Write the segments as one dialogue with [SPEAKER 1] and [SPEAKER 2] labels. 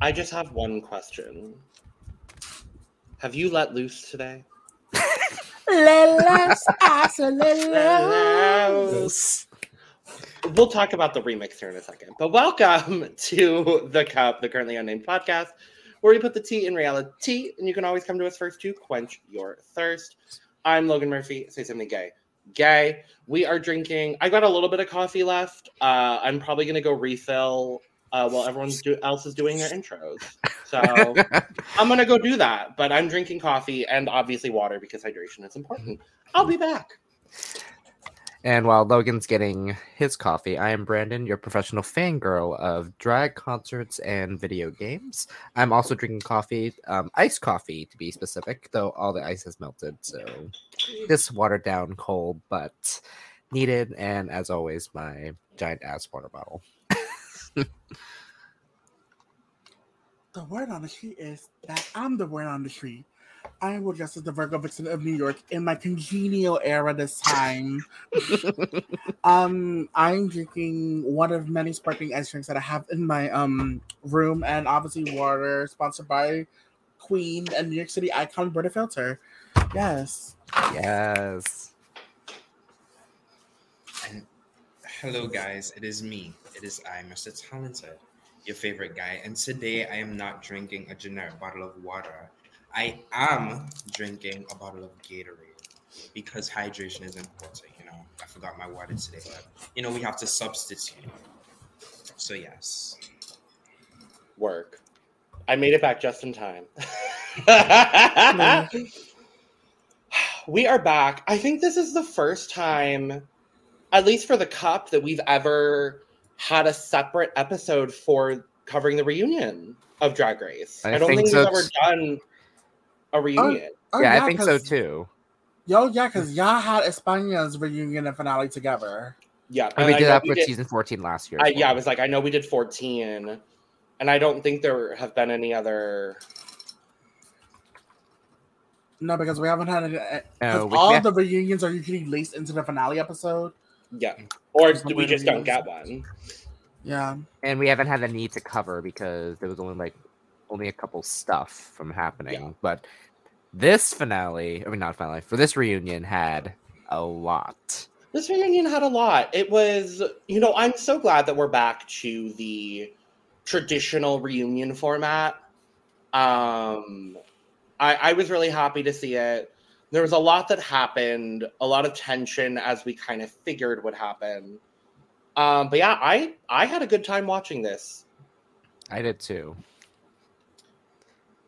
[SPEAKER 1] I just have one question. Have you let loose today?
[SPEAKER 2] Lelos, as a lelos.
[SPEAKER 1] Yes. We'll talk about the remix here in a second. But welcome to The Cup, the currently unnamed podcast, where we put the tea in reality, and you can always come to us first to quench your thirst. I'm Logan Murphy. Say something gay. Gay. We are drinking. I got a little bit of coffee left. Uh, I'm probably going to go refill uh, while everyone do- else is doing their intros. So I'm going to go do that. But I'm drinking coffee and obviously water because hydration is important. I'll be back.
[SPEAKER 3] And while Logan's getting his coffee, I am Brandon, your professional fangirl of drag concerts and video games. I'm also drinking coffee, um, iced coffee to be specific, though all the ice has melted. So this watered down cold, but needed. And as always, my giant ass water bottle.
[SPEAKER 2] The word on the street is that I'm the word on the street. I am Will Justice, the Virgo Vixen of New York, in my congenial era this time. um, I'm drinking one of many sparkling ice drinks that I have in my um room, and obviously water, sponsored by Queen and New York City icon Brita Filter. Yes.
[SPEAKER 3] Yes.
[SPEAKER 4] Hello, guys. It is me. It is I, Mr. Talented, your favorite guy. And today I am not drinking a generic bottle of water. I am drinking a bottle of Gatorade because hydration is important. You know, I forgot my water today, but you know, we have to substitute. So, yes.
[SPEAKER 1] work. I made it back just in time. we are back. I think this is the first time, at least for the cup, that we've ever had a separate episode for covering the reunion of Drag Race. I,
[SPEAKER 3] I
[SPEAKER 1] don't
[SPEAKER 3] think
[SPEAKER 1] think,
[SPEAKER 3] so
[SPEAKER 1] we've ever
[SPEAKER 3] t-
[SPEAKER 1] done a reunion.
[SPEAKER 2] Oh,
[SPEAKER 3] yeah, I think so
[SPEAKER 2] 'cause-
[SPEAKER 3] too.
[SPEAKER 2] Yo, yeah, because y'all had Espana's reunion and finale together.
[SPEAKER 1] yeah,
[SPEAKER 3] And we
[SPEAKER 1] I
[SPEAKER 3] did
[SPEAKER 1] know
[SPEAKER 3] that
[SPEAKER 1] we
[SPEAKER 3] with
[SPEAKER 1] did-
[SPEAKER 3] season 14 last year.
[SPEAKER 1] I,
[SPEAKER 3] as
[SPEAKER 1] yeah, I
[SPEAKER 3] well.
[SPEAKER 1] was like, I know we did 14, and I don't think there have been any other.
[SPEAKER 2] No, because we haven't had it.
[SPEAKER 3] No, Oh, Uh,
[SPEAKER 1] "Oh,
[SPEAKER 3] we-
[SPEAKER 2] all
[SPEAKER 3] yeah.
[SPEAKER 2] the reunions are usually laced into the finale episode.
[SPEAKER 1] Yeah. Or
[SPEAKER 2] There's no
[SPEAKER 1] we
[SPEAKER 2] way to
[SPEAKER 1] just don't
[SPEAKER 2] use
[SPEAKER 1] get
[SPEAKER 2] it.
[SPEAKER 1] one.
[SPEAKER 2] Yeah.
[SPEAKER 3] and we haven't had the need to cover because there was only like only a couple stuff from happening but this finale i mean not finale for this reunion had a lot
[SPEAKER 1] This reunion had a lot. It was, you know, I'm so glad that we're back to the traditional reunion format. Um, I, I was really happy to see it. There was a lot that happened, a lot of tension as we kind of figured would happen. Um, but yeah, I I had a good time watching this.
[SPEAKER 3] i did too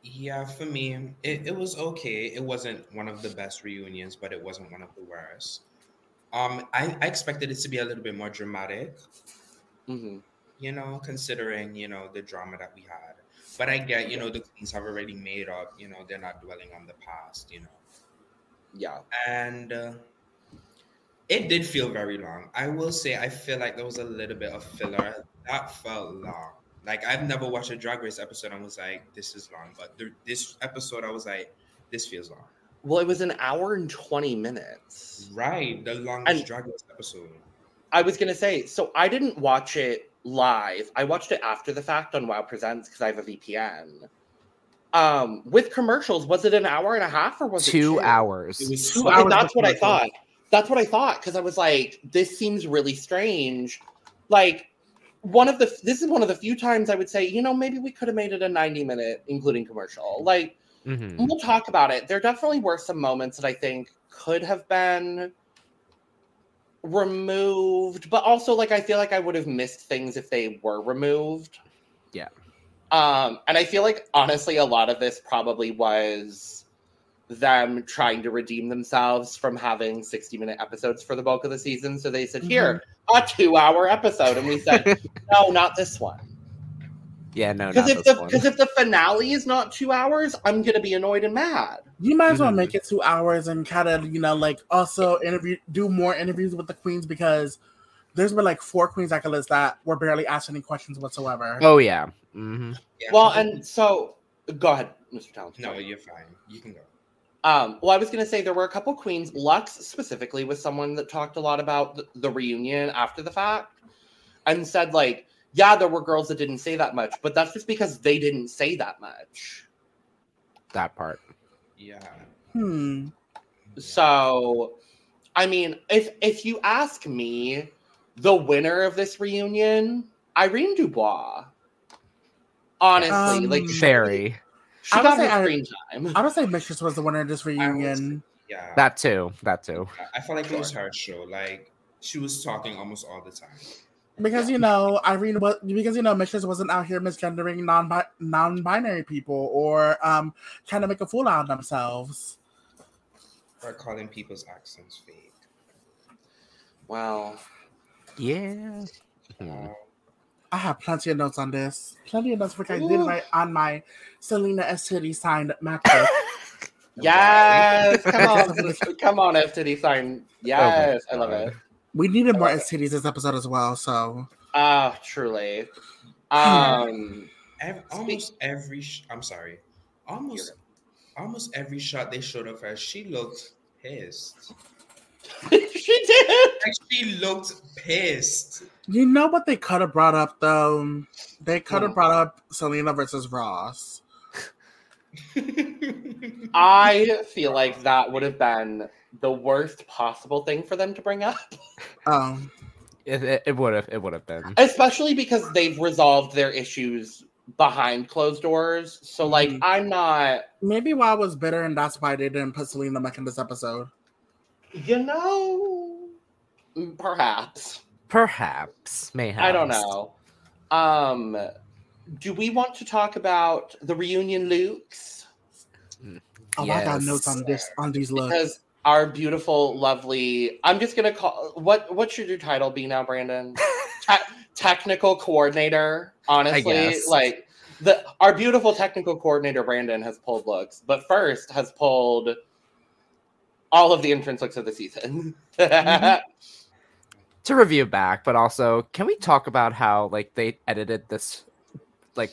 [SPEAKER 4] Yeah, for me, it, it was okay. It wasn't one of the best reunions, but it wasn't one of the worst. Um, I, I expected it to be a little bit more dramatic,
[SPEAKER 1] Mhm.
[SPEAKER 4] you know, considering, you know, the drama that we had. But I get, you know, the queens have already made up, you know, they're not dwelling on the past, you know.
[SPEAKER 1] Yeah,
[SPEAKER 4] And uh, it did feel very long. I will say, I feel like there was a little bit of filler that felt long. Like, I've never watched a Drag Race episode and was like, this is long. But th- this episode, I was like, this feels long.
[SPEAKER 1] well, it was an hour and twenty minutes.
[SPEAKER 4] Right, the longest
[SPEAKER 1] And-
[SPEAKER 4] Drag Race episode.
[SPEAKER 1] I was gonna say, so I didn't watch it live. I watched it after the fact on Wow Presents because I have a VPN. Um, with commercials, was it an hour and a half or was it
[SPEAKER 3] two hours
[SPEAKER 4] It was
[SPEAKER 1] Two
[SPEAKER 4] so
[SPEAKER 1] okay,
[SPEAKER 2] hours
[SPEAKER 1] That's
[SPEAKER 2] with
[SPEAKER 1] what I
[SPEAKER 2] commercials.
[SPEAKER 1] thought. That's what I thought because I was like, this seems really strange. Like one of the this is one of the few times I would say, you know, maybe we could have made it a ninety minute including commercial. Like
[SPEAKER 3] Mhm.
[SPEAKER 1] we'll talk about it. There definitely were some moments that I think could have been removed, but also like I feel like I would have missed things if they were removed.
[SPEAKER 3] Yeah.
[SPEAKER 1] Um, and I feel like honestly, a lot of this probably was them trying to redeem themselves from having 60 minute episodes for the bulk of the season. So
[SPEAKER 3] Mm-hmm.
[SPEAKER 1] they said, Here, a two hour episode. And we said, No, not this one.
[SPEAKER 3] Yeah, no, not
[SPEAKER 1] Because if
[SPEAKER 3] this
[SPEAKER 1] the
[SPEAKER 3] one.
[SPEAKER 1] because if the finale is not two hours, I'm gonna be annoyed and mad.
[SPEAKER 2] You might as well
[SPEAKER 3] Mhm.
[SPEAKER 2] make it two hours and kind of, you know, like also interview, do more interviews with the queens because there's been like four queens I could list that were barely asked any questions whatsoever.
[SPEAKER 3] Oh yeah. hmm
[SPEAKER 4] Yeah.
[SPEAKER 1] Well, and so go ahead, Mr. Talent.
[SPEAKER 4] no, you're fine. You can go.
[SPEAKER 1] Um, well, I was going to say there were a couple queens. Lux specifically was someone that talked a lot about th- the reunion after the fact, and said like, "Yeah, there were girls that didn't say that much, but that's just because they didn't say that much."
[SPEAKER 3] That part.
[SPEAKER 4] Yeah.
[SPEAKER 2] Hmm.
[SPEAKER 4] yeah.
[SPEAKER 1] So, I mean, if if you ask me, the winner of this reunion, Irene Dubois. Honestly,
[SPEAKER 2] Um,
[SPEAKER 1] like she-
[SPEAKER 3] Very.
[SPEAKER 1] she
[SPEAKER 2] I would
[SPEAKER 1] got
[SPEAKER 2] say
[SPEAKER 1] her
[SPEAKER 2] I-
[SPEAKER 1] screen time.
[SPEAKER 2] I would say Mistress was the winner of this reunion.
[SPEAKER 4] yeah.
[SPEAKER 3] That too. That too.
[SPEAKER 4] I felt like it was her show. Like she was talking almost all the time.
[SPEAKER 2] Because you know, Irene was because you know Mistress wasn't out here misgendering non non binary people or um trying to make a fool out of themselves.
[SPEAKER 4] Or calling people's accents fake.
[SPEAKER 1] Well,
[SPEAKER 3] Yeah. Mhm.
[SPEAKER 4] Um,
[SPEAKER 2] I have plenty of notes on this. Plenty of notes which I did
[SPEAKER 1] Ooh.
[SPEAKER 2] write on my Selena S. City signed MacBook.
[SPEAKER 1] Yes, come on, come on, FTD sign. Yes, I love it.
[SPEAKER 2] we needed more
[SPEAKER 1] Okay.
[SPEAKER 2] S. Cities this episode as well, so
[SPEAKER 1] Ah, truly. Um,
[SPEAKER 4] ev- almost every. Sh- I'm sorry. Almost, almost every shot they showed of her, she looked pissed.
[SPEAKER 1] she did.
[SPEAKER 4] Like she looked pissed.
[SPEAKER 2] You know what they could have brought up though? They could have
[SPEAKER 1] Hmm.
[SPEAKER 2] brought up Selena versus Ross.
[SPEAKER 1] I feel like that would have been the worst possible thing for them to bring up,
[SPEAKER 2] Oh,
[SPEAKER 3] It, it, it would have. It would have been.
[SPEAKER 1] especially because they've resolved their issues behind closed doors. So, like,
[SPEAKER 2] Mhm.
[SPEAKER 1] I'm not.
[SPEAKER 2] maybe Wild was bitter, and that's why they didn't put Selena back in this episode.
[SPEAKER 1] You know, perhaps.
[SPEAKER 3] Perhaps. Mayhaps.
[SPEAKER 1] I don't know. Um, do we want to talk about the reunion looks?
[SPEAKER 2] Oh, I got
[SPEAKER 3] Yes.
[SPEAKER 2] notes on this on these looks.
[SPEAKER 1] Because our beautiful, lovely. I'm just gonna call what what should your title be now, Brandon? Te- technical coordinator. Honestly,
[SPEAKER 3] guess.
[SPEAKER 1] like the our beautiful technical coordinator Brandon has pulled looks, but first has pulled all of the entrance looks of the season.
[SPEAKER 3] to review back, but also can we talk about how like they edited this like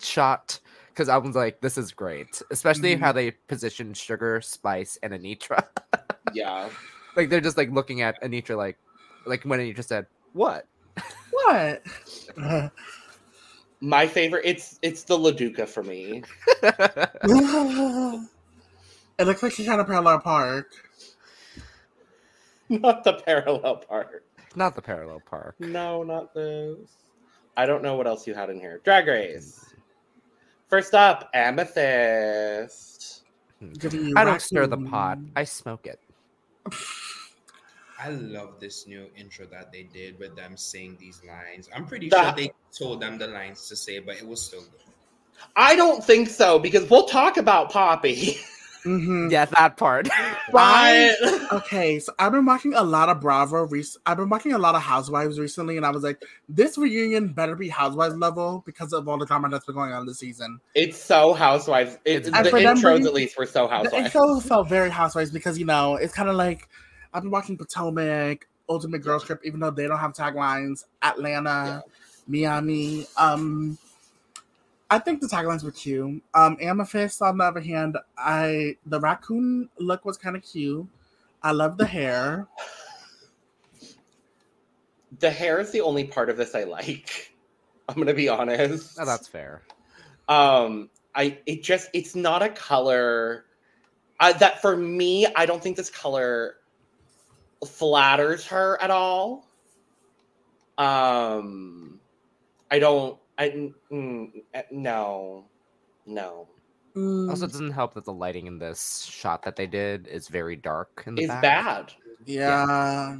[SPEAKER 3] shot? Because I was like, this is great, especially
[SPEAKER 2] Mhm.
[SPEAKER 3] how they positioned Sugar, Spice, and Anitra.
[SPEAKER 1] yeah.
[SPEAKER 3] like they're just like looking at Anitra like, like when Anitra said what?
[SPEAKER 2] What?
[SPEAKER 1] My favorite it's it's the Laduca for me.
[SPEAKER 2] it looks like she kind of parallel park.
[SPEAKER 1] Not the parallel part.
[SPEAKER 3] Not the parallel park.
[SPEAKER 1] No, not those. I don't know what else you had in here. Drag Race. First up, Amethyst.
[SPEAKER 2] Giving you
[SPEAKER 3] I don't stir the
[SPEAKER 2] raccoon.
[SPEAKER 3] pot. I smoke it.
[SPEAKER 4] I love this new intro that they did with them saying these lines. I'm pretty
[SPEAKER 1] That-
[SPEAKER 4] sure they told them the lines to say, but it was still good.
[SPEAKER 1] I don't think so because we'll talk about Poppy.
[SPEAKER 2] Mhm.
[SPEAKER 3] Yeah, that part.
[SPEAKER 1] But
[SPEAKER 2] Okay, so I've been watching a lot of Bravo. Rec- I've been watching a lot of Housewives recently, and I was like, this reunion better be Housewives level because of all the drama that's been going on this season.
[SPEAKER 1] it's so Housewives. It, the
[SPEAKER 3] And
[SPEAKER 2] for them
[SPEAKER 1] intros,
[SPEAKER 2] being-
[SPEAKER 1] at least, were so
[SPEAKER 2] The
[SPEAKER 1] Housewives.
[SPEAKER 2] intro felt very Housewives because you know it's kind of like I've been watching Potomac, Ultimate Girls Trip, even though they don't have taglines. Atlanta, Miami. Um, I think the taglines were cute. Um, Amethyst, on the other hand, I the raccoon look was kind of cute. I love the hair.
[SPEAKER 1] the hair is the only part of this I like. I'm gonna be honest.
[SPEAKER 3] no, that's fair.
[SPEAKER 1] um i it just it's not a color uh, that for me i don't think this color flatters her at all um i don't i mm, mm, uh, no no
[SPEAKER 2] Mm.
[SPEAKER 3] Also, it doesn't help that the lighting in this shot that they did is very dark in the
[SPEAKER 1] it's
[SPEAKER 3] back.
[SPEAKER 1] bad
[SPEAKER 2] Yeah.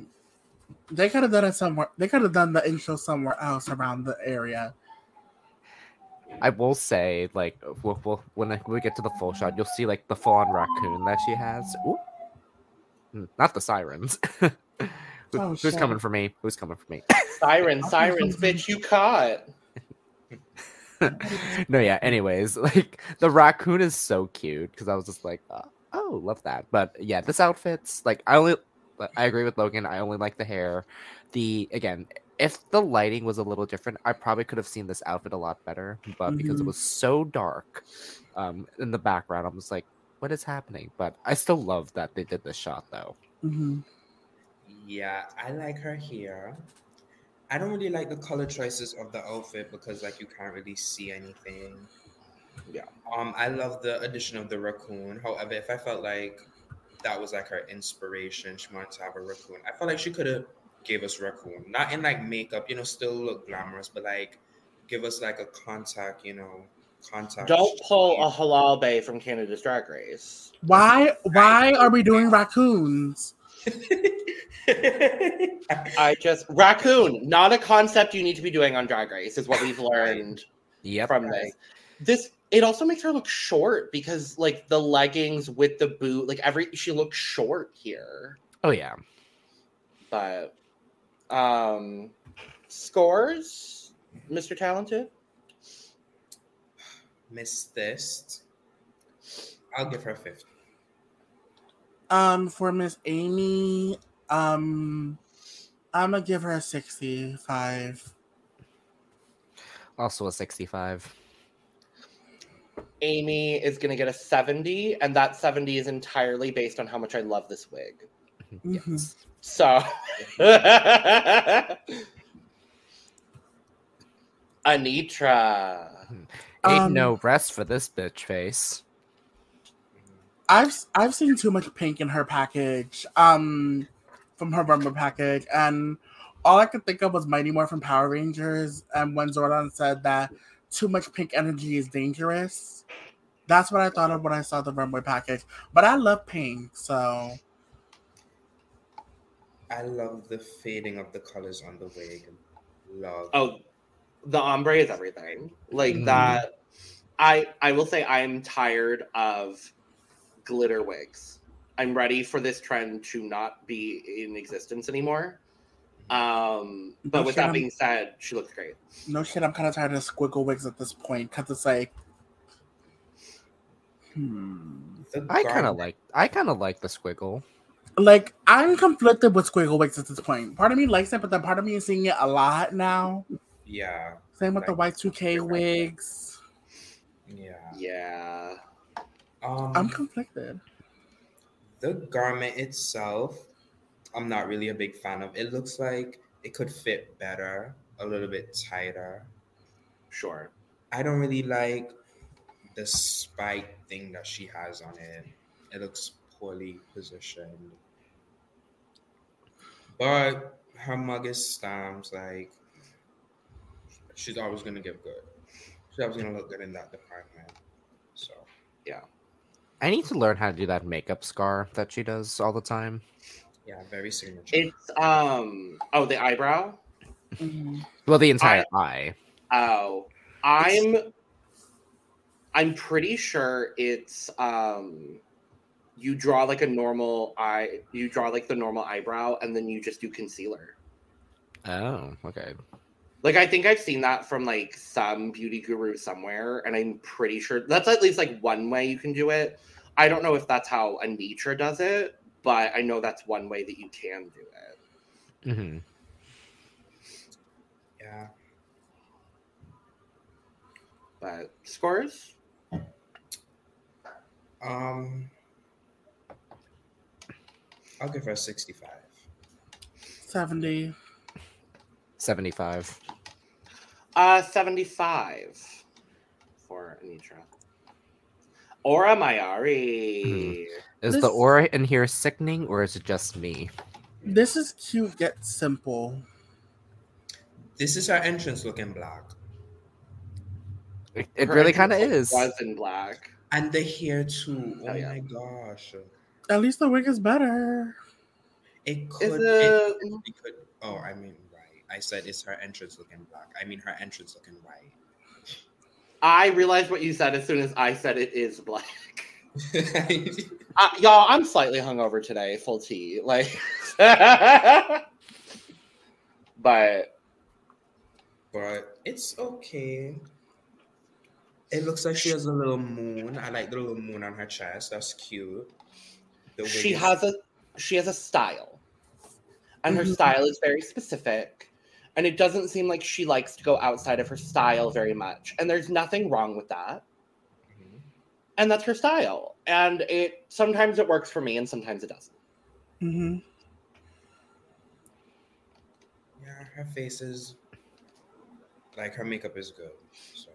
[SPEAKER 2] They could have done it somewhere. They could have done the intro somewhere else around the area.
[SPEAKER 3] I will say, like, we'll, we'll, when I, we get to the full shot, you'll see like the full-on raccoon that she has. Ooh. Mm, Not the sirens. Who-
[SPEAKER 2] Oh,
[SPEAKER 3] who's
[SPEAKER 2] shit.
[SPEAKER 3] coming for me? Who's coming for me?
[SPEAKER 1] siren sirens bitch you caught
[SPEAKER 3] no, yeah. Anyways, like the raccoon is so cute because I was just like, uh, oh, love that. But yeah, this outfit's like I only. but I agree with Logan. I only like the hair. The again, if the lighting was a little different, I probably could have seen this outfit a lot better. But because it
[SPEAKER 2] Mhm.
[SPEAKER 3] was so dark, um, in the background, I was like, what is happening? But I still love that they did this shot though.
[SPEAKER 2] Mhm.
[SPEAKER 4] Yeah, I like her hair. I don't really like the color choices of the outfit because like you can't really see anything.
[SPEAKER 1] Yeah.
[SPEAKER 4] Um, I love the addition of the raccoon. However, if I felt like that was like her inspiration, she wanted to have a raccoon. I felt like she could have gave us raccoon, not in like makeup, you know, still look glamorous, but like give us like a contact, you know, contact.
[SPEAKER 1] Don't pull a halal bay from Canada's Drag Race.
[SPEAKER 2] Why? Why are we doing raccoons?
[SPEAKER 1] I just raccoon, not a concept you need to be doing on Drag Race, is what we've learned
[SPEAKER 3] Yep.
[SPEAKER 1] from this. This it also makes her look short because like the leggings with the boot, like every she looks short here.
[SPEAKER 3] Oh yeah.
[SPEAKER 1] But um scores, Mr. Talented.
[SPEAKER 4] Miss this. I'll give her 50.
[SPEAKER 2] Um, for Miss Amy, um, I'm gonna give her a sixty-five.
[SPEAKER 3] Also a sixty-five.
[SPEAKER 1] Amy is gonna get a 70, and that 70 is entirely based on how much I love this wig.
[SPEAKER 2] Mhm.
[SPEAKER 3] Yes.
[SPEAKER 1] So Anitra.
[SPEAKER 3] Ain't
[SPEAKER 2] Um,
[SPEAKER 3] no rest for this bitch face.
[SPEAKER 4] Mm-hmm.
[SPEAKER 2] I've I've seen too much pink in her package, um, from her rumble package, and all I could think of was Mighty Morphin Power Rangers, and when Zordon said that too much pink energy is dangerous. That's what I thought of when I saw the runway package. But I love pink, so
[SPEAKER 4] I love the fading of the colors on the wig. Love.
[SPEAKER 1] Oh, the ombre is everything. Like
[SPEAKER 3] Mhm.
[SPEAKER 1] that. I I will say I'm tired of glitter wigs. I'm ready for this trend to not be in existence anymore. Um, but
[SPEAKER 2] Don't
[SPEAKER 1] with
[SPEAKER 2] shut
[SPEAKER 1] that
[SPEAKER 2] up.
[SPEAKER 1] being said, she looks great.
[SPEAKER 2] no shit. I'm kind of tired of squiggle wigs at this point because it's like, hmm.
[SPEAKER 4] The
[SPEAKER 3] I kind
[SPEAKER 4] garment-
[SPEAKER 3] of like. I kind of like the squiggle.
[SPEAKER 2] like I'm conflicted with squiggle wigs at this point. Part of me likes it, but then part of me is seeing it a lot now.
[SPEAKER 4] Yeah,
[SPEAKER 2] Same with the
[SPEAKER 4] Like-
[SPEAKER 2] Y2K wigs.
[SPEAKER 4] yeah.
[SPEAKER 1] Yeah.
[SPEAKER 4] Um,
[SPEAKER 2] I'm conflicted.
[SPEAKER 4] the garment itself, I'm not really a big fan of. It looks like it could fit better, a little bit tighter.
[SPEAKER 1] Sure.
[SPEAKER 4] I don't really like the spike thing that she has on it. It looks poorly positioned. But her mug is stamped like she's always gonna give good. She's always gonna look good in that department. So
[SPEAKER 3] I need to learn how to do that makeup scar that she does all the time.
[SPEAKER 4] yeah, very signature.
[SPEAKER 1] It's um. Oh, the eyebrow.
[SPEAKER 3] Well, the entire eye.
[SPEAKER 1] Oh, I'm. I'm pretty sure it's um. You draw like a normal eye. You draw like the normal eyebrow, and then you just do concealer.
[SPEAKER 3] Oh, okay.
[SPEAKER 1] Like I think I've seen that from like some beauty guru somewhere, and I'm pretty sure that's at least like one way you can do it. I don't know if that's how Anitra does it, but I know that's one way that you can do it.
[SPEAKER 3] hmm
[SPEAKER 4] Yeah.
[SPEAKER 1] But scores?
[SPEAKER 4] Um I'll give her sixty five.
[SPEAKER 2] 70.
[SPEAKER 3] Seventy-five.
[SPEAKER 1] Uh, 75 for Anitra. Aura
[SPEAKER 3] Hmm.
[SPEAKER 1] Mayari.
[SPEAKER 3] Is the
[SPEAKER 2] This-
[SPEAKER 3] aura in here sickening, or is it just me?
[SPEAKER 2] This is cute, yet simple.
[SPEAKER 4] This is her entrance looking black.
[SPEAKER 3] It, it
[SPEAKER 1] Her
[SPEAKER 3] really kind of
[SPEAKER 1] entrance
[SPEAKER 3] is.
[SPEAKER 1] Was in black.
[SPEAKER 4] And the hair too. Oh,
[SPEAKER 1] Oh, yeah.
[SPEAKER 4] my gosh.
[SPEAKER 2] At least the wig is better.
[SPEAKER 4] It
[SPEAKER 1] Is
[SPEAKER 4] could, it,
[SPEAKER 1] it?
[SPEAKER 4] it could. Oh, I mean, right. I said it's her entrance looking black. I mean, her entrance looking
[SPEAKER 1] I realized what you said as soon as I said it is black.
[SPEAKER 4] white.
[SPEAKER 1] Uh, y'all, I'm slightly hungover today, full tea. Like, but
[SPEAKER 4] but it's okay. It looks like she has a little moon. I like the little moon on her chest. That's cute. The wig
[SPEAKER 1] she
[SPEAKER 4] is-
[SPEAKER 1] has a she has a style and her
[SPEAKER 2] Mhm.
[SPEAKER 1] style is very specific and it doesn't seem like she likes to go outside of her style very much and there's nothing wrong with that
[SPEAKER 4] Mhm.
[SPEAKER 1] and that's her style and it sometimes it works for me and sometimes it doesn't
[SPEAKER 2] hmm
[SPEAKER 4] Yeah, her face is like her makeup is good. So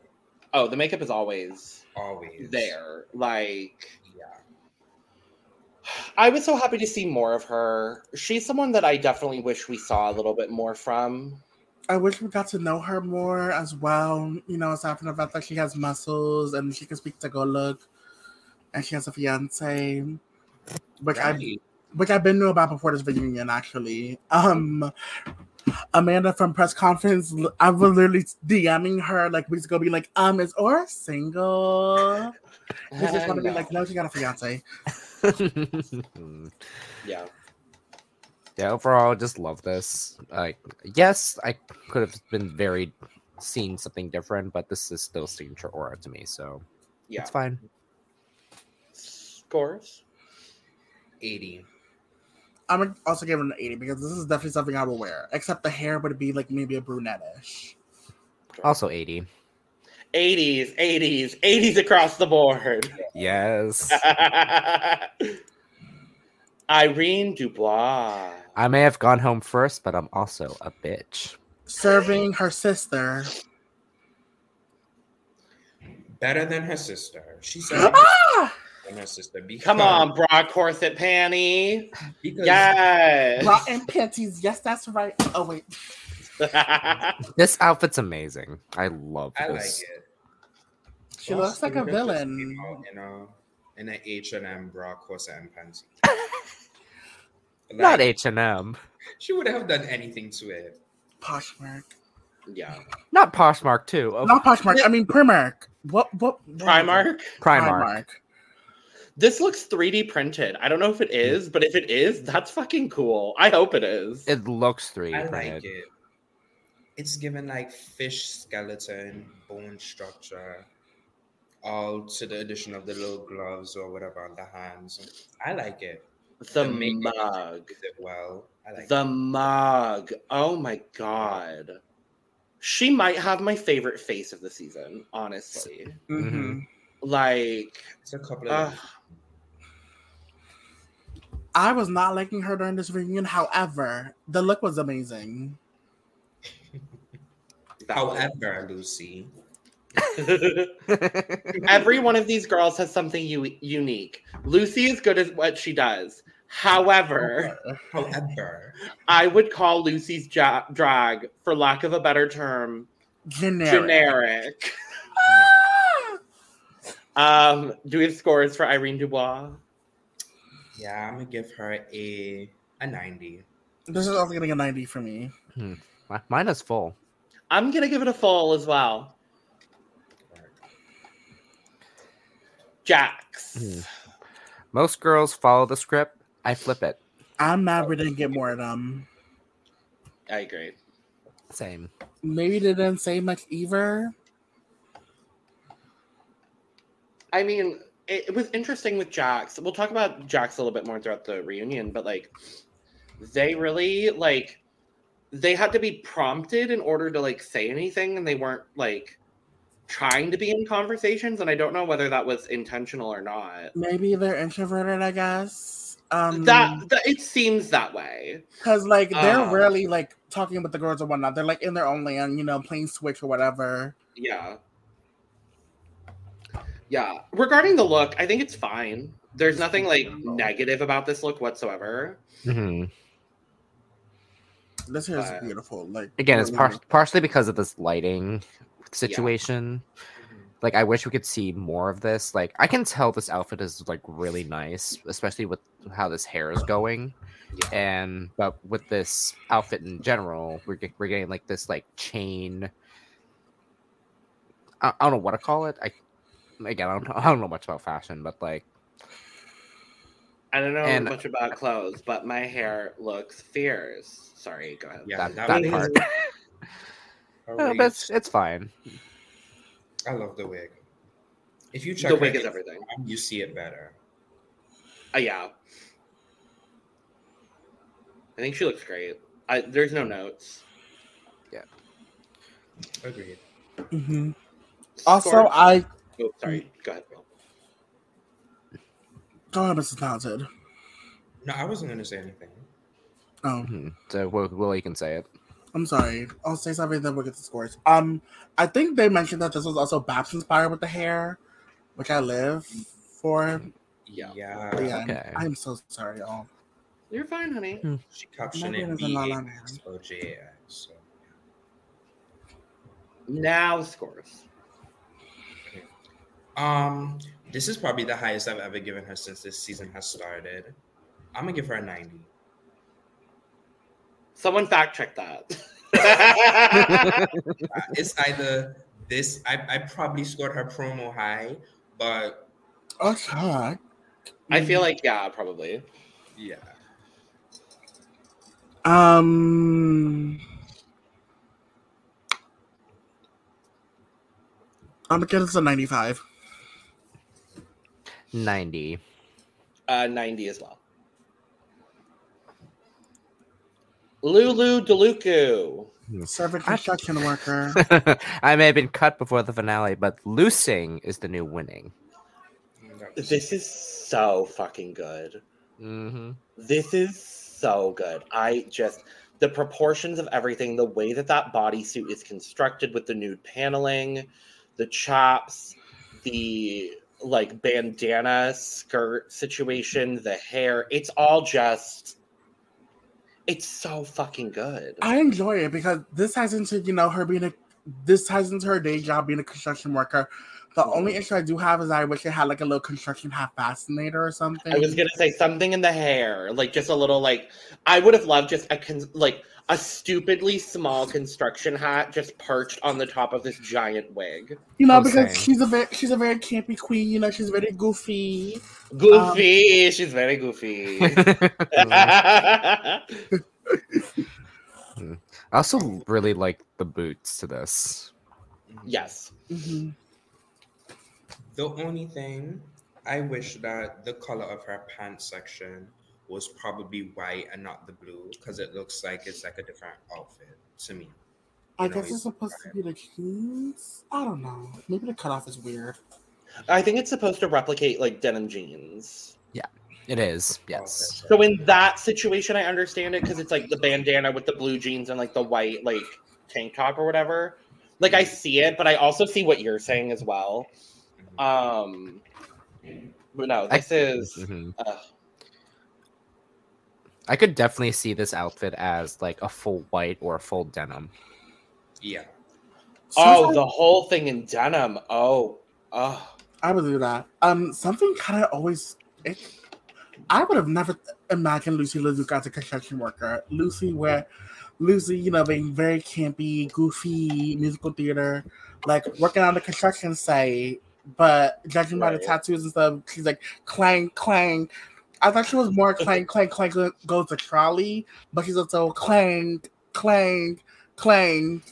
[SPEAKER 1] oh the makeup is always
[SPEAKER 4] always
[SPEAKER 1] there like
[SPEAKER 4] Yeah.
[SPEAKER 1] I was so happy to see more of her. She's someone that I definitely wish we saw a little bit more from.
[SPEAKER 2] I wish we got to know her more as well. You know, aside from the fact that she has muscles and she can speak Tagalog, and she has a fiance, which I
[SPEAKER 4] Right.
[SPEAKER 2] which I've been knew about before this reunion, actually. Um, Amanda from press conference, l- I was literally DMing her like weeks ago, being like, um, is Aura single? We just want to be
[SPEAKER 1] No.
[SPEAKER 2] like, no, she got a fiance.
[SPEAKER 1] yeah,
[SPEAKER 3] yeah, overall, just love this. Like, yes, I could have been very seen something different, but this is still signature aura to me, so
[SPEAKER 1] yeah.
[SPEAKER 3] it's fine.
[SPEAKER 1] Scores.
[SPEAKER 4] 80.
[SPEAKER 2] I'm gonna also give it an 80 because this is definitely something I will wear, except the hair would be like maybe a brunettish.
[SPEAKER 3] Also, eighty.
[SPEAKER 1] 80s, 80s, 80s across the board.
[SPEAKER 3] Yes,
[SPEAKER 1] Irene Dubois.
[SPEAKER 3] I may have gone home first, but I'm also a bitch.
[SPEAKER 2] Serving her sister.
[SPEAKER 4] Better than her sister. She said better
[SPEAKER 2] Ah!
[SPEAKER 4] than her sister.
[SPEAKER 2] Uh,
[SPEAKER 4] Because,
[SPEAKER 1] Come on, bra, corset, panty.
[SPEAKER 4] Because
[SPEAKER 1] Yes.
[SPEAKER 2] Bra and panties. Yes, that's right. Oh, wait.
[SPEAKER 3] This outfit's amazing. I love
[SPEAKER 4] I like
[SPEAKER 3] this.
[SPEAKER 4] it.
[SPEAKER 2] She looks like a
[SPEAKER 4] Boston just came
[SPEAKER 2] villain.
[SPEAKER 4] out In a in an H and M bra, corset, and panty.
[SPEAKER 3] Not
[SPEAKER 4] Like,
[SPEAKER 3] H and M.
[SPEAKER 4] She would have done anything to it.
[SPEAKER 2] Poshmark.
[SPEAKER 1] yeah.
[SPEAKER 3] Not Poshmark too. Oh,
[SPEAKER 2] Not Poshmark. I mean Primark. What? What? what-
[SPEAKER 1] Primark.
[SPEAKER 3] Primark.
[SPEAKER 1] This looks 3D printed. I don't know if it is, but if it is, that's fucking cool. I hope it is.
[SPEAKER 3] It looks three.
[SPEAKER 4] I
[SPEAKER 3] printed.
[SPEAKER 4] like it. It's given like fish skeleton, bone structure, all to the addition of the little gloves or whatever on the hands. I like it.
[SPEAKER 1] the
[SPEAKER 4] the makeup.
[SPEAKER 1] mug.
[SPEAKER 4] Is it well? I like
[SPEAKER 1] The mug. Oh my god. She might have my favorite face of the season, honestly.
[SPEAKER 2] Mhm.
[SPEAKER 1] Like,
[SPEAKER 4] it. It's a couple
[SPEAKER 1] uh,
[SPEAKER 4] of.
[SPEAKER 2] I was not liking her during this reunion. However, the look was amazing.
[SPEAKER 4] However, Lucy,
[SPEAKER 1] every one of these girls has something u- unique. Lucy is good at what she does. However,
[SPEAKER 4] however,
[SPEAKER 1] I would call Lucy's ja- drag, for lack of a better term,
[SPEAKER 2] Generic.
[SPEAKER 1] generic. Um, do we have scores for Irene Dubois?
[SPEAKER 4] yeah, I'm gonna give her a a ninety.
[SPEAKER 2] This is also getting a 90 for me.
[SPEAKER 3] Mi- Mine is full.
[SPEAKER 1] I'm gonna give it a full as well. Jax.
[SPEAKER 3] Hmm. Most girls follow the script. I flip it.
[SPEAKER 2] I'm mad we didn't get more of them.
[SPEAKER 1] I agree.
[SPEAKER 3] Same.
[SPEAKER 2] Maybe they didn't say much either.
[SPEAKER 1] I mean, it, it was interesting with Jax. We'll talk about Jax a little bit more throughout the reunion, but like, they really like they had to be prompted in order to like say anything, and they weren't like trying to be in conversations. And I don't know whether that was intentional or not.
[SPEAKER 2] Maybe they're introverted, I guess. Um,
[SPEAKER 1] That, that it seems that way.
[SPEAKER 2] Because like they're
[SPEAKER 1] Um,
[SPEAKER 2] rarely like talking with the girls or whatnot. They're like in their own land, you know, playing Switch or whatever.
[SPEAKER 1] Yeah. Yeah. Regarding the look, I think it's fine. There's nothing like negative about this look whatsoever.
[SPEAKER 4] Mm-hmm.
[SPEAKER 3] Mhm.
[SPEAKER 2] This hair is
[SPEAKER 1] Uh,
[SPEAKER 2] beautiful. Like
[SPEAKER 3] Again, it's
[SPEAKER 2] really
[SPEAKER 3] par-
[SPEAKER 4] Mm-hmm.
[SPEAKER 3] partially because of this lighting situation. Like, I wish we could see more of this. Like, I can tell this outfit is like really nice, especially with how this hair is going.
[SPEAKER 1] Yeah.
[SPEAKER 3] And but with this outfit in general, we're get- we're getting like this like chain. I, I don't know what to call it. I again, I don't, I don't know much about fashion, but like
[SPEAKER 1] I don't know
[SPEAKER 3] And-
[SPEAKER 1] much about clothes, but my hair looks fierce. Sorry, go ahead.
[SPEAKER 4] Yeah,
[SPEAKER 3] That-
[SPEAKER 4] that,
[SPEAKER 3] that
[SPEAKER 4] wig
[SPEAKER 3] part.
[SPEAKER 4] is- her
[SPEAKER 3] uh,
[SPEAKER 4] wig
[SPEAKER 2] Oh,
[SPEAKER 3] but
[SPEAKER 4] is-
[SPEAKER 3] it's, it's fine.
[SPEAKER 4] I love the wig. If you check
[SPEAKER 1] the
[SPEAKER 4] her
[SPEAKER 1] wig is
[SPEAKER 4] Instagram,
[SPEAKER 1] everything.
[SPEAKER 4] you see it better.
[SPEAKER 1] Uh, yeah. I think she looks great. I, there's no notes.
[SPEAKER 4] Agreed.
[SPEAKER 1] Mm-hmm.
[SPEAKER 2] hmm Also,
[SPEAKER 1] Scorch-
[SPEAKER 2] I
[SPEAKER 1] Oh, sorry. Go ahead. Will.
[SPEAKER 2] go ahead, Mrs. Talented.
[SPEAKER 4] No, I wasn't gonna say anything.
[SPEAKER 2] Oh,
[SPEAKER 1] Mm-hmm.
[SPEAKER 3] Mhm. So Will, Will, you can say it.
[SPEAKER 2] I'm sorry. I'll say something, then we'll get the scores. Um, I think they mentioned that this was also Babs inspired with the hair, which I live for.
[SPEAKER 1] Yeah.
[SPEAKER 4] Yeah.
[SPEAKER 2] But yeah,
[SPEAKER 3] Okay.
[SPEAKER 2] I'm, I'm so sorry, y'all.
[SPEAKER 1] You're fine, honey.
[SPEAKER 4] She captioned
[SPEAKER 2] My brain
[SPEAKER 4] it
[SPEAKER 2] is a la la now.
[SPEAKER 4] B-A-S-O-J-A-S, so
[SPEAKER 1] Now scores.
[SPEAKER 4] Um, this is probably the highest I've ever given her since this season has started. I'm gonna give her a 90.
[SPEAKER 1] Someone fact check that.
[SPEAKER 4] Uh, it's either this. I, I probably scored her promo high, but
[SPEAKER 2] Okay.
[SPEAKER 1] I feel like yeah, probably.
[SPEAKER 4] yeah,
[SPEAKER 2] Um, I'm gonna get us a 95.
[SPEAKER 3] Ninety.
[SPEAKER 1] Uh, 90 as well. Lulu Deluku.
[SPEAKER 2] Serving construction worker.
[SPEAKER 3] I may have been cut before the finale, but losing is the new winning.
[SPEAKER 4] That was-
[SPEAKER 1] This is so fucking good.
[SPEAKER 3] Mm-hmm.
[SPEAKER 1] This is so good. I just the proportions of everything, the way that that bodysuit is constructed with the nude paneling, the chops, the like bandana skirt situation, the hair. It's all just it's so fucking good.
[SPEAKER 2] I enjoy it because this has into you know her being a this has into her day job being a construction worker. The only issue I do have is I wish it had like a little construction hat fascinator or something.
[SPEAKER 1] I was gonna say something in the hair, like just a little like I would have loved just a con- like a stupidly small construction hat just perched on the top of this giant wig.
[SPEAKER 2] you know,
[SPEAKER 3] I'm
[SPEAKER 2] because
[SPEAKER 3] saying.
[SPEAKER 2] she's a very she's a very campy queen. You know, she's very goofy.
[SPEAKER 1] Goofy, she's very goofy.
[SPEAKER 3] Mm-hmm. I also really like the boots to this.
[SPEAKER 1] yes,
[SPEAKER 2] Mhm.
[SPEAKER 4] The only thing I wish that the color of her pants section was probably white and not the blue, because it looks like it's like a different outfit to me.
[SPEAKER 2] I
[SPEAKER 4] You know,
[SPEAKER 2] guess it's supposed to be the jeans. I don't know. Maybe the cutoff is weird.
[SPEAKER 1] I think it's supposed to replicate like denim jeans.
[SPEAKER 3] It
[SPEAKER 1] Oh,
[SPEAKER 3] is, yes.
[SPEAKER 1] So in that situation, I understand it because it's like the bandana with the blue jeans and like the white like tank top or whatever. Like I see it, but I also see what you're saying as well.
[SPEAKER 4] Mm-hmm.
[SPEAKER 1] Um, but no,
[SPEAKER 3] I-
[SPEAKER 1] this is uh,
[SPEAKER 3] Mhm.
[SPEAKER 1] Ugh.
[SPEAKER 3] I could definitely see this outfit as like a full white or a full denim.
[SPEAKER 4] yeah,
[SPEAKER 1] oh
[SPEAKER 2] Sometimes-
[SPEAKER 1] the whole thing in denim. Oh, oh,
[SPEAKER 2] I would do that. Um, something kind of always. It, I would have never imagined Lucy Lizuka as a construction worker. Lucy, where Lucy, you know, being very campy, goofy, musical theater, like working on the construction site. But judging by the
[SPEAKER 1] Right.
[SPEAKER 2] tattoos and stuff, she's like clang clang. I thought she was more clang clang clang go- goes to trolley, but she's also clang clang clang.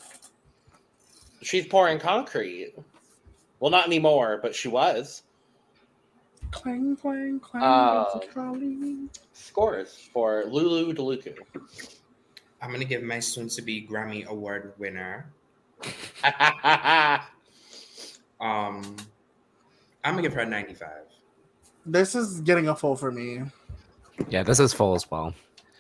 [SPEAKER 1] she's pouring concrete. Well, not anymore, but she was.
[SPEAKER 2] Clang, clang, clang, goes
[SPEAKER 1] Oh.
[SPEAKER 2] the trolley.
[SPEAKER 1] Scores for Lulu Deluku.
[SPEAKER 4] I'm gonna give my soon-to-be Grammy Award winner. Um, I'm gonna give her a 95.
[SPEAKER 2] This is getting a full for me.
[SPEAKER 3] Yeah, this is full as well.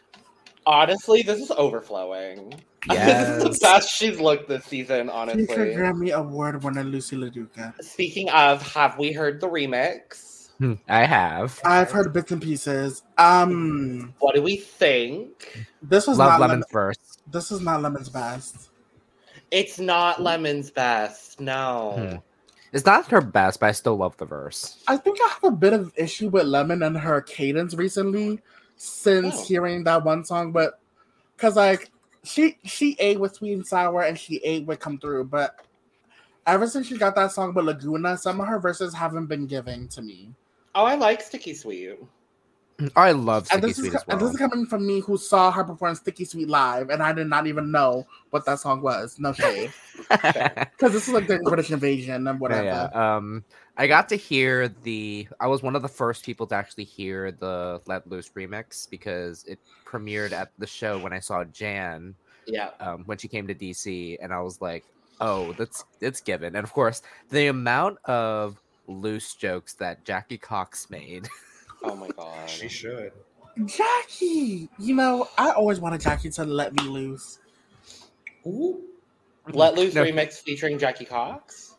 [SPEAKER 1] honestly, this is overflowing. this is
[SPEAKER 3] Yes.
[SPEAKER 1] the best she's looked this season,
[SPEAKER 2] Future
[SPEAKER 1] honestly.
[SPEAKER 2] Grammy Award winner Lucy LaDuca.
[SPEAKER 1] Speaking of, have we heard the remix?
[SPEAKER 3] Hmm, I have.
[SPEAKER 2] I've heard bits and pieces. Um,
[SPEAKER 1] What do we think?
[SPEAKER 2] this was
[SPEAKER 3] Love
[SPEAKER 2] not
[SPEAKER 3] Lemon
[SPEAKER 2] Lemon.
[SPEAKER 3] first.
[SPEAKER 2] This is not Lemon's best.
[SPEAKER 1] It's not Lemon's best. No.
[SPEAKER 3] Hmm. It's not her best, but I still love the verse.
[SPEAKER 2] I think I have a bit of issue with Lemon and her cadence recently, since
[SPEAKER 1] Oh.
[SPEAKER 2] hearing that one song. But because like she she ate with Sweet and Sour and she ate with Come Through, but ever since she got that song with Laguna, some of her verses haven't been giving to me.
[SPEAKER 1] Oh, I like Sticky Sweet.
[SPEAKER 3] I love
[SPEAKER 2] And
[SPEAKER 3] Sticky
[SPEAKER 2] this,
[SPEAKER 3] Sweet
[SPEAKER 2] is,
[SPEAKER 3] as
[SPEAKER 2] and
[SPEAKER 3] well.
[SPEAKER 2] this is coming from me who saw her perform Sticky Sweet live, and I did not even know what that song was. No shade. Because this is like the British invasion and whatever.
[SPEAKER 3] Oh, Yeah, um, I got to hear the. I was one of the first people to actually hear the "Let Loose" remix because it premiered at the show when I saw Jan
[SPEAKER 1] Yeah.
[SPEAKER 3] um, when she came to DC, and I was like, "Oh, that's it's given." And of course, the amount of loose jokes that Jackie Cox made.
[SPEAKER 1] Oh my god.
[SPEAKER 4] She should.
[SPEAKER 2] Jackie! You know, I always wanted Jackie to let me loose.
[SPEAKER 4] Ooh.
[SPEAKER 1] Let Loose
[SPEAKER 3] No.
[SPEAKER 1] remix featuring Jackie Cox.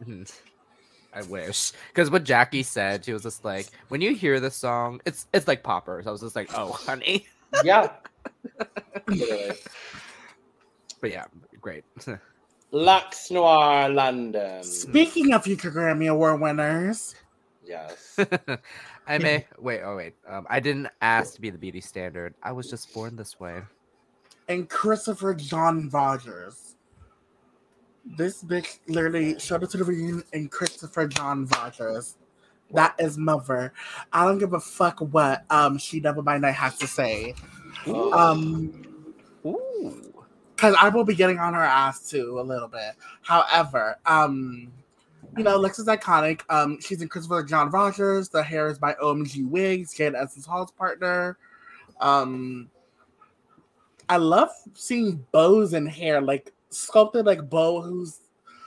[SPEAKER 3] I wish because what Jackie said, she was just like, "When you hear this song, it's it's like poppers." I was just like, "Oh, honey,"
[SPEAKER 1] Yeah. Literally.
[SPEAKER 3] but yeah, great.
[SPEAKER 1] Lux Noir
[SPEAKER 3] Um,
[SPEAKER 1] London.
[SPEAKER 2] Speaking of future Grammy Award winners,
[SPEAKER 1] Yes.
[SPEAKER 3] I may wait. Oh wait, um, I didn't ask to be the beauty standard. I was just born this way.
[SPEAKER 2] and Christopher John Rogers. This bitch literally showed up to the reunion and Christopher John Rogers. That is mother. I don't give a fuck what um she never by night has to say.
[SPEAKER 1] Oh.
[SPEAKER 2] Um
[SPEAKER 3] Ooh,
[SPEAKER 2] because I will be getting on her ass too a little bit. However, um, you know, Lex is iconic. Um, she's in Christopher John Rogers. The hair is by OMG Wigs, Jade Essence Hall's partner. Um, I love seeing bows in hair, like sculpted like bow who's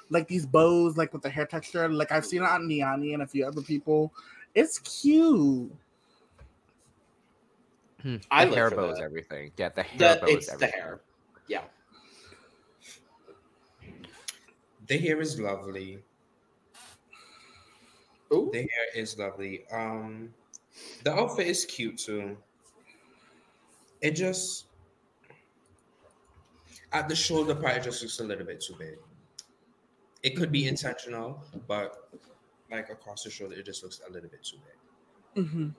[SPEAKER 2] like these bows, like with the hair texture. Like I've seen it on Niani and a few other people. It's cute.
[SPEAKER 3] Hmm,
[SPEAKER 1] I
[SPEAKER 3] the
[SPEAKER 1] live
[SPEAKER 3] hair
[SPEAKER 1] for
[SPEAKER 3] bows
[SPEAKER 1] that.
[SPEAKER 3] everything. Yeah, the hair
[SPEAKER 1] The-
[SPEAKER 3] bows
[SPEAKER 1] it's the
[SPEAKER 3] everything.
[SPEAKER 1] hair. Yeah.
[SPEAKER 4] The hair is lovely.
[SPEAKER 1] Ooh.
[SPEAKER 4] The hair is lovely. Um, the outfit is cute too. It just at the shoulder part, it just looks a little bit too big. It could be intentional, but like across the shoulder, it just looks a little bit too big.
[SPEAKER 2] Mm-hmm.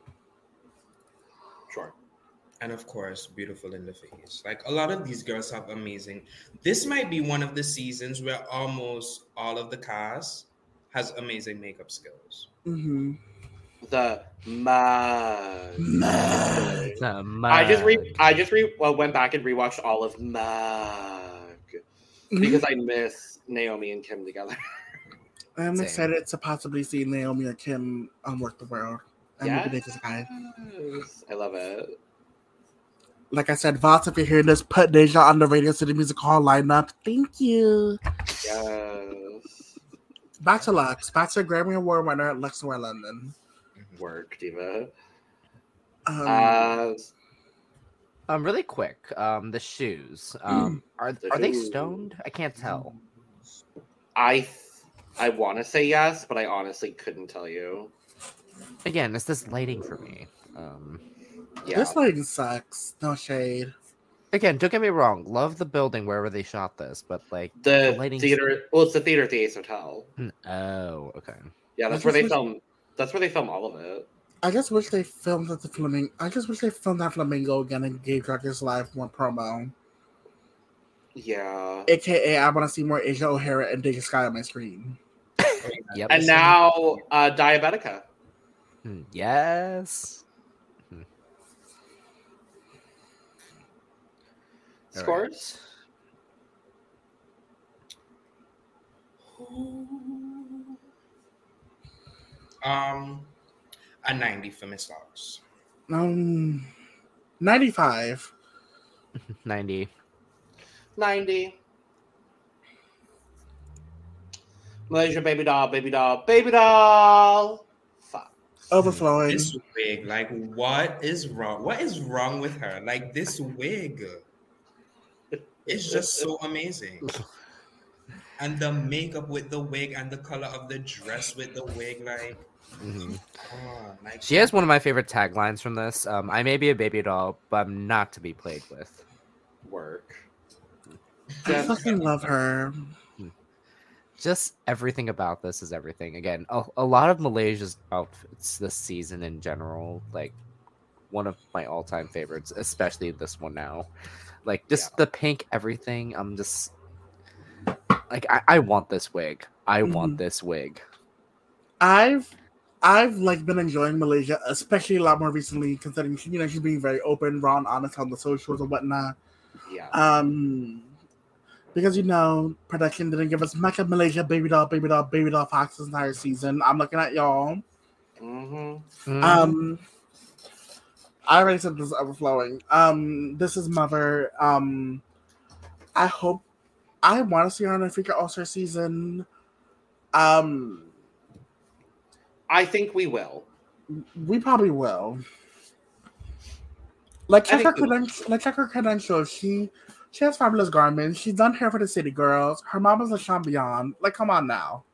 [SPEAKER 1] Sure.
[SPEAKER 4] and of course beautiful in the face like a lot of these girls have amazing this might be one of the seasons where almost all of the cast has amazing makeup skills
[SPEAKER 2] Mm-hmm.
[SPEAKER 1] The mug.
[SPEAKER 2] Mug.
[SPEAKER 3] The
[SPEAKER 1] I just
[SPEAKER 3] mug.
[SPEAKER 1] re I just re well, went back and rewatched all of Mug because I miss Naomi and Kim together.
[SPEAKER 2] I'm
[SPEAKER 3] Same.
[SPEAKER 2] excited to possibly see Naomi or Kim um, work the world. And maybe they just die.
[SPEAKER 1] Yes. I love it.
[SPEAKER 2] Like I said, Voss, if you're hearing this, put Deja on the Radio City Music Hall lineup. Thank you.
[SPEAKER 1] Yes.
[SPEAKER 2] Back to Lux. Back to Grammy Award winner Lux Noir London.
[SPEAKER 1] Work, Diva.
[SPEAKER 2] Um,
[SPEAKER 1] Uh,
[SPEAKER 3] Um, really quick. Um, the shoes. Um, are
[SPEAKER 1] The
[SPEAKER 3] are they
[SPEAKER 1] shoes.
[SPEAKER 3] stoned? I can't tell.
[SPEAKER 1] I th- I want to say yes, but I honestly couldn't tell you.
[SPEAKER 3] Again, it's this lighting for me. Um,
[SPEAKER 1] Yeah.
[SPEAKER 2] This lighting sucks. No shade.
[SPEAKER 3] again, don't get me wrong. Love the building wherever they shot this, but like,
[SPEAKER 1] the
[SPEAKER 3] the lighting-
[SPEAKER 1] theater. Well, it's the theater at the Ace Hotel.
[SPEAKER 3] oh, okay.
[SPEAKER 1] Yeah,
[SPEAKER 2] That's
[SPEAKER 1] that's where they
[SPEAKER 2] just what-
[SPEAKER 1] film. That's where they film all of it.
[SPEAKER 2] I just wish they filmed at the Flamingo. I just wish they filmed that Flamingo again and gave Dragons Live more promo.
[SPEAKER 1] Yeah.
[SPEAKER 2] AKA, I want to see more Asia O'Hara and Deja Sky on my screen.
[SPEAKER 3] Yep.
[SPEAKER 1] and now uh, Diabetica.
[SPEAKER 3] Mm, Yes. Mhm. All right.
[SPEAKER 1] Scores?
[SPEAKER 4] um a 90 for miss locks
[SPEAKER 2] Um, 95.
[SPEAKER 3] 90.
[SPEAKER 1] 90. Malaysia baby doll, baby doll, baby doll. Fuck.
[SPEAKER 2] Overflowing.
[SPEAKER 4] this wig like what is wrong what is wrong with her like this wig it's just so amazing and the makeup with the wig and the color of the dress with the wig like
[SPEAKER 3] Mhm.
[SPEAKER 4] oh, like
[SPEAKER 3] She has one of my favorite taglines from this. Um, I may be a baby doll, but I'm not to be played with.
[SPEAKER 1] Work.
[SPEAKER 2] I fucking love her.
[SPEAKER 3] Just everything about this is everything. Again, a, a lot of Malaysia's outfits this season in general, like one of my all time favorites, especially this one now. Like just the pink, everything. I'm just
[SPEAKER 1] Mm-hmm.
[SPEAKER 3] like, I, I want this wig. I want this wig.
[SPEAKER 2] I've I've like been enjoying Malaysia, especially a lot more recently, considering she, you know she's being very open, raw, and honest on the socials and whatnot.
[SPEAKER 1] Yeah.
[SPEAKER 2] Um, because you know production didn't give us much of Malaysia, baby doll, baby doll, baby doll, Fox's entire season. I'm looking at y'all.
[SPEAKER 1] hmm
[SPEAKER 3] Mm-hmm.
[SPEAKER 2] Um, I already said this is overflowing. Um, this is Mother. Um, I hope I want to see her on a future All Star season. Um,
[SPEAKER 1] I think we will.
[SPEAKER 2] we probably will. Like
[SPEAKER 1] I
[SPEAKER 2] check her
[SPEAKER 1] think we will.
[SPEAKER 2] credentials. Like check her credentials. She she has fabulous garments. She's done hair for the City Girls. Her mom is a champion. Like come on now.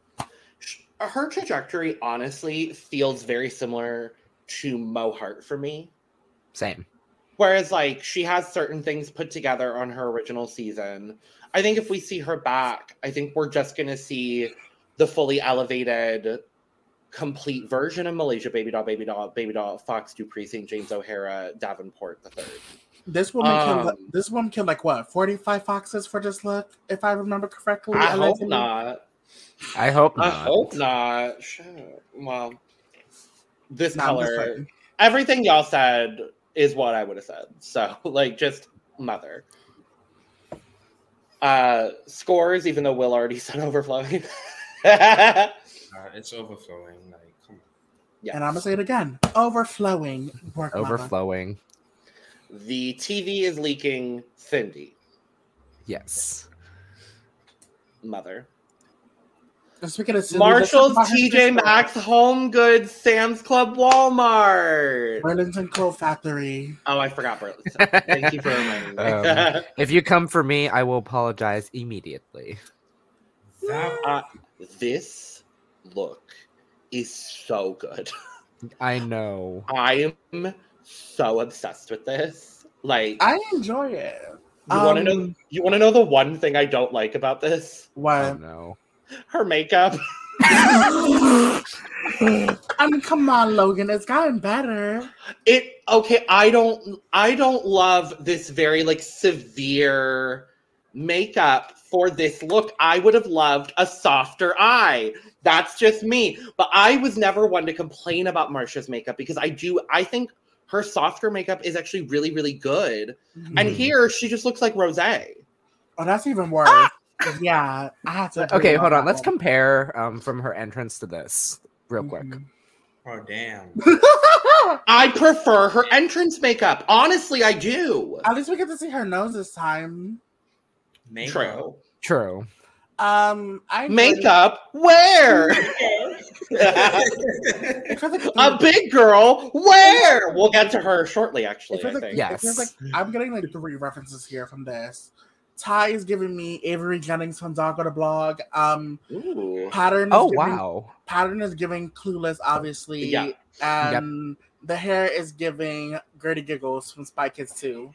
[SPEAKER 1] Sh- Her trajectory, honestly, feels very similar to Mo Hart for me.
[SPEAKER 3] Same.
[SPEAKER 1] Whereas, like, she has certain things put together on her original season. I think if we see her back, I think we're just going to see the fully elevated, complete version of Malaysia Baby Doll, Baby Doll, Baby Doll, Fox Dupree, St. James O'Hara, Davenport the third.
[SPEAKER 2] This woman killed.
[SPEAKER 1] Um,
[SPEAKER 2] This woman killed like what forty five foxes for this look, if I remember correctly.
[SPEAKER 1] Oh, I hope
[SPEAKER 2] allegedly.
[SPEAKER 1] not.
[SPEAKER 3] I hope
[SPEAKER 1] I
[SPEAKER 3] not.
[SPEAKER 1] hope not. Shit. Well, this
[SPEAKER 2] No, I'm just
[SPEAKER 1] color.
[SPEAKER 2] joking.
[SPEAKER 1] everything y'all said is what I would have said. So, like, just mother. Uh, scores, even though Will already said overflowing. yeah.
[SPEAKER 4] Uh, it's overflowing. Like, come on.
[SPEAKER 2] And I'm gonna say it again. Overflowing work. mama.
[SPEAKER 3] Overflowing.
[SPEAKER 1] the TV is leaking Cindy,
[SPEAKER 3] Yes.
[SPEAKER 1] mother.
[SPEAKER 2] And Speaking of Sydney, let's
[SPEAKER 1] Marshall's,
[SPEAKER 2] talk about her
[SPEAKER 1] TJ
[SPEAKER 2] sister,
[SPEAKER 1] Maxx, Home Goods, Sam's Club, Walmart.
[SPEAKER 2] Burlington Coat Factory.
[SPEAKER 1] Oh, I forgot Burlington. Thank you for reminding me.
[SPEAKER 3] Um, If you come for me, I will apologize immediately.
[SPEAKER 4] That
[SPEAKER 1] this look is so good.
[SPEAKER 3] I know.
[SPEAKER 1] I am so obsessed with this. Like
[SPEAKER 2] I enjoy it.
[SPEAKER 1] you want to know
[SPEAKER 2] um,
[SPEAKER 1] you want to know the one thing I don't like about this?
[SPEAKER 3] I
[SPEAKER 2] What?
[SPEAKER 3] know.
[SPEAKER 1] Her makeup.
[SPEAKER 2] I mean, come on, Logan. It's gotten better.
[SPEAKER 1] It okay, I don't I don't love this very like severe makeup for this look. I would have loved a softer eye. That's just me. But I was never one to complain about Marsha's makeup because I do I think her softer makeup is actually really really good. And
[SPEAKER 2] Hmm.
[SPEAKER 3] Mhm.
[SPEAKER 1] here she just looks like Rosé.
[SPEAKER 2] oh, that's even worse. Yeah, I have to.
[SPEAKER 3] Okay, hold on. Let's compare um, from her entrance to this real quick.
[SPEAKER 2] Mm-hmm.
[SPEAKER 4] oh damn.
[SPEAKER 2] quick.
[SPEAKER 1] I prefer her entrance makeup. Honestly, I do.
[SPEAKER 2] At least we get to see her nose this time.
[SPEAKER 4] Makeup.
[SPEAKER 1] True.
[SPEAKER 3] True.
[SPEAKER 2] Um, I enjoyed it.
[SPEAKER 1] Makeup, where?
[SPEAKER 2] It feels like
[SPEAKER 1] A
[SPEAKER 2] three-
[SPEAKER 1] big girl, where? We'll get to her shortly, actually.
[SPEAKER 2] It
[SPEAKER 1] I
[SPEAKER 2] feels like,
[SPEAKER 1] think.
[SPEAKER 3] Yeah.
[SPEAKER 2] it feels like
[SPEAKER 3] Yes.
[SPEAKER 2] I'm getting like three references here from this. Ty is giving me Avery Jennings from Dog on the Blog. Um,
[SPEAKER 1] Ooh.
[SPEAKER 2] pattern. Is
[SPEAKER 3] Oh
[SPEAKER 2] giving,
[SPEAKER 3] wow.
[SPEAKER 2] Pattern is giving Clueless, obviously.
[SPEAKER 1] Yeah.
[SPEAKER 2] Um, the hair is giving Gertie Giggles from Spy Kids too.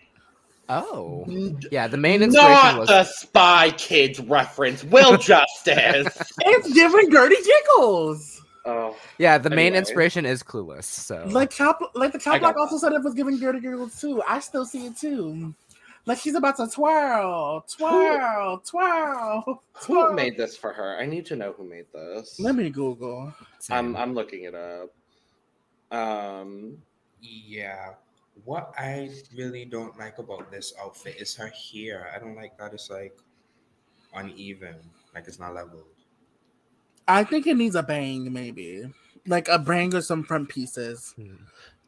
[SPEAKER 3] Oh.
[SPEAKER 1] N-
[SPEAKER 3] Yeah. The main inspiration
[SPEAKER 1] Not
[SPEAKER 3] was
[SPEAKER 1] the Spy Kids reference. Will Justice.
[SPEAKER 2] It's giving Gertie Giggles.
[SPEAKER 1] oh,
[SPEAKER 3] yeah. The main
[SPEAKER 1] anyway.
[SPEAKER 3] inspiration is Clueless. So
[SPEAKER 2] Like Chop, like the
[SPEAKER 1] Oh. I
[SPEAKER 2] Chop
[SPEAKER 1] got
[SPEAKER 2] Block also said it was giving Gertie Giggles too. I still see it too. Like she's about to twirl, twirl, twirl, twirl.
[SPEAKER 1] who made this for her? I need to know who made this.
[SPEAKER 2] Let me Google.
[SPEAKER 1] I'm
[SPEAKER 3] same.
[SPEAKER 1] I'm looking it up. Um.
[SPEAKER 4] Yeah. What I really don't like about this outfit is her hair. I don't like that it's like uneven, like it's not leveled.
[SPEAKER 2] I think it needs a bang, maybe like a bang or some front pieces.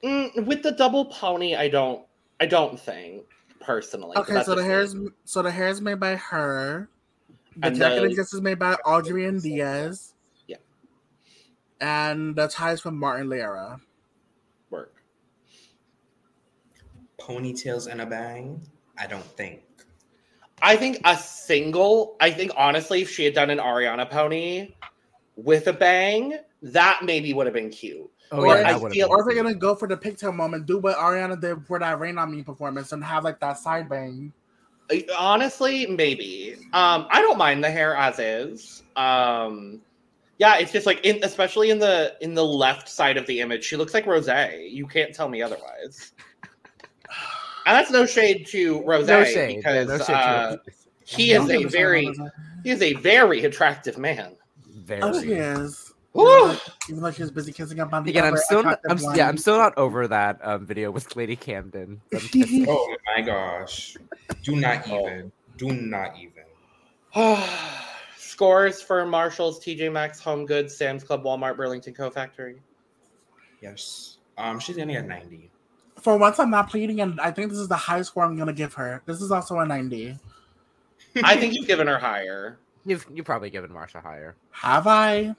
[SPEAKER 1] mm, with the double pony, I don't. I don't think personally. but
[SPEAKER 2] Okay,
[SPEAKER 1] that's
[SPEAKER 2] so the
[SPEAKER 1] just
[SPEAKER 2] hair's
[SPEAKER 1] me.
[SPEAKER 2] so the hair's made by her. The
[SPEAKER 1] And
[SPEAKER 2] jacket
[SPEAKER 1] the-
[SPEAKER 2] and just is made by Audrey and Diaz.
[SPEAKER 1] Yeah.
[SPEAKER 2] And the ties from Martin Lara.
[SPEAKER 1] work.
[SPEAKER 4] Ponytails and a bang? I don't think.
[SPEAKER 1] I think a single, I think honestly, if she had done an Ariana pony with a bang, that maybe would have been cute.
[SPEAKER 3] Oh
[SPEAKER 2] Or
[SPEAKER 3] yeah.
[SPEAKER 1] I
[SPEAKER 3] that would've
[SPEAKER 1] feel-
[SPEAKER 3] been
[SPEAKER 2] Or if we're
[SPEAKER 3] cool.
[SPEAKER 2] gonna go for the pigtail moment, do what Ariana did for that Rain on Me performance and have like that side bang.
[SPEAKER 1] I- Honestly, maybe. Um, I don't mind the hair as is. Um, yeah, it's just like in especially in the in the left side of the image, she looks like Rose. You can't tell me otherwise. And that's no shade to Rose
[SPEAKER 3] No shade. yeah,
[SPEAKER 1] because
[SPEAKER 3] no shade to
[SPEAKER 1] uh,
[SPEAKER 3] it.
[SPEAKER 1] he
[SPEAKER 2] I don't
[SPEAKER 1] is a
[SPEAKER 2] understand
[SPEAKER 1] very
[SPEAKER 2] how that's-
[SPEAKER 1] he is a very attractive man.
[SPEAKER 3] Very.
[SPEAKER 2] Oh, she is. Even, even though she was busy kissing up on the
[SPEAKER 3] Again, I'm
[SPEAKER 2] other
[SPEAKER 3] still not,
[SPEAKER 2] attractive
[SPEAKER 3] I'm,
[SPEAKER 2] one.
[SPEAKER 3] yeah, I'm still not over that um, video with Lady Camden. Them kissing.
[SPEAKER 4] Oh my gosh. Do not even. Do not even.
[SPEAKER 1] Scores for Marshalls, TJ Maxx, Home Goods, Sam's Club, Walmart, Burlington Co Factory.
[SPEAKER 4] Yes. Um, she's gonna get 90.
[SPEAKER 2] For once, I'm not pleading, and I think this is the highest score I'm gonna give her. This is also a 90.
[SPEAKER 1] I think you've given her higher.
[SPEAKER 3] You've you probably given Marsha higher.
[SPEAKER 2] Have I?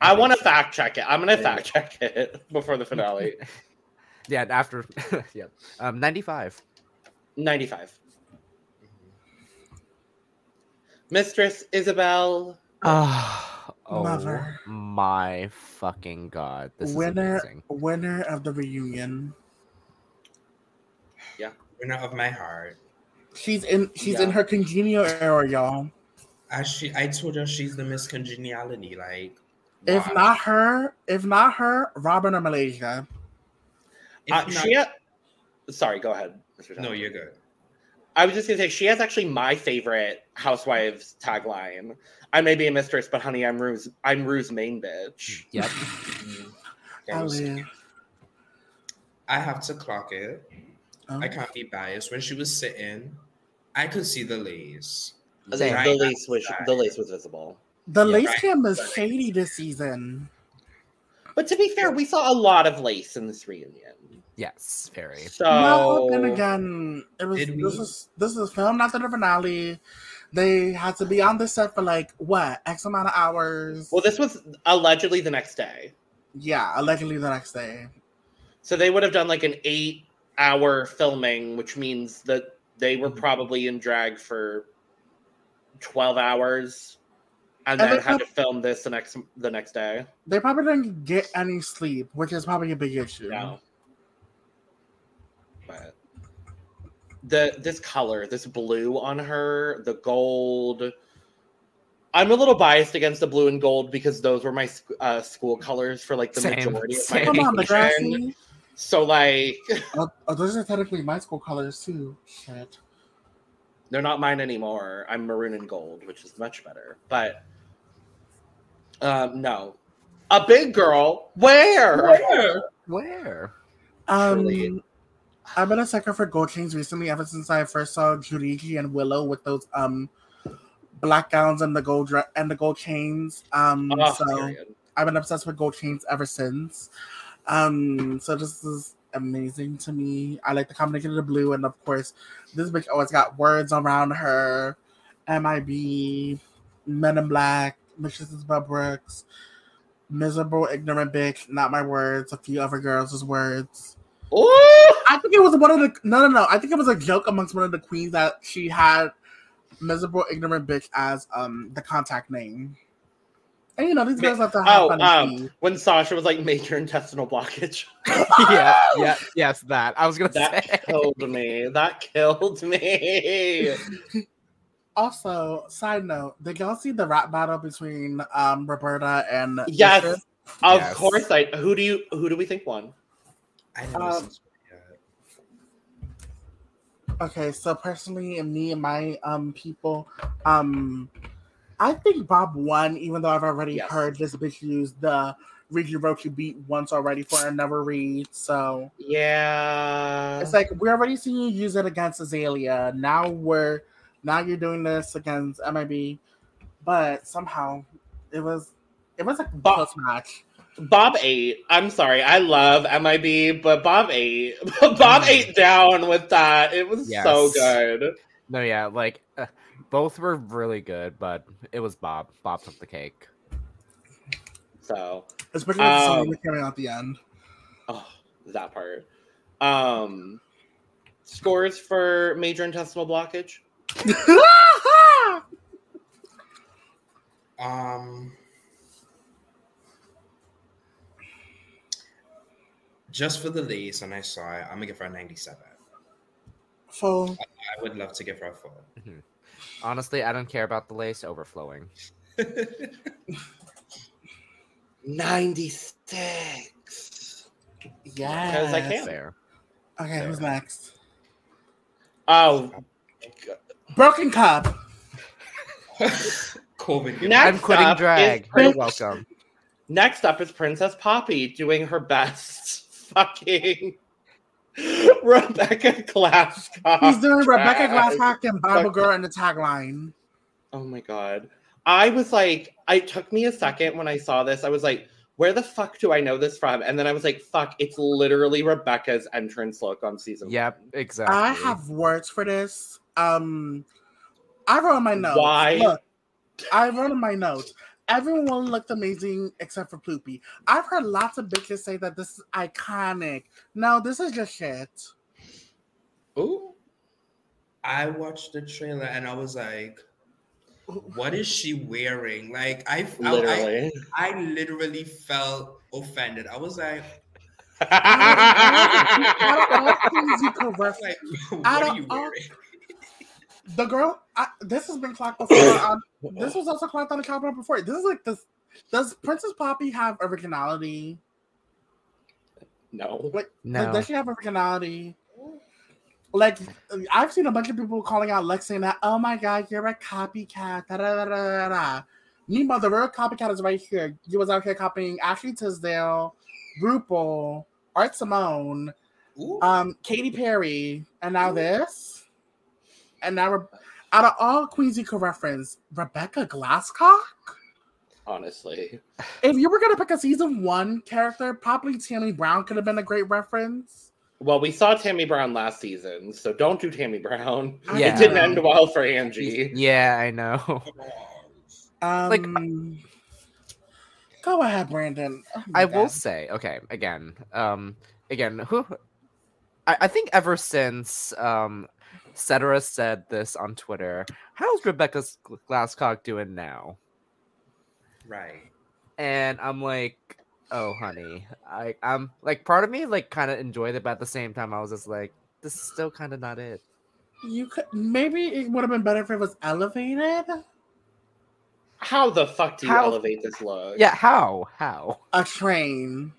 [SPEAKER 1] I want to fact check it. I'm going to fact check it before the finale.
[SPEAKER 3] Yeah, and after yeah, um, 95.
[SPEAKER 1] 95.
[SPEAKER 4] Mm-hmm.
[SPEAKER 1] Mistress Isabel.
[SPEAKER 3] Ah, oh
[SPEAKER 2] Mother.
[SPEAKER 3] my fucking god! This
[SPEAKER 2] winner,
[SPEAKER 3] is amazing.
[SPEAKER 2] winner of the reunion.
[SPEAKER 4] Winner of my heart.
[SPEAKER 2] She's in. She's in
[SPEAKER 1] Yeah.
[SPEAKER 2] her congenial era, y'all.
[SPEAKER 4] As she I told her she's the Miss Congeniality, like
[SPEAKER 2] If
[SPEAKER 4] wow.
[SPEAKER 2] not her, if not her, Robin or Malaysia.
[SPEAKER 4] If
[SPEAKER 1] Uh,
[SPEAKER 4] not-
[SPEAKER 1] she ha- Sorry, go ahead. Mr. Thomas.
[SPEAKER 4] no, you're good.
[SPEAKER 1] I was just going to say, she has actually my favorite Housewives tagline. I may be a mistress, but honey, I'm Rue's, I'm Rue's main
[SPEAKER 4] Hmm.
[SPEAKER 1] bitch.
[SPEAKER 3] Yep.
[SPEAKER 4] Mm.
[SPEAKER 2] I
[SPEAKER 4] That was-
[SPEAKER 2] live.
[SPEAKER 4] I have to clock it.
[SPEAKER 2] Oh.
[SPEAKER 4] I can't be biased. When she was sitting, I could see the lace.
[SPEAKER 1] The,
[SPEAKER 3] Same.
[SPEAKER 1] the lace was the lace was visible.
[SPEAKER 2] The
[SPEAKER 4] Yeah,
[SPEAKER 2] lace
[SPEAKER 4] right.
[SPEAKER 2] cam is shady this season.
[SPEAKER 1] But to be fair, we saw a lot of lace in this reunion.
[SPEAKER 3] Yes, very.
[SPEAKER 1] So
[SPEAKER 2] Well,
[SPEAKER 1] Oh.
[SPEAKER 2] then again, it was
[SPEAKER 4] Did
[SPEAKER 2] this
[SPEAKER 4] we-
[SPEAKER 2] is this is filmed after the finale. They had to be on the set for like what x amount of hours.
[SPEAKER 1] Well, this was allegedly the next day.
[SPEAKER 2] yeah, allegedly the next day.
[SPEAKER 1] So they would have done like an eight hour filming, which means that they were probably in drag for 12 hours and
[SPEAKER 2] And
[SPEAKER 1] then
[SPEAKER 2] they
[SPEAKER 1] had to film this the next the next day.
[SPEAKER 2] They probably didn't get any sleep, which is probably a big issue.
[SPEAKER 1] No. But the this color, this blue on her, the gold. I'm a little biased against the blue and gold because those were my sc- uh, school colors for like the
[SPEAKER 3] Same,
[SPEAKER 1] majority
[SPEAKER 3] same.
[SPEAKER 1] of
[SPEAKER 2] Come
[SPEAKER 1] my
[SPEAKER 2] on, the
[SPEAKER 1] education.
[SPEAKER 2] grassy.
[SPEAKER 1] So like
[SPEAKER 2] Oh, oh, those are technically my school colors too. Shit.
[SPEAKER 1] They're not mine anymore. I'm maroon and gold, which is much better. But um, no, a big girl. Where?
[SPEAKER 3] Where?
[SPEAKER 2] Um,
[SPEAKER 1] Truly.
[SPEAKER 2] I've been a sucker for gold chains recently. Ever since I first saw Jurigi and Willow with those um black gowns and the gold dre- and the gold chains. Um,
[SPEAKER 1] Oh,
[SPEAKER 2] so
[SPEAKER 1] period.
[SPEAKER 2] I've been obsessed with gold chains ever since. Um, so this is amazing to me. I like the combination of the blue, and of course, this bitch always got words around her. MIB, Men in Black, Mrs. Isabel Brooks, miserable, ignorant bitch. Not my words. A few other girls' words.
[SPEAKER 1] Ooh!
[SPEAKER 2] I think it was one of the no no no. I think it was a joke amongst one of the queens that she had miserable ignorant bitch as um the contact name. And you know these
[SPEAKER 1] Ma-
[SPEAKER 2] girls have to have
[SPEAKER 1] Oh,
[SPEAKER 2] fun and
[SPEAKER 1] um,
[SPEAKER 2] see.
[SPEAKER 1] when Sasha was like major intestinal blockage,
[SPEAKER 3] yeah, yeah, yes, that. I was gonna say.
[SPEAKER 1] that killed me. That killed me.
[SPEAKER 2] Also, side note, did y'all see the rap battle between um Roberta and
[SPEAKER 1] Yes,
[SPEAKER 2] Mistress?
[SPEAKER 1] Of
[SPEAKER 4] Yes.
[SPEAKER 1] course, I. Who do you? Who do we think won?
[SPEAKER 4] I didn't
[SPEAKER 2] Um,
[SPEAKER 4] listen to it yet.
[SPEAKER 2] Okay, so personally, and me and my um people, um, I think Bob won, even though I've already
[SPEAKER 1] Yes.
[SPEAKER 2] heard this bitch use the Rigi Rochi beat once already for another read. So
[SPEAKER 1] Yeah.
[SPEAKER 2] It's like we already seen you use it against Azalea. Now we're now you're doing this against MIB, but somehow it was it was a
[SPEAKER 1] But-
[SPEAKER 2] close match.
[SPEAKER 1] Bob eight. I'm sorry. I love MIB, but Bob eight. Bob eight down with that. It was so
[SPEAKER 3] Mm. Yes.
[SPEAKER 1] good.
[SPEAKER 3] No, yeah, like uh, both were really good, but it was Bob. Bob took the cake.
[SPEAKER 1] So
[SPEAKER 2] Especially with the song
[SPEAKER 1] Um,
[SPEAKER 2] that came out at the end.
[SPEAKER 1] oh, that part. Um scores for major intestinal blockage.
[SPEAKER 4] Um, just for the lace, and I saw it, I'm gonna give her a 97.
[SPEAKER 2] so
[SPEAKER 4] I would love to give her a full.
[SPEAKER 3] Honestly, I don't care about the lace overflowing.
[SPEAKER 1] 96.
[SPEAKER 2] yeah,
[SPEAKER 1] Because I can't.
[SPEAKER 3] Fair.
[SPEAKER 2] Okay, who's next?
[SPEAKER 1] Oh
[SPEAKER 2] Broken Cup.
[SPEAKER 4] COVID.
[SPEAKER 1] Next
[SPEAKER 3] I'm quitting
[SPEAKER 1] up is
[SPEAKER 3] drag.
[SPEAKER 1] Brit-
[SPEAKER 3] You're welcome.
[SPEAKER 1] Next up is Princess Poppy doing her best fucking Rebecca Glasscock.
[SPEAKER 2] He's doing Rebecca
[SPEAKER 1] trash.
[SPEAKER 2] Glasscock and Bible Girl in the tagline.
[SPEAKER 1] Oh my god. I was like, I took me a second when I saw this. I was like, where the fuck do I know this from? And then I was like, fuck, it's literally Rebecca's entrance look on season
[SPEAKER 3] Yep,
[SPEAKER 1] one.
[SPEAKER 3] exactly.
[SPEAKER 2] I have words for this. Um, I wrote in my notes.
[SPEAKER 1] Why?
[SPEAKER 2] Look, I wrote in my notes. Everyone looked amazing except for Ploopy. I've heard lots of bitches say that this is iconic. No, this is just shit.
[SPEAKER 1] Ooh.
[SPEAKER 4] I watched the trailer and I was like, what is she wearing? Like I, I- I,
[SPEAKER 1] Literally.
[SPEAKER 4] I, literally felt offended. I was like,
[SPEAKER 2] Out of all things you could ref-
[SPEAKER 4] like what
[SPEAKER 2] I
[SPEAKER 4] are
[SPEAKER 2] don't-
[SPEAKER 4] you
[SPEAKER 2] oh.
[SPEAKER 4] wearing?
[SPEAKER 2] The girl, I, this has been clocked before. on- this was also clocked on the calendar before. This is like this. Does Princess Poppy have originality?
[SPEAKER 1] No.
[SPEAKER 2] Like,
[SPEAKER 3] no.
[SPEAKER 2] does she have originality? Like, I've seen a bunch of people calling out Lex saying that, oh my God, you're a copycat. Da, da, da, da, da, da. Meanwhile, the real copycat is right here. You was out here copying Ashley Tisdale, RuPaul, Art Simone,
[SPEAKER 4] Ooh,
[SPEAKER 2] um, Katy Perry, and now this. And now, Re- out of all Queens you could reference, Rebecca Glasscock?
[SPEAKER 1] Honestly.
[SPEAKER 2] If you were going to pick a season one character, probably Tammy Brown could have been a great reference.
[SPEAKER 1] Well, we saw Tammy Brown last season, so don't do Tammy Brown.
[SPEAKER 2] I
[SPEAKER 3] Yeah.
[SPEAKER 1] It didn't
[SPEAKER 2] know.
[SPEAKER 1] end well for Angie.
[SPEAKER 3] Yeah, I know.
[SPEAKER 2] Um,
[SPEAKER 3] Like-
[SPEAKER 2] go ahead, Brandon. Oh my
[SPEAKER 3] I will
[SPEAKER 2] God.
[SPEAKER 3] say, okay, again, um, again, who, I, I think ever since um, Cetera said this on Twitter, how's Rebecca's Glasscock doing now?
[SPEAKER 4] right.
[SPEAKER 3] And I'm like, oh, honey, I, I'm like, part of me like kind of enjoyed it, but at the same time, I was just like, this is still kind of not it.
[SPEAKER 2] you could maybe it would have been better if it was elevated.
[SPEAKER 1] How the fuck do you
[SPEAKER 3] How-
[SPEAKER 1] elevate this look?
[SPEAKER 3] Yeah, how, how,
[SPEAKER 2] A train.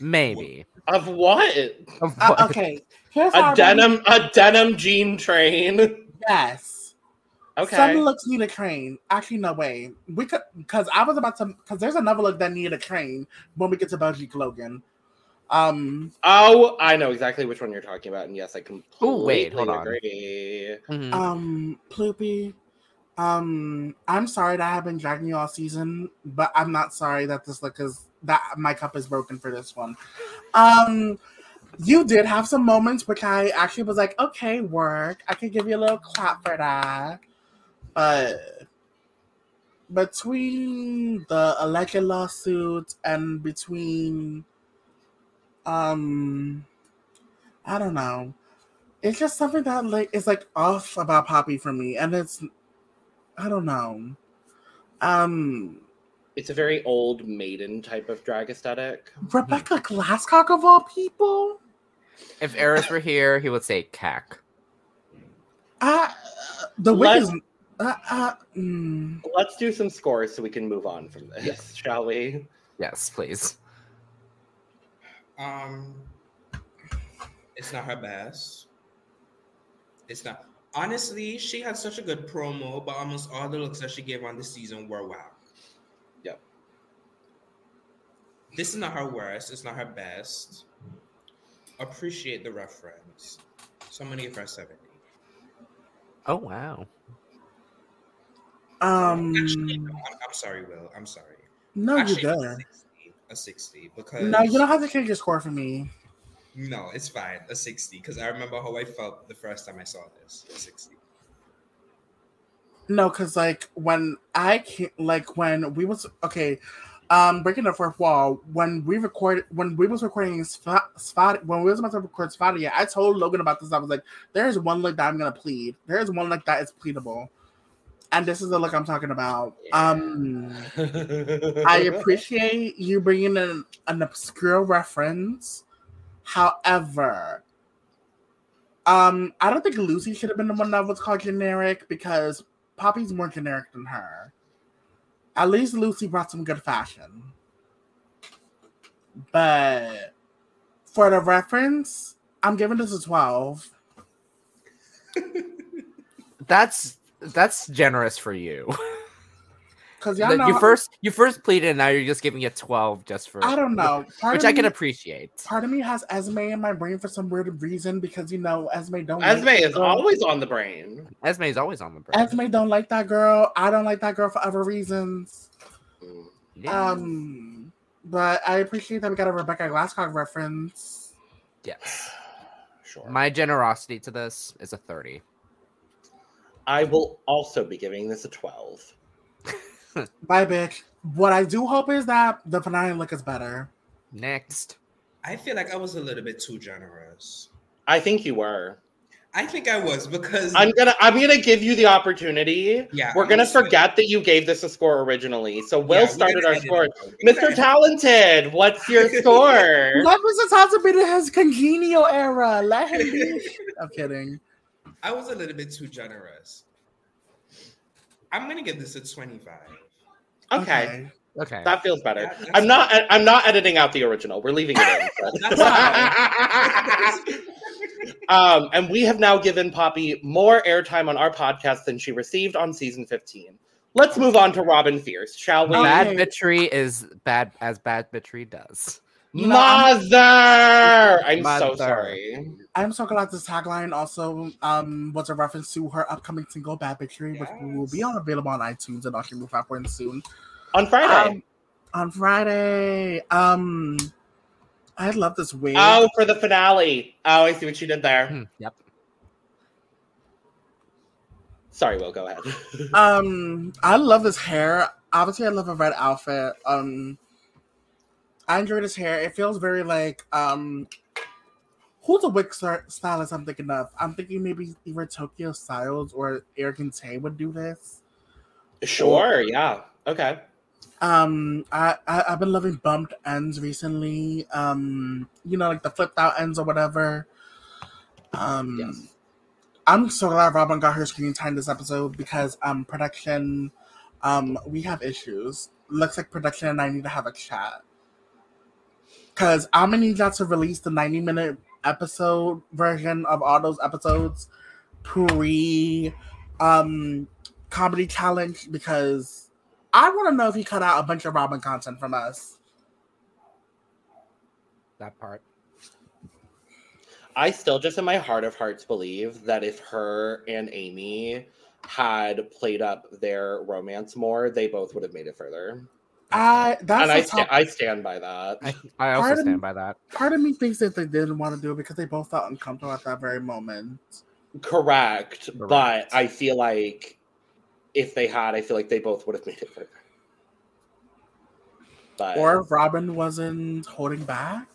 [SPEAKER 3] maybe.
[SPEAKER 1] Of what?
[SPEAKER 3] Of
[SPEAKER 2] Uh,
[SPEAKER 3] what-
[SPEAKER 2] okay, here's how I
[SPEAKER 1] A
[SPEAKER 2] really-
[SPEAKER 1] denim a denim jean train.
[SPEAKER 2] Yes.
[SPEAKER 1] Okay.
[SPEAKER 2] Some looks need a train. Actually, no way. We could because I was about to because there's another look that needed a train when we get to Belgique Logan. Um.
[SPEAKER 1] Oh, I know exactly which one you're talking about, and yes, I completely
[SPEAKER 3] Ooh, wait, hold on.
[SPEAKER 1] agree.
[SPEAKER 3] mhm.
[SPEAKER 2] Um. Ploopy. Um. I'm sorry that I have been dragging you all season, but I'm not sorry that this look is that my cup is broken for this one. Um, you did have some moments which I actually was like, okay, work. I could give you a little clap for that. But between the alleged lawsuit and between, um, I don't know, it's just something that like is like off about Poppy for me, and it's, I don't know, um.
[SPEAKER 1] It's a very old maiden type of drag aesthetic.
[SPEAKER 4] Hmm.
[SPEAKER 2] Rebecca Glasscock of all people?
[SPEAKER 3] If Eris were here, he would say cack.
[SPEAKER 2] Uh, the wig
[SPEAKER 1] Let-
[SPEAKER 2] is. Uh, uh, mm.
[SPEAKER 1] Let's do some scores so we can move on from this, shall we?
[SPEAKER 3] Yes, please.
[SPEAKER 4] Um, it's not her best. It's not. Honestly, she had such a good promo, but almost all the looks that she gave on this season were wow.
[SPEAKER 1] Yep.
[SPEAKER 4] This is not her worst. It's not her best. Appreciate the reference. So many of her seventy.
[SPEAKER 3] Oh wow.
[SPEAKER 2] um,
[SPEAKER 4] Actually, no, I'm, I'm sorry, Will. I'm sorry.
[SPEAKER 2] no, you're
[SPEAKER 4] Actually,
[SPEAKER 2] good.
[SPEAKER 4] A 60, a 60 because
[SPEAKER 2] No, you don't have to change your score for me.
[SPEAKER 4] No, it's fine. A 60, because I remember how I felt the first time I saw this. A 60.
[SPEAKER 2] No, because like when I can like when we was okay, um, breaking the fourth wall. When we recorded, when we was recording spot, spot when we was about to record spot, yeah, I told Logan about this. I was like, there is one look that I'm gonna plead. There is one look that is pleadable, and this is the look I'm talking about. Um. I appreciate you bringing in an obscure reference. However, um, I don't think Lucy should have been the one that was called generic because Poppy's more generic than her. At least Lucy brought some good fashion. But for the reference, I'm giving this a 12.
[SPEAKER 3] That's that's generous for you.
[SPEAKER 2] Because y'all
[SPEAKER 3] Like,
[SPEAKER 2] know
[SPEAKER 3] you first you first pleaded, and now you're just giving it twelve just for.
[SPEAKER 2] I don't know. Part
[SPEAKER 3] which
[SPEAKER 2] of
[SPEAKER 3] I can
[SPEAKER 2] me-
[SPEAKER 3] appreciate.
[SPEAKER 2] Part of me has Esme in my brain for some weird reason because you know Esme don't.
[SPEAKER 1] Esme
[SPEAKER 2] like that
[SPEAKER 1] is
[SPEAKER 2] girl.
[SPEAKER 1] always on the brain.
[SPEAKER 3] Esme is always on the brain.
[SPEAKER 2] Esme don't like that girl. I don't like that girl for other reasons.
[SPEAKER 1] Mm.
[SPEAKER 3] Yeah.
[SPEAKER 2] Um, but I appreciate that we got a Rebecca Glasscock reference.
[SPEAKER 3] yes.
[SPEAKER 1] Sure.
[SPEAKER 3] My generosity to this is a thirty.
[SPEAKER 1] I will also be giving this a 12.
[SPEAKER 2] Bye, bitch. What I do hope is that the finale look is better.
[SPEAKER 3] Next.
[SPEAKER 4] I feel like I was a little bit too generous.
[SPEAKER 1] I think you were.
[SPEAKER 4] I think I was because
[SPEAKER 1] I'm gonna I'm gonna give you the opportunity.
[SPEAKER 4] yeah,
[SPEAKER 1] We're
[SPEAKER 4] I'm
[SPEAKER 1] gonna
[SPEAKER 4] still-
[SPEAKER 1] forget that you gave this a score originally. So
[SPEAKER 4] yeah,
[SPEAKER 1] Will
[SPEAKER 4] we're
[SPEAKER 1] started
[SPEAKER 4] gonna
[SPEAKER 1] our
[SPEAKER 4] edit
[SPEAKER 1] score.
[SPEAKER 4] it out.
[SPEAKER 1] Mr. Talented, what's your score?
[SPEAKER 2] Let Mr. Thompson be in his congenial era. Let him be. I'm kidding.
[SPEAKER 4] I was a little bit too generous. I'm gonna give this a 25.
[SPEAKER 1] okay.
[SPEAKER 3] Okay.
[SPEAKER 1] That feels better.
[SPEAKER 4] That- that's
[SPEAKER 1] I'm not. I'm not editing out the original. We're leaving it in. um, and we have now given Poppy more airtime on our podcast than she received on season 15. Let's move on to Robin Fierce, shall we?
[SPEAKER 2] Okay.
[SPEAKER 3] Bad bitchery is bad as bad bitchery does.
[SPEAKER 2] No, I'm-
[SPEAKER 1] Mother, I'm so
[SPEAKER 3] Mother.
[SPEAKER 1] sorry.
[SPEAKER 2] I'm so glad this tagline also um was a reference to her upcoming single Bad Picture, which will be
[SPEAKER 4] Yes.
[SPEAKER 2] on available on iTunes and all streaming platforms soon.
[SPEAKER 1] On Friday.
[SPEAKER 2] Um, on Friday. Um I love this wig.
[SPEAKER 1] oh, for the finale. Oh, I see what you did there.
[SPEAKER 3] Hmm, Yep.
[SPEAKER 1] Sorry, Will. Go ahead.
[SPEAKER 2] Um I love this hair. Obviously I love a red outfit. Um I enjoy this hair. It feels very like um Who's the wig star- stylist I'm thinking of? I'm thinking maybe either Tokyo Styles or Eric and Tay would do this.
[SPEAKER 1] Sure. Yeah. Okay.
[SPEAKER 2] Um, I, I I've been loving bumped ends recently. Um, you know, like the flipped out ends or whatever. Um,
[SPEAKER 1] Yes.
[SPEAKER 2] I'm so glad Robin got her screen time this episode because um production, um we have issues. Looks like production and I need to have a chat. Cause I'm gonna need y'all to release the 90 minute episode version of all those episodes pre um comedy challenge because I want to know if he cut out a bunch of Robin content from us.
[SPEAKER 3] That part.
[SPEAKER 1] I still just in my heart of hearts believe that if her and Amy had played up their romance more, they both would have made it further.
[SPEAKER 2] I that's
[SPEAKER 1] and I,
[SPEAKER 2] the
[SPEAKER 1] sta-
[SPEAKER 2] top,
[SPEAKER 1] I stand by that.
[SPEAKER 3] I, I also
[SPEAKER 2] Pardon?
[SPEAKER 3] stand by that.
[SPEAKER 2] part of me thinks that they didn't want to do it because they both felt uncomfortable at that very moment.
[SPEAKER 1] Correct, but
[SPEAKER 3] Correct.
[SPEAKER 1] I feel like if they had, I feel like they both would have made it further.
[SPEAKER 3] Uh,
[SPEAKER 1] But
[SPEAKER 2] Or if Robin wasn't holding back.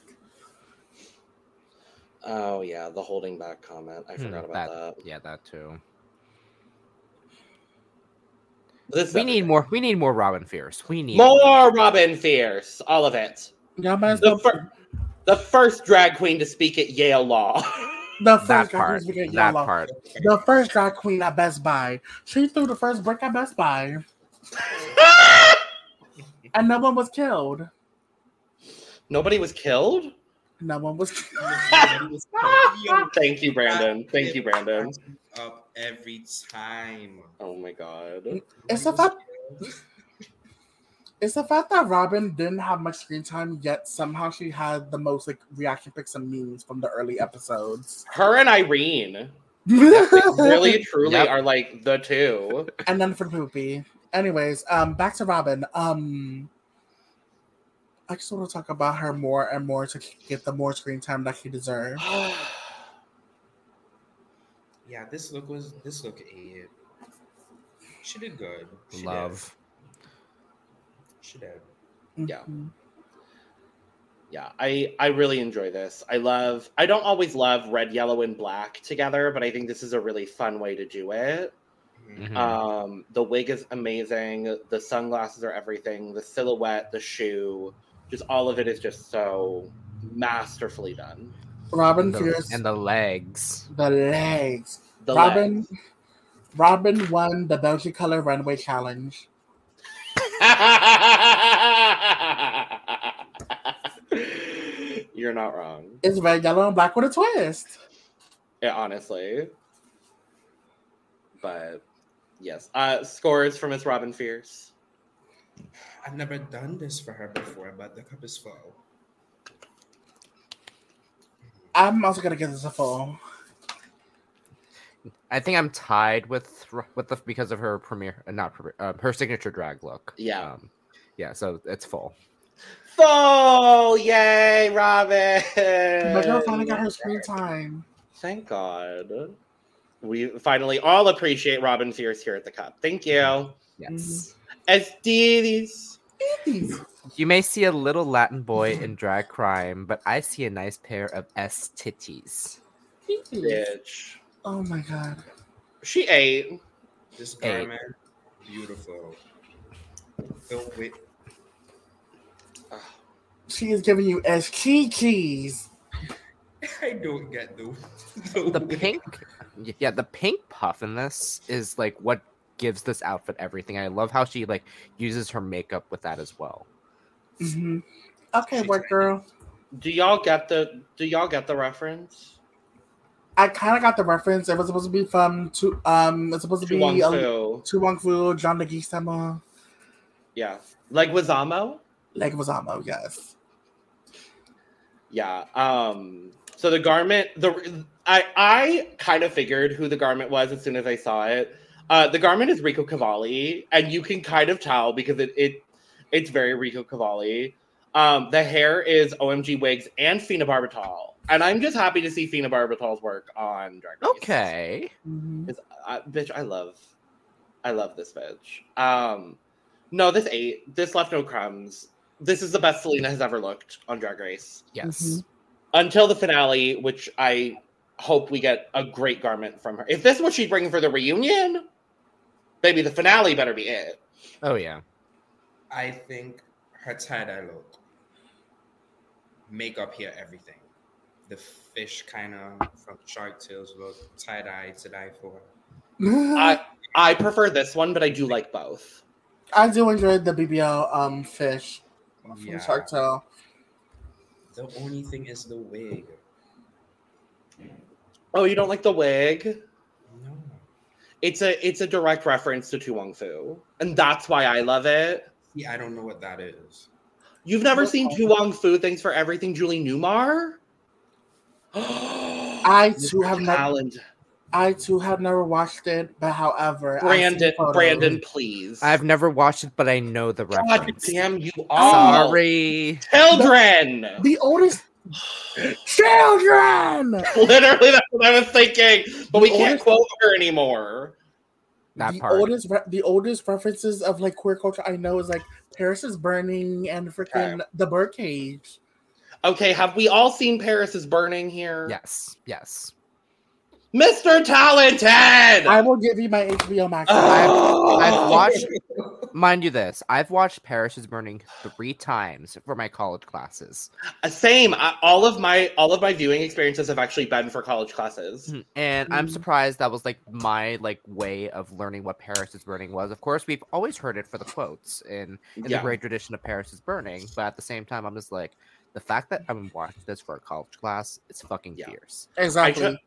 [SPEAKER 1] oh yeah, the holding back comment. I
[SPEAKER 3] Hmm,
[SPEAKER 1] forgot about that.
[SPEAKER 3] Yeah, that too.
[SPEAKER 1] This is
[SPEAKER 3] We need
[SPEAKER 1] everything.
[SPEAKER 3] more. We need more Robin Fierce. We need
[SPEAKER 1] more Robin Fierce. All of it.
[SPEAKER 2] Y'all might as
[SPEAKER 1] The
[SPEAKER 2] well.
[SPEAKER 1] fir- The first drag queen to speak at Yale Law.
[SPEAKER 2] the first
[SPEAKER 3] that
[SPEAKER 2] drag
[SPEAKER 3] part.
[SPEAKER 2] queen we get,
[SPEAKER 3] That
[SPEAKER 2] y'all off.
[SPEAKER 3] part.
[SPEAKER 2] The first drag queen at Best Buy. She threw the first brick at Best Buy, and no one was killed.
[SPEAKER 1] Nobody was killed.
[SPEAKER 2] No one was.
[SPEAKER 1] Thank you, Brandon. Thank you, Brandon.
[SPEAKER 4] Up every time.
[SPEAKER 1] Oh my god.
[SPEAKER 2] It's a fact. It's the fact that Robin didn't have much screen time, yet somehow she had the most like reaction pics and memes from the early episodes.
[SPEAKER 1] Her and Irene
[SPEAKER 2] really?
[SPEAKER 1] really truly
[SPEAKER 3] Yep.
[SPEAKER 1] are like the two.
[SPEAKER 2] And then for Poopy. Anyways, um, back to Robin. Um, I just want to talk about her more and more to get the more screen time that she deserves.
[SPEAKER 4] Yeah, this look was this look it. She did good. She did.
[SPEAKER 3] Love.
[SPEAKER 4] She did.
[SPEAKER 1] Yeah.
[SPEAKER 2] Mm-hmm.
[SPEAKER 1] yeah, I I really enjoy this. I love I don't always love red, yellow and black together, but I think this is a really fun way to do it.
[SPEAKER 2] Uh,
[SPEAKER 4] Mhm.
[SPEAKER 3] Mhm.
[SPEAKER 1] Um, the wig is amazing. The sunglasses are everything. The silhouette, the shoe, just all of it is just so masterfully done.
[SPEAKER 2] Robin
[SPEAKER 3] and, the,
[SPEAKER 2] Fierce,
[SPEAKER 3] and the legs.
[SPEAKER 2] the legs.
[SPEAKER 1] The
[SPEAKER 2] Robin, Robin won the Belgian Color Runway Challenge.
[SPEAKER 1] leg. You're not wrong.
[SPEAKER 2] It's red, yellow, and black with a twist.
[SPEAKER 1] Yeah, honestly. But yes, uh, scores for Miss Robin Fierce.
[SPEAKER 4] I've never done this for her before, but the cup is full.
[SPEAKER 2] I'm also gonna give this a full.
[SPEAKER 3] I think I'm tied with R- with the because of her premiere, uh, not premiere, um, her signature drag look.
[SPEAKER 1] Yeah.
[SPEAKER 3] Um, yeah. So it's full.
[SPEAKER 1] Full! Yay, Robin!
[SPEAKER 2] But girl finally got her screen time.
[SPEAKER 1] Thank God. We finally all appreciate Robin Fierce here at the Cup. Thank you.
[SPEAKER 3] Yes.
[SPEAKER 2] Mhm.
[SPEAKER 1] As deities.
[SPEAKER 3] You may see a little Latin boy in drag crime, but I see a nice pair of S titties.
[SPEAKER 1] Bitch.
[SPEAKER 2] Oh my god.
[SPEAKER 1] She ate.
[SPEAKER 4] This
[SPEAKER 3] Hey.
[SPEAKER 4] garment, beautiful. Filled with
[SPEAKER 2] She is giving you as key keys.
[SPEAKER 4] I don't get the
[SPEAKER 3] The pink, yeah, the pink puff in this is like what gives this outfit everything. I love how she like uses her makeup with that as well.
[SPEAKER 2] Mhm. Okay,
[SPEAKER 4] She's
[SPEAKER 2] work girl.
[SPEAKER 1] Do y'all get the do y'all get the reference?
[SPEAKER 2] I kind of got the reference. It was supposed to be from to um. It's supposed to
[SPEAKER 1] To
[SPEAKER 2] be
[SPEAKER 1] Wong
[SPEAKER 2] a-
[SPEAKER 1] Fu.
[SPEAKER 2] to Wong Fu, John Leguizamo,
[SPEAKER 1] Yeah. Like Wazamo?
[SPEAKER 2] Lake Wazamo. Yes.
[SPEAKER 1] Yeah. Um so the garment the I I kind of figured who the garment was as soon as I saw it. Uh the garment is Rico Cavalli and you can kind of tell because it it it's very Rico Cavalli. Um the hair is OMG wigs and phenobarbital. And I'm just happy to see phenobarbital's work on Drag Race.
[SPEAKER 3] Okay.
[SPEAKER 2] Mhm.
[SPEAKER 1] It's, I, bitch, I love, I love this bitch. Um, no, this ate. This left no crumbs. This is the best Selena has ever looked on Drag Race
[SPEAKER 3] Yes.
[SPEAKER 2] Mhm.
[SPEAKER 1] until the finale, which I hope we get a great garment from her. If this is what she's bringing for the reunion, baby, the finale better be it.
[SPEAKER 3] Oh yeah.
[SPEAKER 4] I think her tie-dye look, makeup here, everything. The fish kind of from Shark Tales look, tie-dye to die for.
[SPEAKER 1] I I prefer this one, but I do like both.
[SPEAKER 2] I do enjoy the BBL um fish from
[SPEAKER 4] Yeah.
[SPEAKER 2] Shark Tale.
[SPEAKER 4] The only thing is the wig.
[SPEAKER 1] Oh, you don't like the wig?
[SPEAKER 4] No.
[SPEAKER 1] It's a it's a direct reference to Tu Wong Fu, and that's why I love it.
[SPEAKER 4] See, I don't know what that is.
[SPEAKER 1] You've never
[SPEAKER 2] Well,
[SPEAKER 1] seen
[SPEAKER 2] also-
[SPEAKER 1] Tu Wong Fu Thanks for Everything, Julie Newmar? I
[SPEAKER 2] I too have not.
[SPEAKER 1] Talent.
[SPEAKER 2] I too have never watched it, but however, I've seen
[SPEAKER 1] Brandon,
[SPEAKER 2] photos.
[SPEAKER 1] Brandon, please.
[SPEAKER 3] I've never watched it, but I know the
[SPEAKER 1] God
[SPEAKER 3] reference.
[SPEAKER 1] damn you Oh. all.
[SPEAKER 3] Sorry.
[SPEAKER 1] Children.
[SPEAKER 2] the oldest children.
[SPEAKER 1] Literally, that's what I was thinking. But we
[SPEAKER 2] The
[SPEAKER 1] can't
[SPEAKER 2] oldest-
[SPEAKER 1] quote her anymore.
[SPEAKER 3] That
[SPEAKER 2] the
[SPEAKER 3] part.
[SPEAKER 2] oldest re- the oldest references of like queer culture I know is like Paris is burning and freaking the birdcage.
[SPEAKER 1] Okay, have we all seen Paris is Burning here?
[SPEAKER 3] Yes. Yes.
[SPEAKER 1] Mr. Talented!
[SPEAKER 2] I will give you my HBO Max.
[SPEAKER 1] Oh.
[SPEAKER 3] I've watched, mind you, this I've watched Paris is Burning three times for my college classes,
[SPEAKER 1] Uh, Same. I, all of my all of my viewing experiences have actually been for college
[SPEAKER 3] Hmm.
[SPEAKER 1] classes.
[SPEAKER 3] and I'm
[SPEAKER 2] Mm.
[SPEAKER 3] surprised that was like my like way of learning what Paris is Burning was. Of course, we've always heard it for the quotes in, in the
[SPEAKER 1] Yeah.
[SPEAKER 3] great tradition of Paris is Burning, but at the same time, I'm just like. The fact that I'm watching this for a college class is fucking
[SPEAKER 1] Yeah.
[SPEAKER 3] fierce.
[SPEAKER 1] I
[SPEAKER 2] exactly.
[SPEAKER 1] took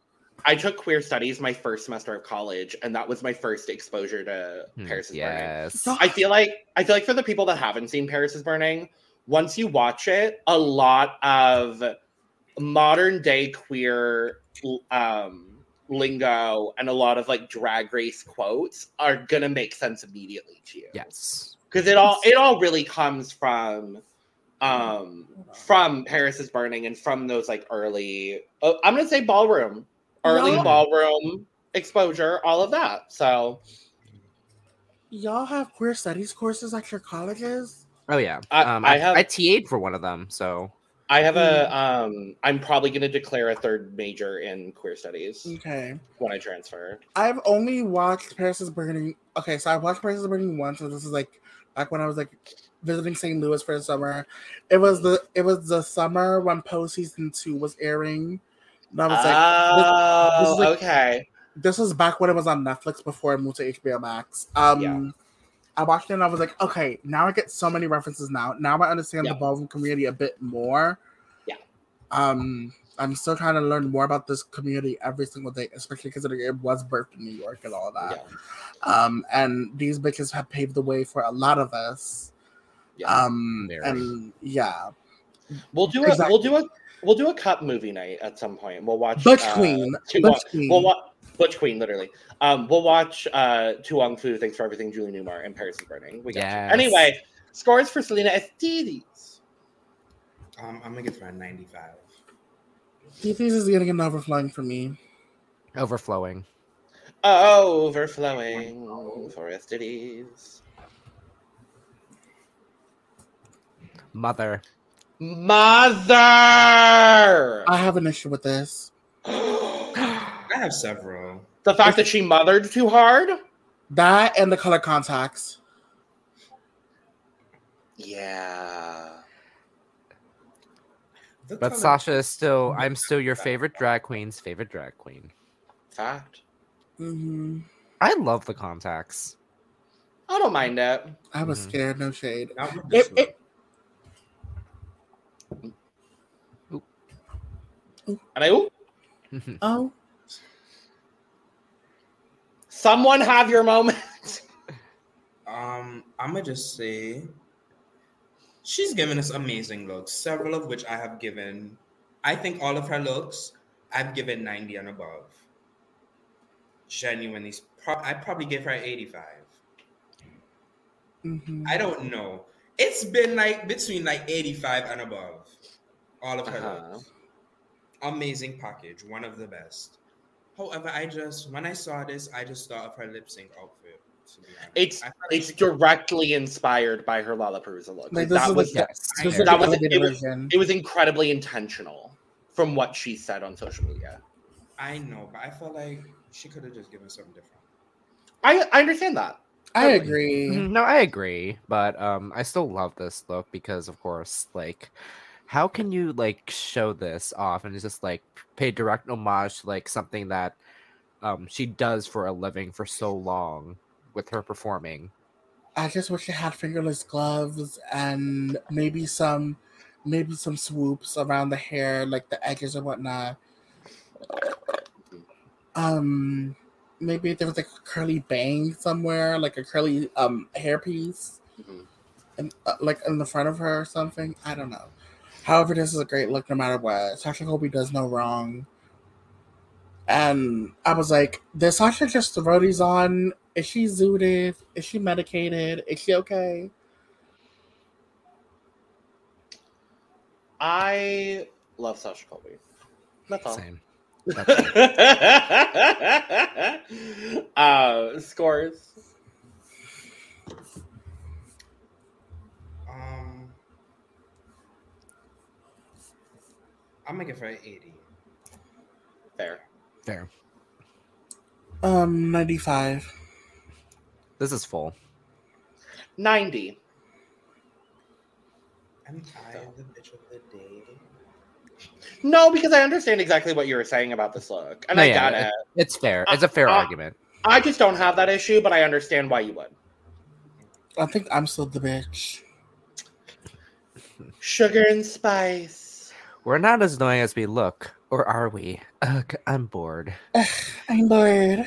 [SPEAKER 1] I took queer studies my first semester of college, and that was my first exposure to
[SPEAKER 3] Hmm,
[SPEAKER 1] Paris is Burning.
[SPEAKER 3] yes.
[SPEAKER 1] I feel like I feel like for the people that haven't seen Paris is Burning, once you watch it, a lot of modern day queer um, lingo and a lot of like drag race quotes are gonna make sense immediately to you
[SPEAKER 3] Yes.
[SPEAKER 1] because it all it all really comes from um from paris is burning and from those like early uh, i'm gonna say ballroom early
[SPEAKER 2] Yeah.
[SPEAKER 1] ballroom exposure all of that so
[SPEAKER 2] Y'all have queer studies courses at your colleges?
[SPEAKER 3] Oh yeah.
[SPEAKER 1] I-
[SPEAKER 3] um,
[SPEAKER 1] I
[SPEAKER 3] I,
[SPEAKER 1] have-
[SPEAKER 3] I TA'd for one of them, so
[SPEAKER 1] i have
[SPEAKER 2] Hmm.
[SPEAKER 1] a um i'm probably gonna declare a third major in queer studies
[SPEAKER 2] Okay.
[SPEAKER 1] when i transfer
[SPEAKER 2] I've only watched Paris is Burning. Okay, so I watched Paris is Burning once, so this is like back when I was like visiting St. Louis for the summer. It was the it was the summer when Poe season two was airing. And I was like,
[SPEAKER 1] oh
[SPEAKER 2] this is like-
[SPEAKER 1] okay
[SPEAKER 2] this was back when it was on Netflix before it moved to HBO Max. Um,
[SPEAKER 1] Yeah.
[SPEAKER 2] I watched it and I was like, okay, now I get so many references now. Now I understand
[SPEAKER 1] Yeah.
[SPEAKER 2] the ballroom community a bit more.
[SPEAKER 1] Yeah.
[SPEAKER 2] Um, I'm still trying to learn more about this community every single day, especially considering it was birthed in New York and all that.
[SPEAKER 1] yeah.
[SPEAKER 2] Um, and these bitches have paved the way for a lot of us.
[SPEAKER 1] Yeah.
[SPEAKER 2] Um,
[SPEAKER 3] Very.
[SPEAKER 2] and yeah,
[SPEAKER 1] we'll do a
[SPEAKER 2] exactly.
[SPEAKER 1] we'll do a we'll do a cup movie night at some point. We'll watch
[SPEAKER 2] Butch
[SPEAKER 1] uh,
[SPEAKER 2] Queen,
[SPEAKER 1] Tu-
[SPEAKER 2] Butch Queen.
[SPEAKER 1] We'll watch Butch Queen, literally. Um, we'll watch uh Tuong Fu, Thanks for Everything, Julie Newmar, and Paris is Burning. We got
[SPEAKER 3] Yes.
[SPEAKER 1] you. Anyway, scores for Selena Estides.
[SPEAKER 4] Um, I'm gonna give her a 95.
[SPEAKER 2] DVs is getting an overflowing for me.
[SPEAKER 3] Overflowing.
[SPEAKER 1] Overflowing for Estides.
[SPEAKER 3] Mother.
[SPEAKER 1] Mother!
[SPEAKER 2] I have an issue with this.
[SPEAKER 4] I have several.
[SPEAKER 1] the fact that she mothered too hard?
[SPEAKER 2] That and the color contacts.
[SPEAKER 1] Yeah.
[SPEAKER 4] The
[SPEAKER 3] But
[SPEAKER 4] color-
[SPEAKER 3] Sasha is still, I'm still your favorite drag queen's favorite drag queen.
[SPEAKER 1] Fact.
[SPEAKER 2] hmm
[SPEAKER 3] I love the contacts.
[SPEAKER 1] I don't mind it.
[SPEAKER 2] I was
[SPEAKER 3] Mhm.
[SPEAKER 2] scared. No shade.
[SPEAKER 4] Not with this
[SPEAKER 2] It-
[SPEAKER 4] one.
[SPEAKER 2] it-
[SPEAKER 1] And I, ooh,
[SPEAKER 2] Oh,
[SPEAKER 1] someone have your moment.
[SPEAKER 4] Um, I'm gonna just say she's given us amazing looks, several of which I have given. I think all of her looks I've given 90 and above. Genuinely, pro- I probably give her 85.
[SPEAKER 2] mhm.
[SPEAKER 4] I don't know. It's been like between like 85 and above. All of her
[SPEAKER 1] Uh-huh.
[SPEAKER 4] looks. Amazing package, one of the best. However, I just when I saw this, I just thought of her lip sync outfit. To be honest.
[SPEAKER 1] It's
[SPEAKER 4] I thought I
[SPEAKER 1] it's
[SPEAKER 4] should-
[SPEAKER 1] directly inspired by her Lollapalooza look.
[SPEAKER 2] Like, this
[SPEAKER 1] that
[SPEAKER 2] is
[SPEAKER 1] was
[SPEAKER 2] like-
[SPEAKER 3] Yes.
[SPEAKER 2] This is
[SPEAKER 1] That
[SPEAKER 2] the
[SPEAKER 1] was-
[SPEAKER 2] elevator
[SPEAKER 1] it was-
[SPEAKER 2] version.
[SPEAKER 1] it was incredibly intentional from what she said on social media.
[SPEAKER 4] I know, but I felt like she could have just given something different.
[SPEAKER 1] I, I understand that.
[SPEAKER 2] I
[SPEAKER 1] Totally.
[SPEAKER 2] agree.
[SPEAKER 3] Mhm, No, I agree, but um, I still love this look because, of course, like, how can you like show this off and it's just like pay direct homage to like something that um she does for a living for so long with her performing?
[SPEAKER 2] I just wish it had fingerless gloves and maybe some, maybe some swoops around the hair, like the edges and whatnot. Um, maybe if there was like a curly bang somewhere, like a curly um hairpiece,
[SPEAKER 1] Mhm.
[SPEAKER 2] and uh, like in the front of her or something. I don't know. However, this is a great look no matter what. Sasha Colby does no wrong. And I was like, did Sasha just throw these on? Is she zooted? Is she medicated? Is she okay?
[SPEAKER 1] I love Sasha Colby. That's all.
[SPEAKER 3] Same.
[SPEAKER 1] uh, scores.
[SPEAKER 4] Um, I'm gonna give her an 80.
[SPEAKER 1] Fair.
[SPEAKER 3] Fair.
[SPEAKER 2] Um, 95.
[SPEAKER 3] This is full.
[SPEAKER 1] 90.
[SPEAKER 4] Am I the bitch of the day?
[SPEAKER 1] No, because I understand exactly what you were saying about this look. And
[SPEAKER 3] No,
[SPEAKER 1] I
[SPEAKER 3] yeah,
[SPEAKER 1] got it.
[SPEAKER 3] It's fair. It's a fair
[SPEAKER 1] Uh, uh,
[SPEAKER 3] argument.
[SPEAKER 1] I just don't have that issue, but I understand why you would.
[SPEAKER 2] I think I'm still the bitch.
[SPEAKER 1] Sugar and spice.
[SPEAKER 3] We're not as annoying as we look, or are we? Ugh, I'm bored.
[SPEAKER 2] Ugh, I'm bored.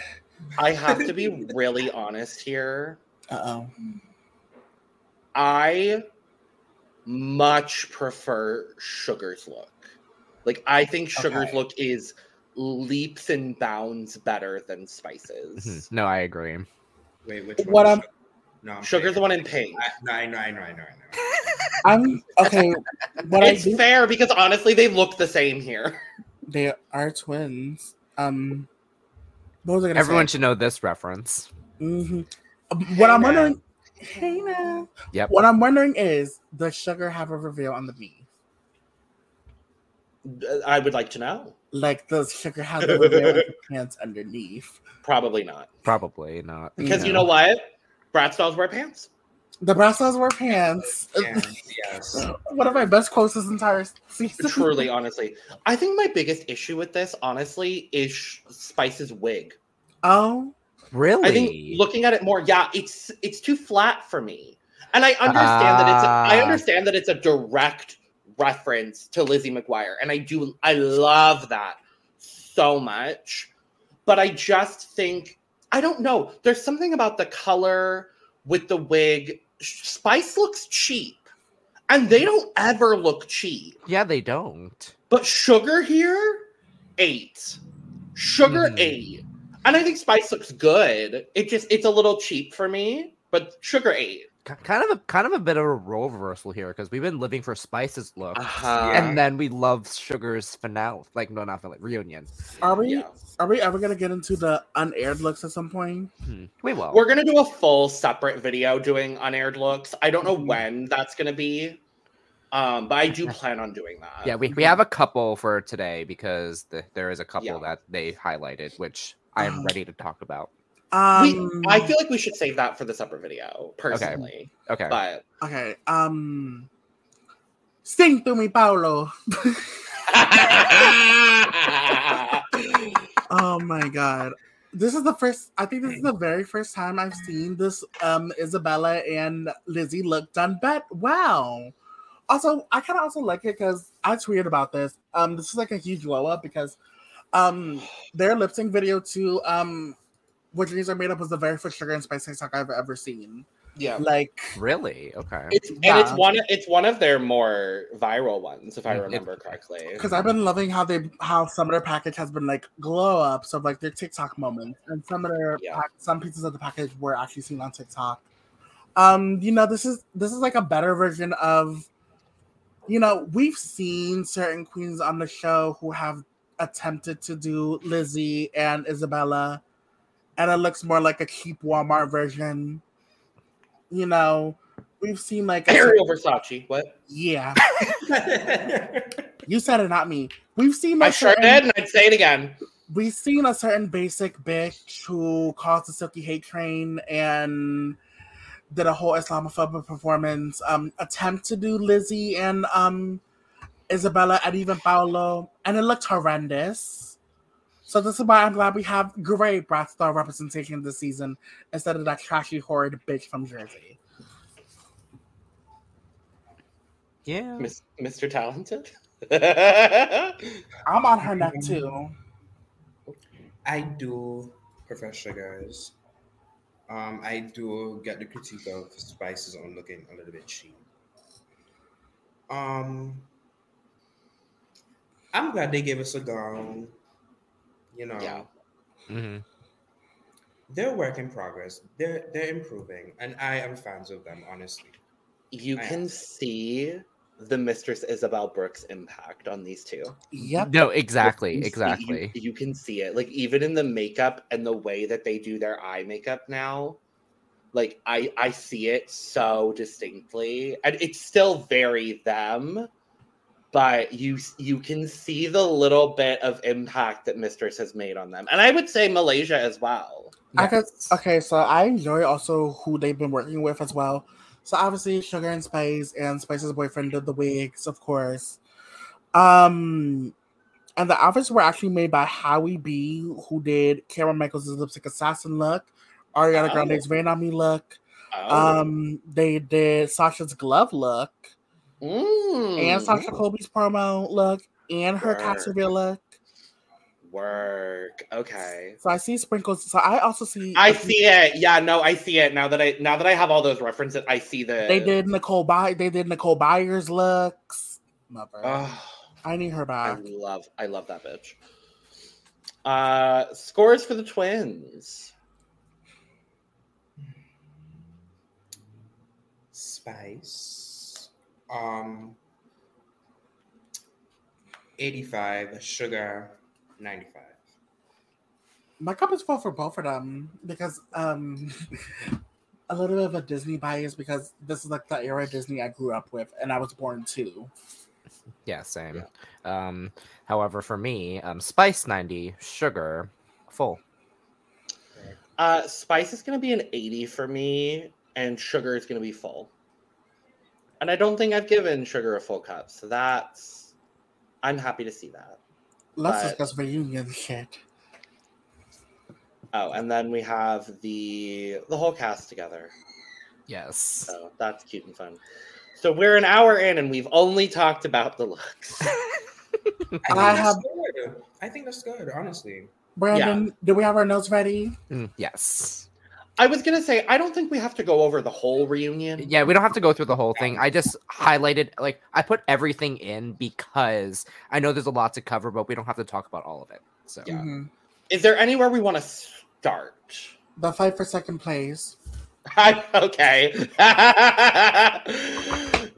[SPEAKER 1] I have to be really honest here.
[SPEAKER 2] Uh oh.
[SPEAKER 1] I much prefer Sugar's look. Like I think Sugar's
[SPEAKER 2] Okay.
[SPEAKER 1] look is leaps and bounds better than Spice's.
[SPEAKER 3] Mhm. No, I agree.
[SPEAKER 4] Wait, which one?
[SPEAKER 2] What
[SPEAKER 4] is
[SPEAKER 2] I'm-
[SPEAKER 4] Sugar? No, I'm
[SPEAKER 1] Sugar's the one in pink.
[SPEAKER 4] I, no, I know, I know, I know, I know.
[SPEAKER 2] I'm okay. What I
[SPEAKER 1] It's
[SPEAKER 2] do,
[SPEAKER 1] fair because honestly, they look the same here.
[SPEAKER 2] they are twins. Um, what was I gonna
[SPEAKER 3] Everyone
[SPEAKER 2] say?
[SPEAKER 3] should know this reference.
[SPEAKER 2] hmm What I'm
[SPEAKER 1] now.
[SPEAKER 2] wondering, hey now.
[SPEAKER 3] Yep.
[SPEAKER 2] What I'm wondering is, does Sugar have a reveal on the V?
[SPEAKER 1] I would like to know.
[SPEAKER 2] Like, does Sugar have the reveal with the pants underneath?
[SPEAKER 1] Probably not.
[SPEAKER 3] Probably not.
[SPEAKER 1] Because you know what? Bratz dolls wear pants.
[SPEAKER 2] The brass dolls wear pants.
[SPEAKER 4] Yeah, yes.
[SPEAKER 2] One of my best quotes this entire season.
[SPEAKER 1] Truly, honestly. I think my biggest issue with this, honestly, is Sh- Spice's wig.
[SPEAKER 2] Oh,
[SPEAKER 3] Really?
[SPEAKER 1] I think looking at it more, yeah, it's it's too flat for me. And I understand that it's a, I
[SPEAKER 3] Ah.
[SPEAKER 1] understand that it's a direct reference to Lizzie McGuire, and I do I love that so much. But I just think I don't know. There's something about the color with the wig. Spice looks cheap. and they don't ever look cheap.
[SPEAKER 3] Yeah, they don't.
[SPEAKER 1] But sugar here, eight. Sugar
[SPEAKER 3] Mhm.
[SPEAKER 1] eight. And I think spice looks good. It just it's a little cheap for me, but sugar eight.
[SPEAKER 3] K- kind of a kind of a bit of a role reversal here because we've been living for Spice's look,
[SPEAKER 1] Uh-huh.
[SPEAKER 3] and then we love Sugar's finale. Like no, not finale reunion.
[SPEAKER 2] Are we
[SPEAKER 1] Yeah.
[SPEAKER 2] are we ever gonna get into the unaired looks at some point?
[SPEAKER 3] Hmm. We will.
[SPEAKER 1] We're gonna do a full separate video doing unaired looks. I don't know
[SPEAKER 3] Mm-hmm.
[SPEAKER 2] Mhm.
[SPEAKER 1] when that's gonna be. Um, but I do plan on doing that.
[SPEAKER 3] yeah, we, we have a couple for today because the, there is a couple
[SPEAKER 1] Yeah. Ah.
[SPEAKER 3] that they highlighted, which I am
[SPEAKER 2] Um,
[SPEAKER 3] ready to talk about.
[SPEAKER 2] Um
[SPEAKER 1] we, I feel like we should save that for the separate video, personally.
[SPEAKER 3] Okay.
[SPEAKER 1] But
[SPEAKER 2] okay. Um Sing to me, Paolo. Oh my god. This is the first I think this is the very first time I've seen this um Isabella and Lizzie look done bet. Wow. Also, I kind of also like it because I tweeted about this. Um, this is like a huge glow up because um their lip sync video to um what dreams are made up was the very first sugar and spice TikTok I've ever seen.
[SPEAKER 1] yeah.
[SPEAKER 2] Like
[SPEAKER 3] Really? Okay.
[SPEAKER 1] It's and it's
[SPEAKER 2] Yeah.
[SPEAKER 1] one it's one of their more viral ones, if I
[SPEAKER 3] Mhm.
[SPEAKER 1] remember correctly.
[SPEAKER 2] because I've been loving how they how some of their package has been like glow ups of like their TikTok moments, and some of their
[SPEAKER 1] Yeah.
[SPEAKER 2] pack- some pieces of the package were actually seen on TikTok. Um, you know, this is this is like a better version of, you know, we've seen certain queens on the show who have attempted to do Lizzie and Isabella, and it looks more like a cheap Walmart version. You know, we've seen like a-
[SPEAKER 1] Ariel Versace. What?
[SPEAKER 2] yeah,
[SPEAKER 4] Yes.
[SPEAKER 2] you said it, not me. We've seen
[SPEAKER 1] I
[SPEAKER 2] like
[SPEAKER 1] sure
[SPEAKER 2] certain-
[SPEAKER 1] did, and I'd say it again.
[SPEAKER 2] we've seen a certain basic bitch who caused the silky hate train and did a whole Islamophobic performance um attempt to do Lizzie and um Isabella and even Paolo, and it looked horrendous. So this is why I'm glad we have great Brat Star representation this season instead of that trashy horrid bitch from Jersey.
[SPEAKER 3] yeah.
[SPEAKER 1] Miss, Mr. Talented. Oh.
[SPEAKER 2] I'm on her neck too.
[SPEAKER 4] I do prefer sugars. Um, I do get the critique of spices on looking a little bit cheap. Um, I'm glad they gave us a gown. You know,
[SPEAKER 1] Yeah.
[SPEAKER 3] hmm
[SPEAKER 4] they're work in progress. They're they're improving, and I am fans of them. Honestly,
[SPEAKER 1] you can see the Mistress Isabel Brooks impact on these two.
[SPEAKER 2] Yep.
[SPEAKER 3] No,
[SPEAKER 1] You
[SPEAKER 3] exactly,
[SPEAKER 1] see-
[SPEAKER 3] exactly.
[SPEAKER 1] you, you can see it. Like even in the makeup and the way that they do their eye makeup now, like I I see it so distinctly, and it's still very them, but you s- you can see the little bit of impact that Mistress has made on them, and I would say Malaysia as well.
[SPEAKER 2] I could,
[SPEAKER 3] Yes.
[SPEAKER 2] okay, so I enjoy also who they've been working with as well. So obviously, Sugar and Spice and Spice's boyfriend did the wigs, of course. Um, and the outfits were actually made by Howie B, who did Cameron Michaels' lipstick assassin look, Ariana
[SPEAKER 1] Oh.
[SPEAKER 2] Grande's Rain on Me look.
[SPEAKER 1] Oh.
[SPEAKER 2] Um, they did Sasha's glove look
[SPEAKER 1] Mm.
[SPEAKER 2] and Sasha Colby's promo look and her
[SPEAKER 1] Word.
[SPEAKER 2] cat reveal look.
[SPEAKER 1] mm, work. Okay.
[SPEAKER 2] So I see sprinkles. So I also see
[SPEAKER 1] I see it. Yeah, no, I see it now that I now that I have all those references. I see the
[SPEAKER 2] They did Nicole By they did Nicole Byers looks. Mother.
[SPEAKER 1] Oh.
[SPEAKER 2] I need her
[SPEAKER 1] I
[SPEAKER 2] back.
[SPEAKER 1] love I love that bitch. Uh scores for the twins.
[SPEAKER 4] spice. Um, eighty-five sugar, ninety-five.
[SPEAKER 2] My cup is full for both of them because um a little bit of a Disney bias because this is like the era Disney I grew up with and I was born to.
[SPEAKER 3] Yeah, same. Um, however, for me, um, spice ninety, sugar full.
[SPEAKER 1] Uh Spice is gonna be an 80 for me, and sugar is gonna be full. And I don't think I've given sugar a full cup, so that's I'm happy to see that.
[SPEAKER 2] Let's
[SPEAKER 1] But-
[SPEAKER 2] discuss reunion shit.
[SPEAKER 1] Oh, and then we have the the whole cast together.
[SPEAKER 3] Yes.
[SPEAKER 1] So that's cute and fun. So we're an hour in and we've only talked about the looks.
[SPEAKER 4] I, think
[SPEAKER 2] I
[SPEAKER 4] that's
[SPEAKER 2] have-
[SPEAKER 4] good. I think that's good, honestly.
[SPEAKER 2] Brandon, do we have our notes ready?
[SPEAKER 3] Mm, yes.
[SPEAKER 1] I was gonna say I don't think we have to go over the whole reunion.
[SPEAKER 3] Yeah, we don't have to go through the whole thing. I just highlighted, like, I put everything in because I know there's a lot to cover, but we don't have to talk about all of it. So,
[SPEAKER 4] Yeah.
[SPEAKER 2] Mhm.
[SPEAKER 1] Is there anywhere we want to start?
[SPEAKER 2] The fight for second place.
[SPEAKER 1] I, okay.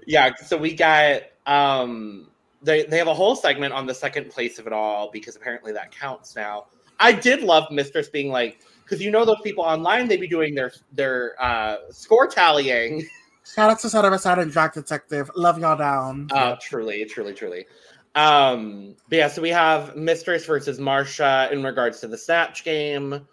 [SPEAKER 1] yeah, so we got um they they have a whole segment on the second place of it all because apparently that counts now. I did love Mistress being like because you know those people online they be doing their their uh score tallying.
[SPEAKER 2] Shout out to Side by Side and Drag Detective. Love y'all down.
[SPEAKER 1] Uh truly, truly, truly. Um but yeah, so we have Mistress versus Marsha in regards to the Snatch game.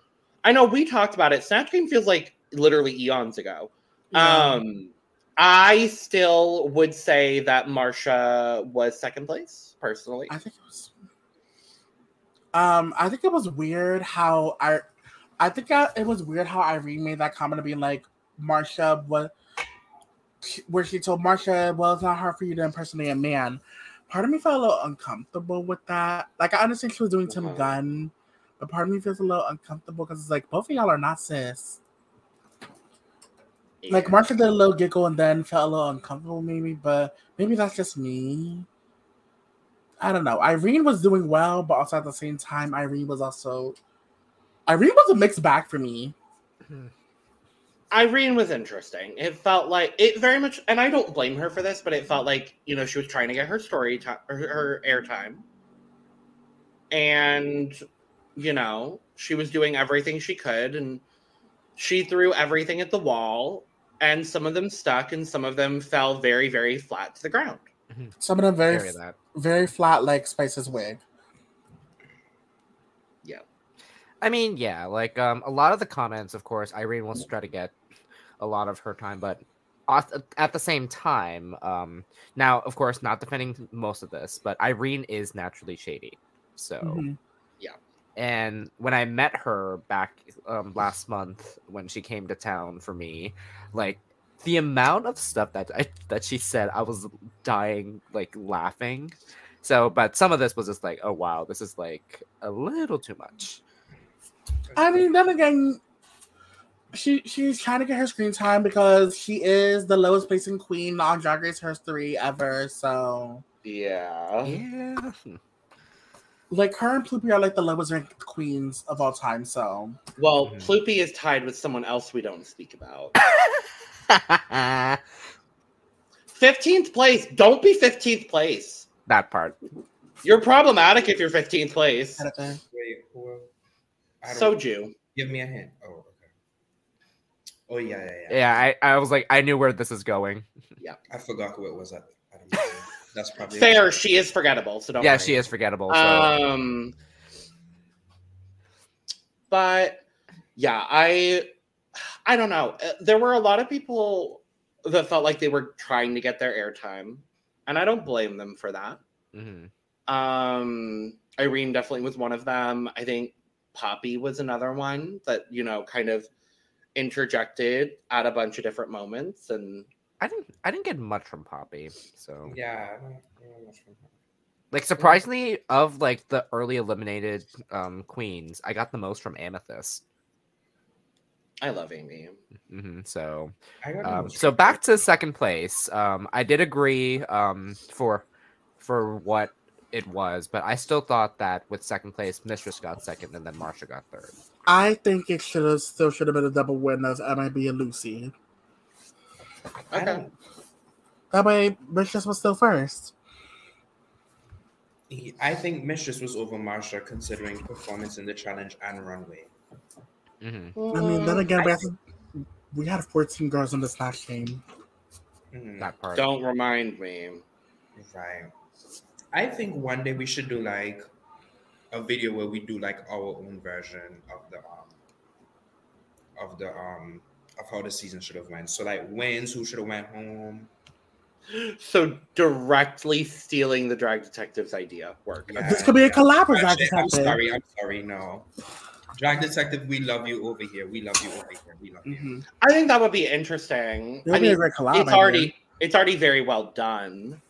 [SPEAKER 1] I know we talked about it. Snatch game feels like literally eons ago. Um, I still would say that Marsha was second place personally.
[SPEAKER 2] I think it was. Um, I think it was weird how I, I think I, it was weird how Irene made that comment of being like, Marsha was, where she told Marsha, well, it's not hard for you to impersonate a man. Part of me felt a little uncomfortable with that. Like, I understand she was doing Tim
[SPEAKER 1] Mhm.
[SPEAKER 2] Gunn, but part of me feels a little uncomfortable because it's like both of y'all are not cis. Like, Marsha did a little giggle and then felt a little uncomfortable, maybe, but maybe that's just me. I don't know. Irene was doing well, but also at the same time, Irene was also. Irene was a mixed bag for me.
[SPEAKER 1] Irene was interesting. It felt like it very much, and I don't blame her for this, but it felt like you know she was trying to get her story time, her airtime, and you know she was doing everything she could, and she threw everything at the wall, and some of them stuck, and some of them fell very, very flat to the ground.
[SPEAKER 2] Some of them
[SPEAKER 3] carry
[SPEAKER 2] very,
[SPEAKER 3] that.
[SPEAKER 2] very flat, like Spice's wig.
[SPEAKER 3] I mean, yeah, like um, a lot of the comments, of course, Irene wants to try to get a lot of her time, but at at the same time, um, now, of course, not defending most of this, but Irene is naturally shady. So,
[SPEAKER 2] Mhm.
[SPEAKER 3] and when I met her back um, last month when she came to town for me, like the amount of stuff that I, that she said, I was dying like laughing. So, but some of this was just like, oh wow, this is like a little too much.
[SPEAKER 2] I mean, then again, she she's trying to get her screen time because she is the lowest placing queen on Drag Race history ever.
[SPEAKER 1] Oh.
[SPEAKER 2] So,
[SPEAKER 3] Yeah.
[SPEAKER 2] like, her and Plupi are like the lowest ranked queens of all time. So,
[SPEAKER 1] Well,
[SPEAKER 4] Mhm.
[SPEAKER 1] Ploopy is tied with someone else we don't speak about.
[SPEAKER 3] that
[SPEAKER 1] 15th place. Don't be 15th place.
[SPEAKER 3] part.
[SPEAKER 1] You're problematic if you're 15th place.
[SPEAKER 2] Attica.
[SPEAKER 4] Wait, who? I don't-
[SPEAKER 1] So Jew.
[SPEAKER 4] give me a hint. Oh, okay. Oh yeah, yeah, yeah.
[SPEAKER 3] Yeah, I, I was like, I knew where this is going.
[SPEAKER 4] I forgot who it was. I, I don't know. That's probably
[SPEAKER 1] Fair, she is forgettable, so don't
[SPEAKER 3] yeah,
[SPEAKER 1] worry.
[SPEAKER 3] she is forgettable. So.
[SPEAKER 1] Um but yeah, I I don't know. Uh, There were a lot of people that felt like they were trying to get their airtime, and I don't blame them for that.
[SPEAKER 3] mhm.
[SPEAKER 1] Um, Irene definitely was one of them. I think Poppy was another one that you know kind of interjected at a bunch of different moments, and
[SPEAKER 3] I didn't I didn't get much from Poppy.
[SPEAKER 2] Oh.
[SPEAKER 3] So
[SPEAKER 4] Yeah. I don't, I don't know much from her.
[SPEAKER 3] like surprisingly of like the early eliminated um queens, I got the most from Amethyst.
[SPEAKER 1] I love Amy.
[SPEAKER 3] hmm so
[SPEAKER 4] I got
[SPEAKER 3] Um,
[SPEAKER 4] most
[SPEAKER 3] so
[SPEAKER 4] from-
[SPEAKER 3] back to second place. Um, I did agree um, for for what it was, but I still thought that with second place, Mistress got second, and then Marsha got third.
[SPEAKER 2] I think it should have still should have been a double win of MIB and Lucy.
[SPEAKER 4] I
[SPEAKER 1] Okay,
[SPEAKER 4] don't.
[SPEAKER 2] That way, Mistress was still first.
[SPEAKER 4] he- I think Mistress was over Marsha considering performance in the challenge and runway.
[SPEAKER 3] hmm
[SPEAKER 2] I mean, then
[SPEAKER 1] Mm,
[SPEAKER 2] again,
[SPEAKER 4] I
[SPEAKER 2] we, had to, we had 14 girls in the snatch game.
[SPEAKER 4] Mhm.
[SPEAKER 3] That part.
[SPEAKER 1] don't remind me.
[SPEAKER 4] Right. I think one day we should do like a video where we do like our own version of the um of the um of how the season should have went. So like wins, who should have went home.
[SPEAKER 1] So directly stealing the drag detective's idea work.
[SPEAKER 4] Yeah.
[SPEAKER 1] Okay.
[SPEAKER 2] This could be a collab with Zack
[SPEAKER 4] Actually, I'm
[SPEAKER 2] Oh, Detective.
[SPEAKER 4] sorry, I'm sorry, no. Drag Detective, we love you over here. We love you over here. We love you.
[SPEAKER 2] Mm-hmm.
[SPEAKER 1] I think that would be interesting.
[SPEAKER 2] It would
[SPEAKER 1] I
[SPEAKER 2] be a
[SPEAKER 1] mean,
[SPEAKER 2] great collab.
[SPEAKER 1] it's
[SPEAKER 2] idea.
[SPEAKER 1] already it's already very well done,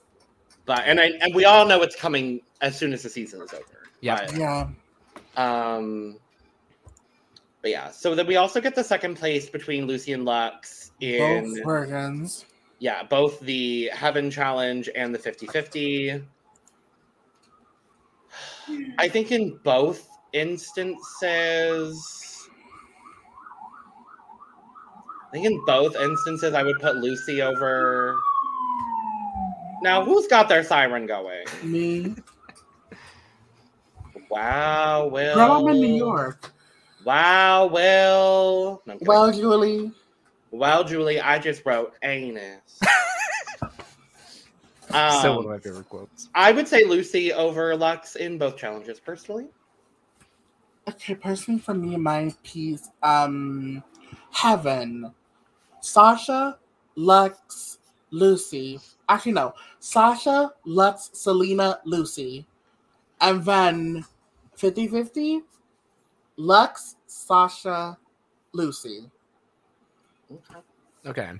[SPEAKER 1] but and I and we all know it's coming as soon as the season is over.
[SPEAKER 3] Yeah.
[SPEAKER 1] But-
[SPEAKER 2] Yeah.
[SPEAKER 1] Um, But yeah, so then we also get the second place between Lucy and Lux in
[SPEAKER 2] Both versions.
[SPEAKER 1] yeah, both the Heaven Challenge and the 50-50. I think in both instances I think in both instances I would put Lucy over Now, who's got their siren going?
[SPEAKER 2] Me.
[SPEAKER 1] Wow, Will.
[SPEAKER 2] Girl, I'm in New York.
[SPEAKER 1] Wow, Will. No, I'm kidding.
[SPEAKER 2] Well, Julie.
[SPEAKER 1] Well, Julie, I just wrote anus. um,
[SPEAKER 3] Still one of my favorite quotes.
[SPEAKER 1] I would say Lucy over Lux in both challenges, personally.
[SPEAKER 2] Okay, personally for me, my piece, um, Heaven, Sasha, Lux, Lucy. Actually, no, Sasha, Lux, Selena, Lucy, and then 50-50, Lux, Sasha, Lucy.
[SPEAKER 3] Okay.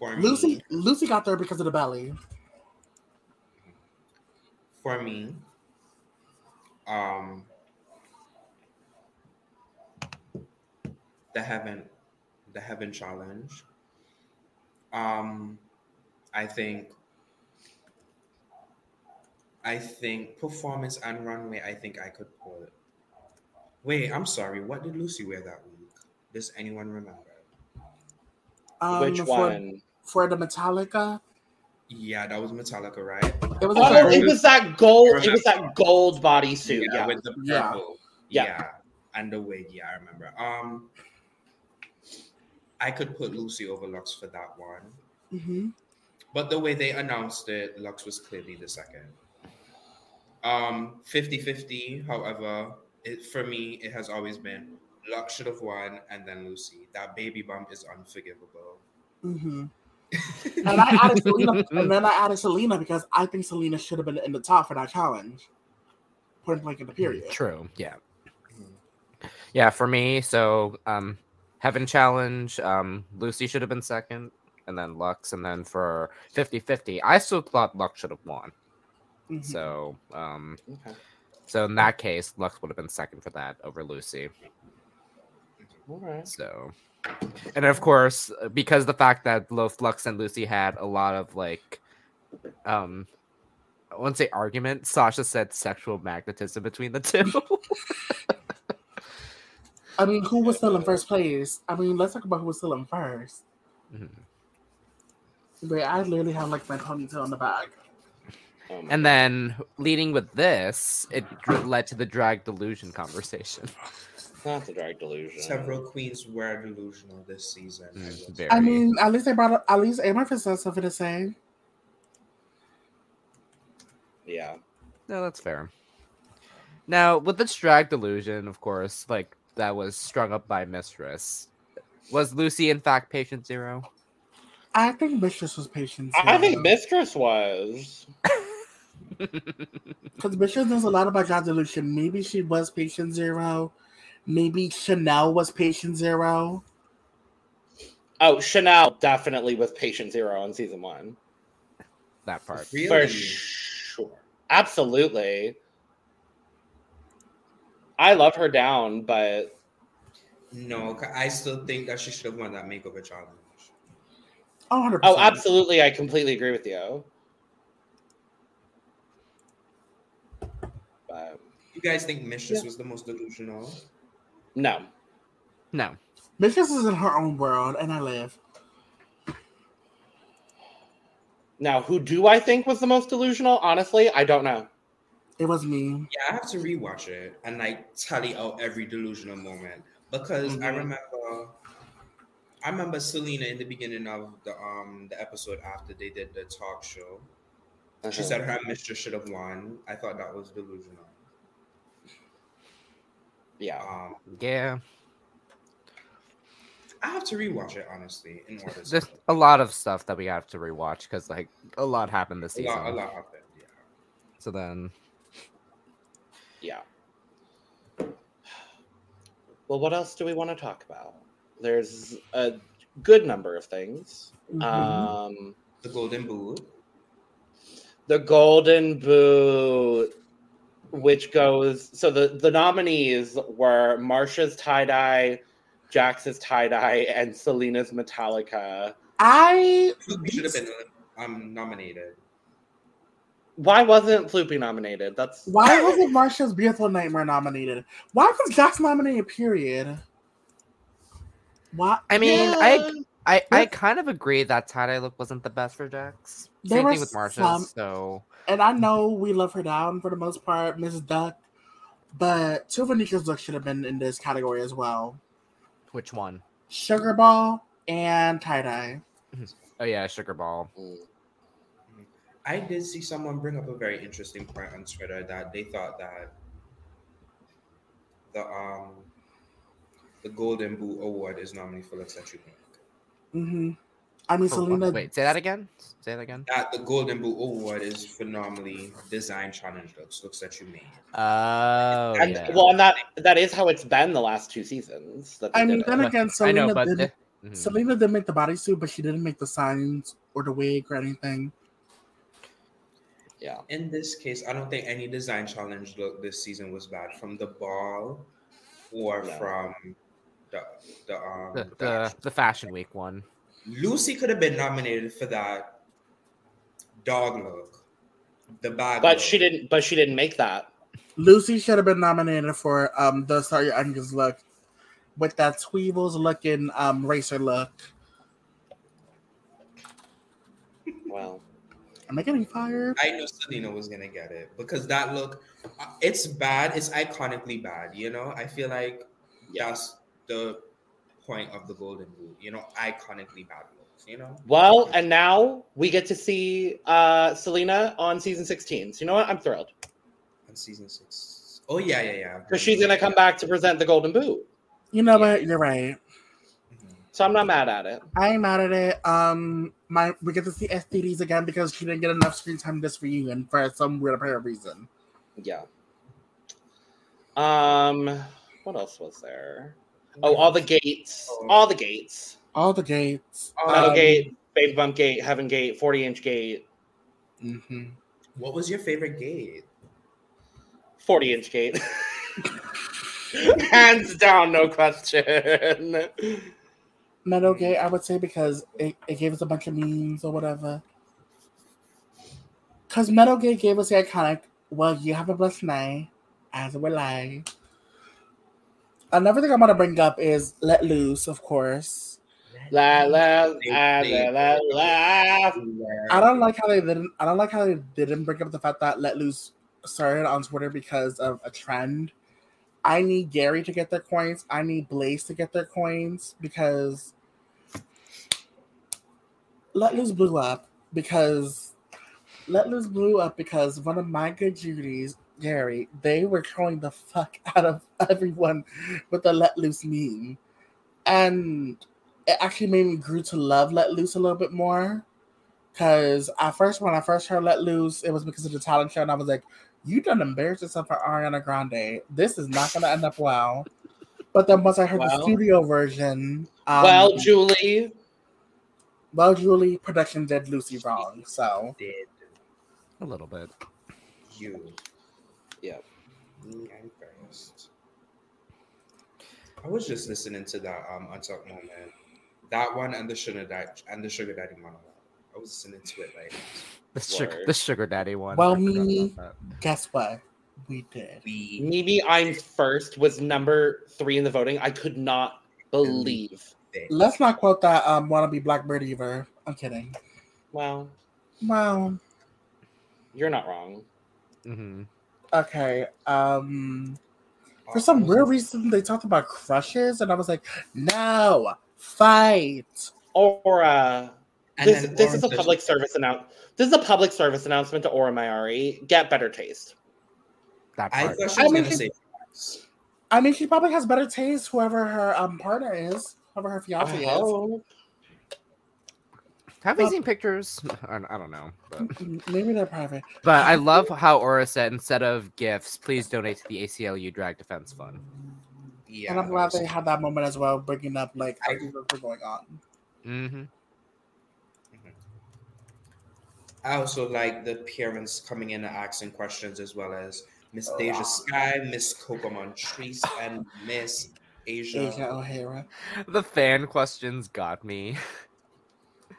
[SPEAKER 4] For
[SPEAKER 2] Lucy,
[SPEAKER 4] me,
[SPEAKER 2] Lucy got there because of the belly.
[SPEAKER 4] for me, um, the heaven, the heaven challenge. Um, I think, I think performance and runway. I think I could pull it. Wait, I'm sorry. What did Lucy wear that week? Does anyone remember?
[SPEAKER 2] Um,
[SPEAKER 1] Which
[SPEAKER 2] for,
[SPEAKER 1] one?
[SPEAKER 2] For the Metallica,
[SPEAKER 4] Yeah, that was Metallica, right?
[SPEAKER 2] it was.
[SPEAKER 1] Oh,
[SPEAKER 2] a
[SPEAKER 1] it was that gold. It was that gold bodysuit.
[SPEAKER 4] yeah,
[SPEAKER 1] Yeah.
[SPEAKER 4] with the purple.
[SPEAKER 2] Yeah.
[SPEAKER 4] Yeah.
[SPEAKER 1] Yeah.
[SPEAKER 4] And the wig, yeah, I remember. Um I could put Lucy over Lux for that one.
[SPEAKER 2] hmm
[SPEAKER 4] But the way they announced it, Lux was clearly the second. Um 50-50, however, it for me it has always been Lux should have won and then Lucy. That baby bump is unforgivable.
[SPEAKER 2] hmm And I added Selena, and then I added Selena because I think Selena should have been in the top for that challenge. Point blank in the period.
[SPEAKER 3] True. Yeah. Yeah, for me, so um Heaven Challenge, um Lucy should have been second, and then Lux, and then for 50-50, I still thought Lux should have won.
[SPEAKER 2] Mhm.
[SPEAKER 3] So um
[SPEAKER 1] Okay.
[SPEAKER 3] so in that case, Lux would have been second for that over Lucy.
[SPEAKER 1] All right.
[SPEAKER 3] So, and of course, because the fact that both Lux and Lucy had a lot of like, um, I wouldn't say argument. Sasha said sexual magnetism between the two. Mm-hmm.
[SPEAKER 2] I mean, who was still in first place? I mean, let's talk about who was still in first.
[SPEAKER 3] Mhm.
[SPEAKER 2] Wait, I literally have like my ponytail in the back.
[SPEAKER 1] Oh my
[SPEAKER 3] and then leading with this, it dr- led to the drag delusion conversation.
[SPEAKER 1] God, that's a drag delusion.
[SPEAKER 4] Several queens were delusional this season. I will
[SPEAKER 1] Mm,
[SPEAKER 4] say.
[SPEAKER 3] Very.
[SPEAKER 2] I mean, at least they brought up, at least Amorphis has something to say.
[SPEAKER 1] Yeah.
[SPEAKER 3] No, that's fair. Now, with this drag delusion, of course, like that was strung up by Mistress. Was Lucy in fact patient zero?
[SPEAKER 2] I think Mistress was patient.
[SPEAKER 1] I think Mistress was.
[SPEAKER 2] Because Mistress knows a lot about God Delusion. Maybe she was patient zero. Maybe Chanel was patient zero.
[SPEAKER 1] Oh, Chanel definitely was patient zero on season one.
[SPEAKER 3] That part.
[SPEAKER 1] For
[SPEAKER 4] Really?
[SPEAKER 1] sure. Absolutely. I love her down, but
[SPEAKER 4] No, 'cause I still think that she should have won that makeover challenge.
[SPEAKER 2] Oh, 100%.
[SPEAKER 1] oh, absolutely. I completely agree with you. But
[SPEAKER 4] You guys think Mistress
[SPEAKER 2] Yeah.
[SPEAKER 4] was the most delusional?
[SPEAKER 1] no.
[SPEAKER 3] No.
[SPEAKER 2] Mistress is in her own world, and I live.
[SPEAKER 1] Now, who do I think was the most delusional? Honestly, I don't know.
[SPEAKER 2] It was me.
[SPEAKER 4] Yeah, I have to rewatch it and like tally out every delusional moment because I
[SPEAKER 1] Mhm.
[SPEAKER 4] remember, I remember Selena in the beginning of the um the episode after they did the talk show.
[SPEAKER 1] Uh-huh.
[SPEAKER 4] She said her mistress should have won. I thought that was delusional.
[SPEAKER 1] "Yeah,
[SPEAKER 4] Um,
[SPEAKER 3] Yeah.
[SPEAKER 4] I have to rewatch it honestly in order. To
[SPEAKER 3] There's a lot of stuff that we have to rewatch because like a lot happened this
[SPEAKER 4] a
[SPEAKER 3] season.
[SPEAKER 4] lot, a lot happened. Yeah.
[SPEAKER 3] So then,
[SPEAKER 1] yeah." Well, what else do we want to talk about? There's a good number of things.
[SPEAKER 2] Mhm.
[SPEAKER 3] uh,
[SPEAKER 1] Um,
[SPEAKER 4] The Golden Boot.
[SPEAKER 1] the Golden Boot. which goes so the the nominees were Marsha's tie dye, Jax's tie dye, and Selena's Metallica.
[SPEAKER 2] I
[SPEAKER 4] Floopy should have been um, nominated.
[SPEAKER 1] Why wasn't Floopy nominated? That's
[SPEAKER 2] why wasn't Marsha's Beautiful Nightmare nominated? Why was Jax nominated? Period. Why?
[SPEAKER 3] I mean,
[SPEAKER 1] Yeah.
[SPEAKER 3] I I, I
[SPEAKER 2] Yes.
[SPEAKER 3] kind of agree that tie dye look wasn't the best for Jax.
[SPEAKER 2] There
[SPEAKER 3] Same
[SPEAKER 2] were
[SPEAKER 3] thing with Marsha's.
[SPEAKER 2] some-
[SPEAKER 3] So
[SPEAKER 2] and I know we love her down for the most part, Miss Duck, but two of Anika's looks should have been in this category as well:
[SPEAKER 3] which one?
[SPEAKER 2] Sugar Ball and tie dye.
[SPEAKER 3] Oh yeah, Sugar Ball.
[SPEAKER 4] I did see someone bring up a very interesting point on Twitter that they thought that the um the Golden Boo Award is nominated for Looks That You Think.
[SPEAKER 2] Mm-hmm. I mean,
[SPEAKER 3] For what?
[SPEAKER 2] Selena.
[SPEAKER 3] Oh, Wait, say that again. Say that again.
[SPEAKER 4] That the Golden Boo Award is phenomenally design challenge looks, looks that you made.
[SPEAKER 3] Oh
[SPEAKER 1] and,
[SPEAKER 3] yeah.
[SPEAKER 1] Well, and that that is how it's been the last two seasons. That they
[SPEAKER 2] I mean,
[SPEAKER 1] did it.
[SPEAKER 2] then again,
[SPEAKER 3] I
[SPEAKER 2] Selena
[SPEAKER 3] know, but
[SPEAKER 2] did.
[SPEAKER 3] the- Mhm.
[SPEAKER 2] Selena did make the bodysuit, but she didn't make the signs or the wig or anything.
[SPEAKER 1] yeah.
[SPEAKER 4] In this case, I don't think any design challenge look this season was bad from the ball or
[SPEAKER 1] No.
[SPEAKER 4] from the the um
[SPEAKER 3] the, the the Fashion Week one.
[SPEAKER 4] Lucy could have been nominated for that dog look, the bag.
[SPEAKER 1] But
[SPEAKER 4] look.
[SPEAKER 1] she didn't. But she didn't make that.
[SPEAKER 2] Lucy should have been nominated for um the Sorry Your Onions look with that Tweevils looking um racer look.
[SPEAKER 1] Well,
[SPEAKER 2] Am I getting fired?
[SPEAKER 4] I know Selena was gonna get it because that look, uh, it's bad. It's iconically bad. You know, I feel like that's the point of the Golden Boot. You know, iconically bad looks. You know,
[SPEAKER 1] well, and now we get to see uh Selena on season 16. So you know what? I'm thrilled
[SPEAKER 4] on season six. Oh yeah, yeah, yeah.
[SPEAKER 1] because she's gonna come back to present the Golden Boot.
[SPEAKER 2] You know what? You're right.
[SPEAKER 4] Mhm.
[SPEAKER 1] So I'm not mad at it.
[SPEAKER 2] I ain't mad at it. Um, my we get to see STDs again because she didn't get enough screen time this reunion for some weird apparent reason.
[SPEAKER 1] Yeah. Um, what else was there? Oh, all the gates. All the gates.
[SPEAKER 2] All the gates.
[SPEAKER 1] Metal
[SPEAKER 4] Um,
[SPEAKER 1] gate, baby bump gate, heaven gate, 40 inch gate,
[SPEAKER 2] hmm
[SPEAKER 4] What was your favorite gate?
[SPEAKER 1] 40 inch gate. Hands down, no question.
[SPEAKER 2] Metal gate, I would say because it, it gave us a bunch of memes or whatever. Cause Metal Gate gave us the iconic, well, you have a blessed night, as will I. Another thing I want to bring up is Let Loose, of course.
[SPEAKER 1] La la la la la la.
[SPEAKER 2] I don't like how they didn't. I don't like how they didn't bring up the fact that Let Loose started on Twitter because of a trend. I need Gary to get their coins. I need Blaze to get their coins because Let Loose blew up because Let Loose blew up because one of my good Judies, Gary, they were trolling the fuck out of everyone with the Let Loose meme, and it actually made me grew to love Let Loose a little bit more. Cause I first when I first heard Let Loose, it was because of the talent show, and I was like, You done embarrassed yourself for Ariana Grande. This is not gonna end up well. But then once I heard the
[SPEAKER 1] Well-
[SPEAKER 2] studio version, um,
[SPEAKER 1] Well, Julie,
[SPEAKER 2] well, Julie production did Lucy wrong, so
[SPEAKER 4] Did
[SPEAKER 3] A little bit.
[SPEAKER 4] you?
[SPEAKER 1] Yep.
[SPEAKER 4] Me, Mm, I'm first. I was just listening to that um untucked moment, that one and the sugar daddy and the sugar daddy monologue. I was listening to it like
[SPEAKER 3] The sugar,
[SPEAKER 1] Word.
[SPEAKER 3] the sugar daddy one.
[SPEAKER 2] Well,
[SPEAKER 3] I forgot about
[SPEAKER 2] me-
[SPEAKER 3] that.
[SPEAKER 2] guess what? We did.
[SPEAKER 4] we
[SPEAKER 1] Mimi, I'm first was number three in the voting. I could not believe.
[SPEAKER 4] did.
[SPEAKER 2] Let's not quote that um wannabe Blackbird either. I'm kidding.
[SPEAKER 1] Well,
[SPEAKER 2] Well,
[SPEAKER 1] you're not wrong.
[SPEAKER 3] Mhm.
[SPEAKER 2] okay. Um for some real reason they talked about crushes and I was like, No, fight.
[SPEAKER 1] Aura,
[SPEAKER 4] And
[SPEAKER 1] this,
[SPEAKER 4] then
[SPEAKER 1] this is a
[SPEAKER 4] Orange
[SPEAKER 1] public service announcement. This is a public service announcement to Aura Mayari. Get better taste.
[SPEAKER 3] That
[SPEAKER 4] I
[SPEAKER 3] part.
[SPEAKER 4] thought
[SPEAKER 2] I
[SPEAKER 4] she was
[SPEAKER 2] mean,
[SPEAKER 4] gonna
[SPEAKER 2] she-
[SPEAKER 4] say facts.
[SPEAKER 2] I mean she probably has better taste, whoever her um partner is, whoever her fiance is.
[SPEAKER 1] Oh,
[SPEAKER 3] Have we
[SPEAKER 2] well-
[SPEAKER 3] seen pictures? I, I don't know, but
[SPEAKER 2] M- Maybe they're private.
[SPEAKER 3] but I love how Aura said instead of gifts, please donate to the ACLU Drag Defense Fund.
[SPEAKER 4] Yeah,
[SPEAKER 2] and I'm
[SPEAKER 4] that
[SPEAKER 2] glad
[SPEAKER 4] was-
[SPEAKER 2] they had that moment as well, bringing up like
[SPEAKER 4] I-
[SPEAKER 2] everything that was going on.
[SPEAKER 3] hmm
[SPEAKER 4] I also like the parents coming in and asking questions as well as
[SPEAKER 2] Oh,
[SPEAKER 4] Miss Deja Sky, Miss Coco Montrese, and Miss
[SPEAKER 2] Asia
[SPEAKER 4] Asia.
[SPEAKER 2] O'Hara.
[SPEAKER 3] The fan questions got me.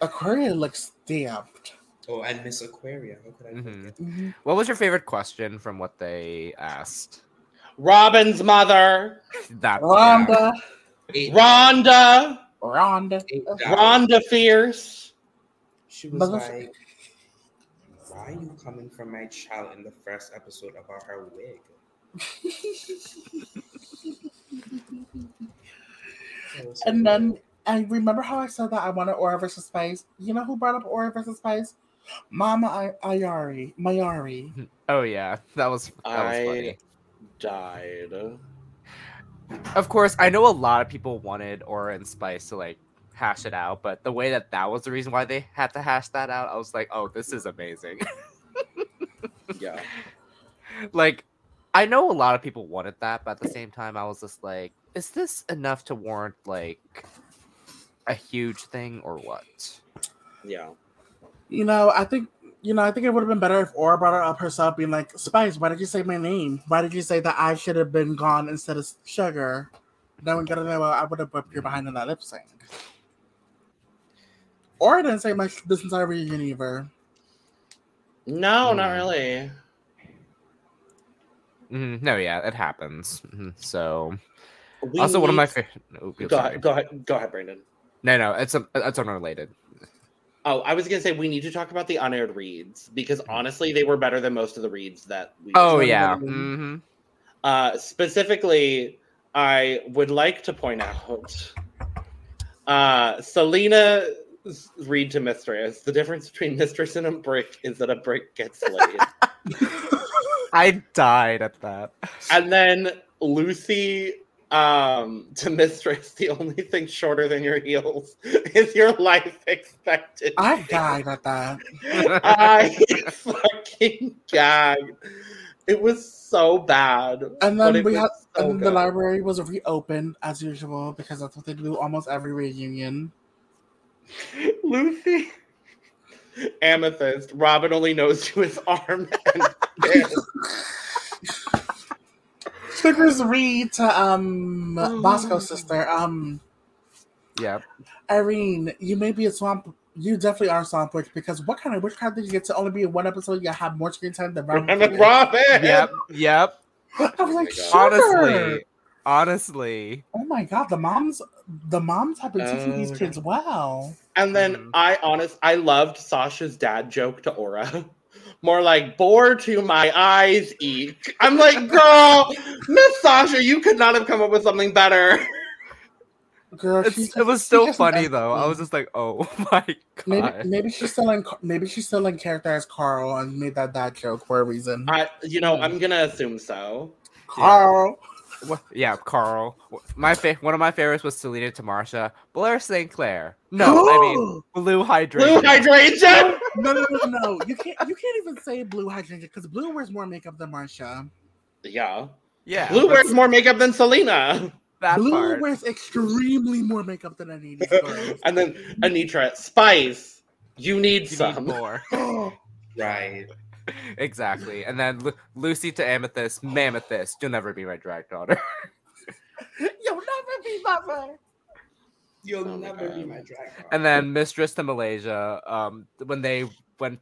[SPEAKER 2] Aquaria looks stamped.
[SPEAKER 4] Oh, and Miss Aquaria. How could I
[SPEAKER 3] Mhm.
[SPEAKER 4] forget?
[SPEAKER 2] Mhm.
[SPEAKER 3] What was your favorite question from what they asked?
[SPEAKER 1] Robin's mother,
[SPEAKER 3] That
[SPEAKER 2] Rhonda.
[SPEAKER 4] Eight
[SPEAKER 1] Rhonda,
[SPEAKER 2] Rhonda.
[SPEAKER 4] Eight
[SPEAKER 1] Rhonda Fierce.
[SPEAKER 4] She was
[SPEAKER 2] Motherfucker.
[SPEAKER 4] like, "Why are you coming for my child in the first episode about her wig?" That was so
[SPEAKER 2] And then
[SPEAKER 4] weird.
[SPEAKER 2] I remember how I said that I wanted Aura versus Spice. You know who brought up Aura versus Spice? Mama I- Ayari. Mayari.
[SPEAKER 3] oh yeah, that was that was
[SPEAKER 1] I-
[SPEAKER 3] funny.
[SPEAKER 1] Died.
[SPEAKER 3] Of course, I know a lot of people wanted Aura and Spice to like hash it out, but the way that that was the reason why they had to hash that out, I was like, oh, this is amazing.
[SPEAKER 1] Yeah.
[SPEAKER 3] like I know a lot of people wanted that, but at the same time, I was just like, is this enough to warrant like a huge thing or what?
[SPEAKER 1] Yeah.
[SPEAKER 2] You know, I think you know, I think it would have been better if Aura brought her up herself being like, Spice, why did you say my name? Why did you say that I should have been gone instead of sugar? No one got to know well, I would have whipped your behind in that lip sync. Aura didn't say much this entire reunion either.
[SPEAKER 1] No, not
[SPEAKER 3] Hmm.
[SPEAKER 1] really.
[SPEAKER 3] Mhm, No, yeah, it happens. Mhm, So
[SPEAKER 1] We
[SPEAKER 3] also one of my
[SPEAKER 1] need-
[SPEAKER 3] favorite. Oh,
[SPEAKER 1] Go
[SPEAKER 3] sorry.
[SPEAKER 1] ahead, go ahead, go ahead, Brandon.
[SPEAKER 3] No, no, it's um, it's unrelated.
[SPEAKER 1] Oh, I was gonna say we need to talk about the unaired reads because honestly, they were better than most of the reads that we.
[SPEAKER 3] Hmm. Oh
[SPEAKER 2] Sorry,
[SPEAKER 3] yeah.
[SPEAKER 2] Brandon.
[SPEAKER 3] hmm
[SPEAKER 1] Uh, specifically, I would like to point out uh, Selena's read to Mistress. The difference between Mistress and a brick is that a brick gets laid.
[SPEAKER 3] I died at that.
[SPEAKER 1] and then Lucy um, to Mistress, the only thing shorter than your heels is your life expectancy.
[SPEAKER 2] I died at that. Uh,
[SPEAKER 1] I fucking gagged. It was so bad.
[SPEAKER 2] And
[SPEAKER 1] but
[SPEAKER 2] then
[SPEAKER 1] it
[SPEAKER 2] we
[SPEAKER 1] was
[SPEAKER 2] had
[SPEAKER 1] so
[SPEAKER 2] and the
[SPEAKER 1] good.
[SPEAKER 2] library was reopened as usual because that's what they do almost every reunion.
[SPEAKER 1] Lucy. Amethyst. Robin only knows to his arm. And
[SPEAKER 2] Sugars read to um
[SPEAKER 1] Oh.
[SPEAKER 2] Bosco's sister. Um
[SPEAKER 3] yeah.
[SPEAKER 2] Irene, you may be a swamp. You definitely are a swamp witch because what kind of witchcraft did you get to only be in one episode? You have more screen time than Robin.
[SPEAKER 1] and
[SPEAKER 2] Williams?
[SPEAKER 1] Robin.
[SPEAKER 3] Yep. Yep.
[SPEAKER 2] I was like,
[SPEAKER 1] Oh
[SPEAKER 2] honestly,
[SPEAKER 3] Honestly. Honestly.
[SPEAKER 2] oh my god, the moms, the moms have been teaching
[SPEAKER 1] Oh
[SPEAKER 2] these
[SPEAKER 1] my
[SPEAKER 2] kids well.
[SPEAKER 1] And then
[SPEAKER 3] Mhm.
[SPEAKER 1] I honest, I loved Sasha's dad joke to Aura. More like bore to my eyes eek. I'm like, girl, Miss Sasha, you could not have come up with something better.
[SPEAKER 2] Girl,
[SPEAKER 3] It's-
[SPEAKER 2] she's-
[SPEAKER 3] it was
[SPEAKER 2] she
[SPEAKER 3] so
[SPEAKER 2] doesn't
[SPEAKER 3] funny
[SPEAKER 2] have-
[SPEAKER 3] though. I was just like, oh my god.
[SPEAKER 2] Maybe, maybe she's still in. Maybe she's still in character as Carl and made that dad joke for a reason.
[SPEAKER 1] I, you know, I'm gonna assume so.
[SPEAKER 2] Carl,
[SPEAKER 3] Wha- yeah, Carl. My fa- one of my favorites was Selena to Marsha. Blair St. Clair. No, I mean blue hydrate.
[SPEAKER 1] Blue hydration.
[SPEAKER 2] no, no, no, no. You can't. You can't even say blue hydrangea because blue wears more makeup than Marsha.
[SPEAKER 1] Yeah.
[SPEAKER 3] Yeah,
[SPEAKER 1] Blue
[SPEAKER 3] but
[SPEAKER 1] wears more makeup than Selena.
[SPEAKER 3] that
[SPEAKER 2] blue
[SPEAKER 3] part.
[SPEAKER 2] wears extremely more makeup than any of these girls.
[SPEAKER 1] and then Anitra, Spice, you need
[SPEAKER 3] You need
[SPEAKER 1] some.
[SPEAKER 3] more.
[SPEAKER 4] right?
[SPEAKER 3] exactly. And then Lu- Lucy to Amethyst, Mammothist. You'll never be my drag daughter.
[SPEAKER 2] You'll never be mother.
[SPEAKER 4] You'll
[SPEAKER 1] Oh my
[SPEAKER 4] never be
[SPEAKER 1] God.
[SPEAKER 4] my drag. queen.
[SPEAKER 3] and then Mistress to Malaysia. Um, when they went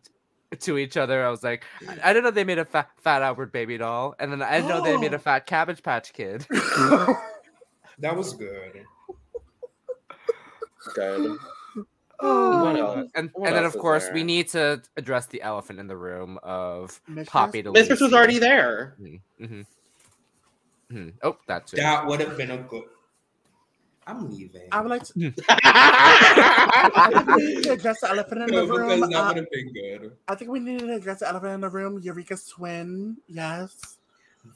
[SPEAKER 3] to each other, I was like, I, I didn't know they made a fa- fat Albert baby doll, and then I didn't know they made a
[SPEAKER 2] Oh.
[SPEAKER 3] fat Cabbage Patch Kid.
[SPEAKER 4] that was good.
[SPEAKER 1] Good.
[SPEAKER 2] Oh.
[SPEAKER 1] What else?
[SPEAKER 3] And,
[SPEAKER 1] What
[SPEAKER 3] and then
[SPEAKER 1] else
[SPEAKER 3] of
[SPEAKER 1] is
[SPEAKER 3] course
[SPEAKER 1] there?
[SPEAKER 3] we need to address the elephant in the room of
[SPEAKER 2] Mistress?
[SPEAKER 3] Poppy to
[SPEAKER 1] Mistress was already there.
[SPEAKER 3] Mm-hmm. hmm Oh, that's it.
[SPEAKER 4] That would have been a good. I'm leaving.
[SPEAKER 2] I would like to, we need to address the elephant in
[SPEAKER 4] No,
[SPEAKER 2] the
[SPEAKER 4] because
[SPEAKER 2] room.
[SPEAKER 4] that
[SPEAKER 2] Uh,
[SPEAKER 4] would have been good.
[SPEAKER 2] I think we needed to address the elephant in the room. Eureka's twin. Yes.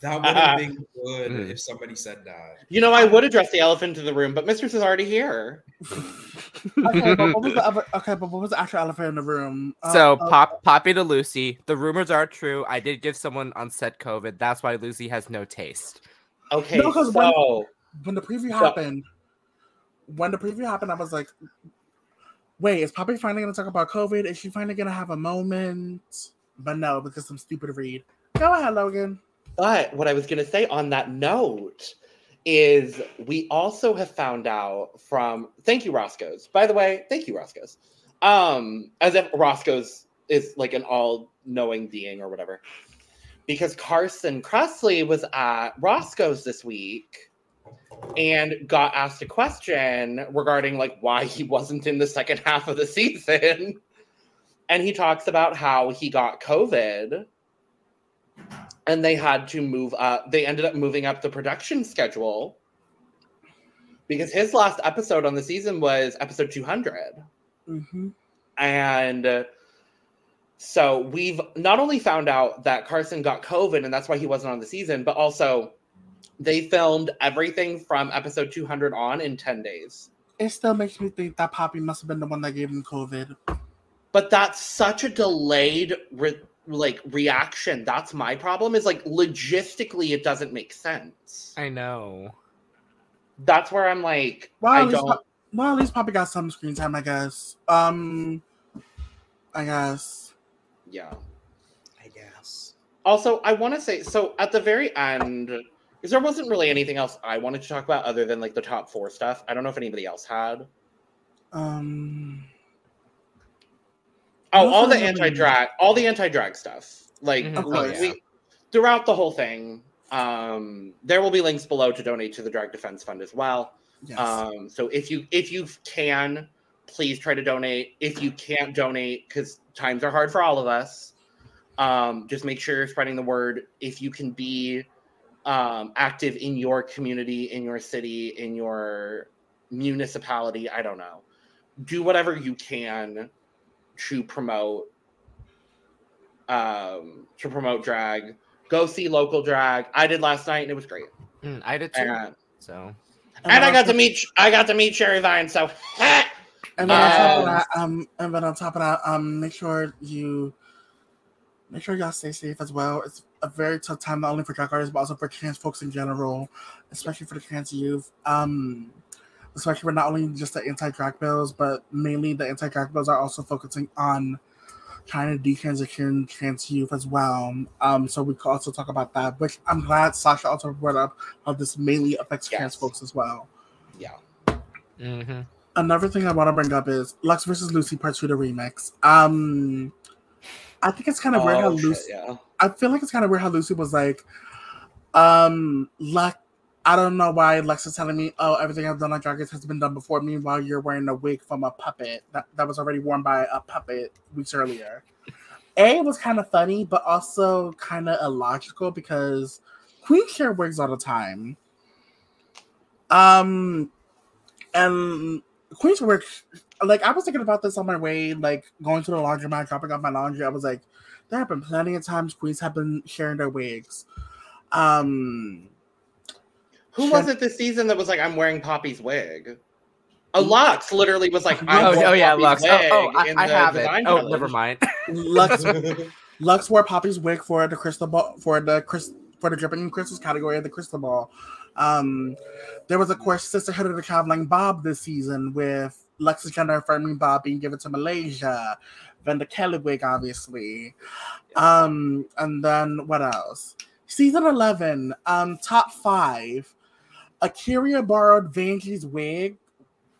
[SPEAKER 4] That would have been good
[SPEAKER 3] Mhm.
[SPEAKER 4] if somebody said that.
[SPEAKER 1] You know, I would address the elephant in the room, but Mistress is already here.
[SPEAKER 2] Okay, but what was the other, okay, but what was the actual elephant in the room? Uh,
[SPEAKER 3] So
[SPEAKER 2] uh,
[SPEAKER 3] pop Poppy to Lucy. The rumors are true. I did give someone on set COVID. That's why Lucy has no taste.
[SPEAKER 1] Okay,
[SPEAKER 2] No, 'cause
[SPEAKER 1] so
[SPEAKER 2] when- when the preview happened, when the preview happened, I was like, "Wait, is Poppy finally going to talk about COVID? Is she finally going to have a moment?" But no, because some stupid read. Go ahead, Logan.
[SPEAKER 1] But what I was going to say on that note is we also have found out from thank you Roscoe's. By the way, thank you Roscoe's. Um, as if Roscoe's is like an all-knowing being or whatever. Because Carson Cressley was at Roscoe's this week and got asked a question regarding like why he wasn't in the second half of the season. And he talks about how he got COVID and they had to move up they ended up moving up the production schedule because his last episode on the season was episode 200
[SPEAKER 2] Mm-hmm.
[SPEAKER 1] and uh, so we've not only found out that Carson got COVID and that's why he wasn't on the season, but also they filmed everything from episode 200 on in 10 days.
[SPEAKER 2] It still makes me think that Poppy must have been the one that gave him COVID.
[SPEAKER 1] But that's such a delayed re- like reaction. That's my problem is like logistically it doesn't make sense.
[SPEAKER 3] I know.
[SPEAKER 1] That's where I'm like
[SPEAKER 2] Well,
[SPEAKER 1] I
[SPEAKER 2] at least
[SPEAKER 1] don't
[SPEAKER 2] Pop- well, at least Poppy got some screen time, I guess. Um, I guess.
[SPEAKER 1] yeah.
[SPEAKER 4] I guess.
[SPEAKER 1] Also, I want to say so at the very end, because there wasn't really anything else I wanted to talk about other than like the top four stuff. I don't know if anybody else had.
[SPEAKER 2] Um,
[SPEAKER 1] Oh,
[SPEAKER 2] Those
[SPEAKER 1] all
[SPEAKER 2] are
[SPEAKER 1] the
[SPEAKER 2] really Mm-hmm. Oh,
[SPEAKER 1] anti drag, all the anti drag stuff. Like
[SPEAKER 3] Mhm. Of
[SPEAKER 1] we-
[SPEAKER 2] course.
[SPEAKER 1] we- throughout the whole thing, um, there will be links below to donate to the Drag Defense Fund as well.
[SPEAKER 2] yes.
[SPEAKER 1] Um, so if you if you can, please try to donate. If you can't donate, because times are hard for all of us, um, just make sure you're spreading the word. If you can be um, active in your community, in your city, in your municipality, I don't know. Do whatever you can to promote um, to promote drag. Go see local drag. I did last night and it was great.
[SPEAKER 3] Mm, I did too.
[SPEAKER 1] And
[SPEAKER 3] So
[SPEAKER 1] and I got to
[SPEAKER 2] meet.
[SPEAKER 1] meet I got to meet Sherry Vine. So
[SPEAKER 2] And then on top of
[SPEAKER 1] Yes.
[SPEAKER 2] that, um, and then on top of that, um, make sure you make sure y'all stay safe as well. It's a very tough time, not only for drag artists, but also for trans folks in general, especially for the trans youth. Um, especially for not only just the anti-drag bills, but mainly the anti-drag bills are also focusing on trying to detransition trans youth as well. Um, so we could also talk about that, which I'm glad Sasha also brought up how this mainly affects trans
[SPEAKER 1] Yes.
[SPEAKER 2] folks as well
[SPEAKER 1] yeah,
[SPEAKER 3] hmm
[SPEAKER 2] another thing I want to bring up is Lux versus Lucy Part Two, the remix. Um, I think it's kind of weird how
[SPEAKER 1] oh, shit,
[SPEAKER 2] Lucy.
[SPEAKER 1] yeah.
[SPEAKER 2] I feel like it's kind of weird how Lucy was like, um, Lux. I don't know why Lux is telling me, oh, everything I've done on Drag Race has been done before. Meanwhile, you're wearing a wig from a puppet that, that was already worn by a puppet weeks earlier. A it was kind of funny, but also kind of illogical because queens share wigs all the time. Um, and queens work. Like I was thinking about this on my way, like going to the laundromat, dropping off my laundry. I was like, there have been plenty of times queens have been sharing their wigs. Um,
[SPEAKER 1] Who was it this season that was like, "I'm wearing Poppy's wig"? Oh, Lux literally was like, "I
[SPEAKER 3] Oh,
[SPEAKER 1] wore
[SPEAKER 3] oh yeah,
[SPEAKER 1] Poppy's
[SPEAKER 3] Lux. Oh,
[SPEAKER 1] wig
[SPEAKER 3] oh, I,
[SPEAKER 1] in
[SPEAKER 3] I
[SPEAKER 1] the
[SPEAKER 3] have it.
[SPEAKER 1] design
[SPEAKER 3] Oh,
[SPEAKER 1] challenge."
[SPEAKER 3] never mind.
[SPEAKER 2] Lux Lux wore Poppy's wig for the crystal ball for the crystal for the dripping crystals category of the crystal ball. Um, there was of course Sisterhood of the Traveling Bob this season with Lex's gender affirming Bob being given to Malaysia, then the Kelly wig obviously, um, and then what else? Season eleven, um, top five. Akira borrowed Vanjie's wig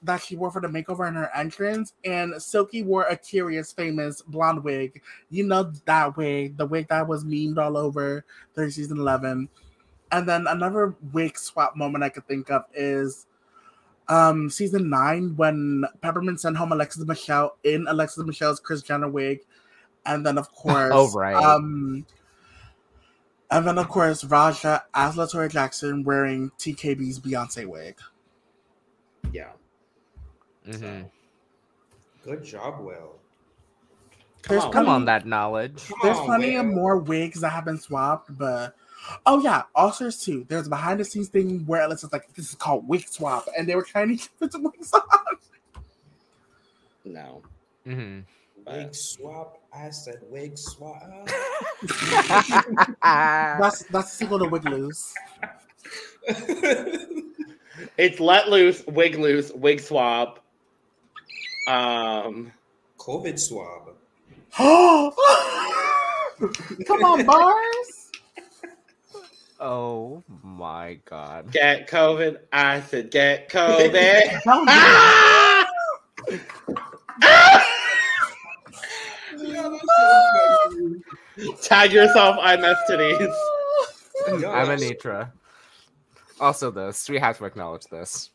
[SPEAKER 2] that she wore for the makeover in her entrance, and Silky wore Akira's famous blonde wig you know that wig, the wig that was memed all over during season eleven. And then another wig swap moment I could think of is um season nine when Peppermint sent home Alexis Michelle in Alexis Michelle's Chris Jenner wig. And then of course
[SPEAKER 3] Oh, right.
[SPEAKER 2] um and then of course Raja as Latoya Jackson wearing TKB's Beyonce wig.
[SPEAKER 1] yeah,
[SPEAKER 3] Mhm.
[SPEAKER 4] Good job, Will.
[SPEAKER 1] come
[SPEAKER 2] There's
[SPEAKER 1] on.
[SPEAKER 3] Come
[SPEAKER 2] plenty-
[SPEAKER 3] on, that knowledge.
[SPEAKER 2] There's
[SPEAKER 4] Oh,
[SPEAKER 2] plenty of
[SPEAKER 4] man.
[SPEAKER 2] more wigs that have been swapped, but oh yeah, All Stars too. There's a behind the scenes thing where Alyssa's like, "This is called wig swap," and they were trying to get the wigs off.
[SPEAKER 1] no. Mm-hmm.
[SPEAKER 3] hmm
[SPEAKER 1] But-
[SPEAKER 4] Wig swap. I said wig swap.
[SPEAKER 2] That's that's the sequel to Wig Loose.
[SPEAKER 1] It's let loose, wig loose, wig swap. Um,
[SPEAKER 4] COVID swab.
[SPEAKER 2] Come on, bars.
[SPEAKER 3] Oh my god.
[SPEAKER 1] Get COVID. I said, get COVID.
[SPEAKER 2] Don't do it.
[SPEAKER 1] Ah! Ah! Tag yourself, I mess titties.
[SPEAKER 3] I'm Anitra. Also, this we have to acknowledge this.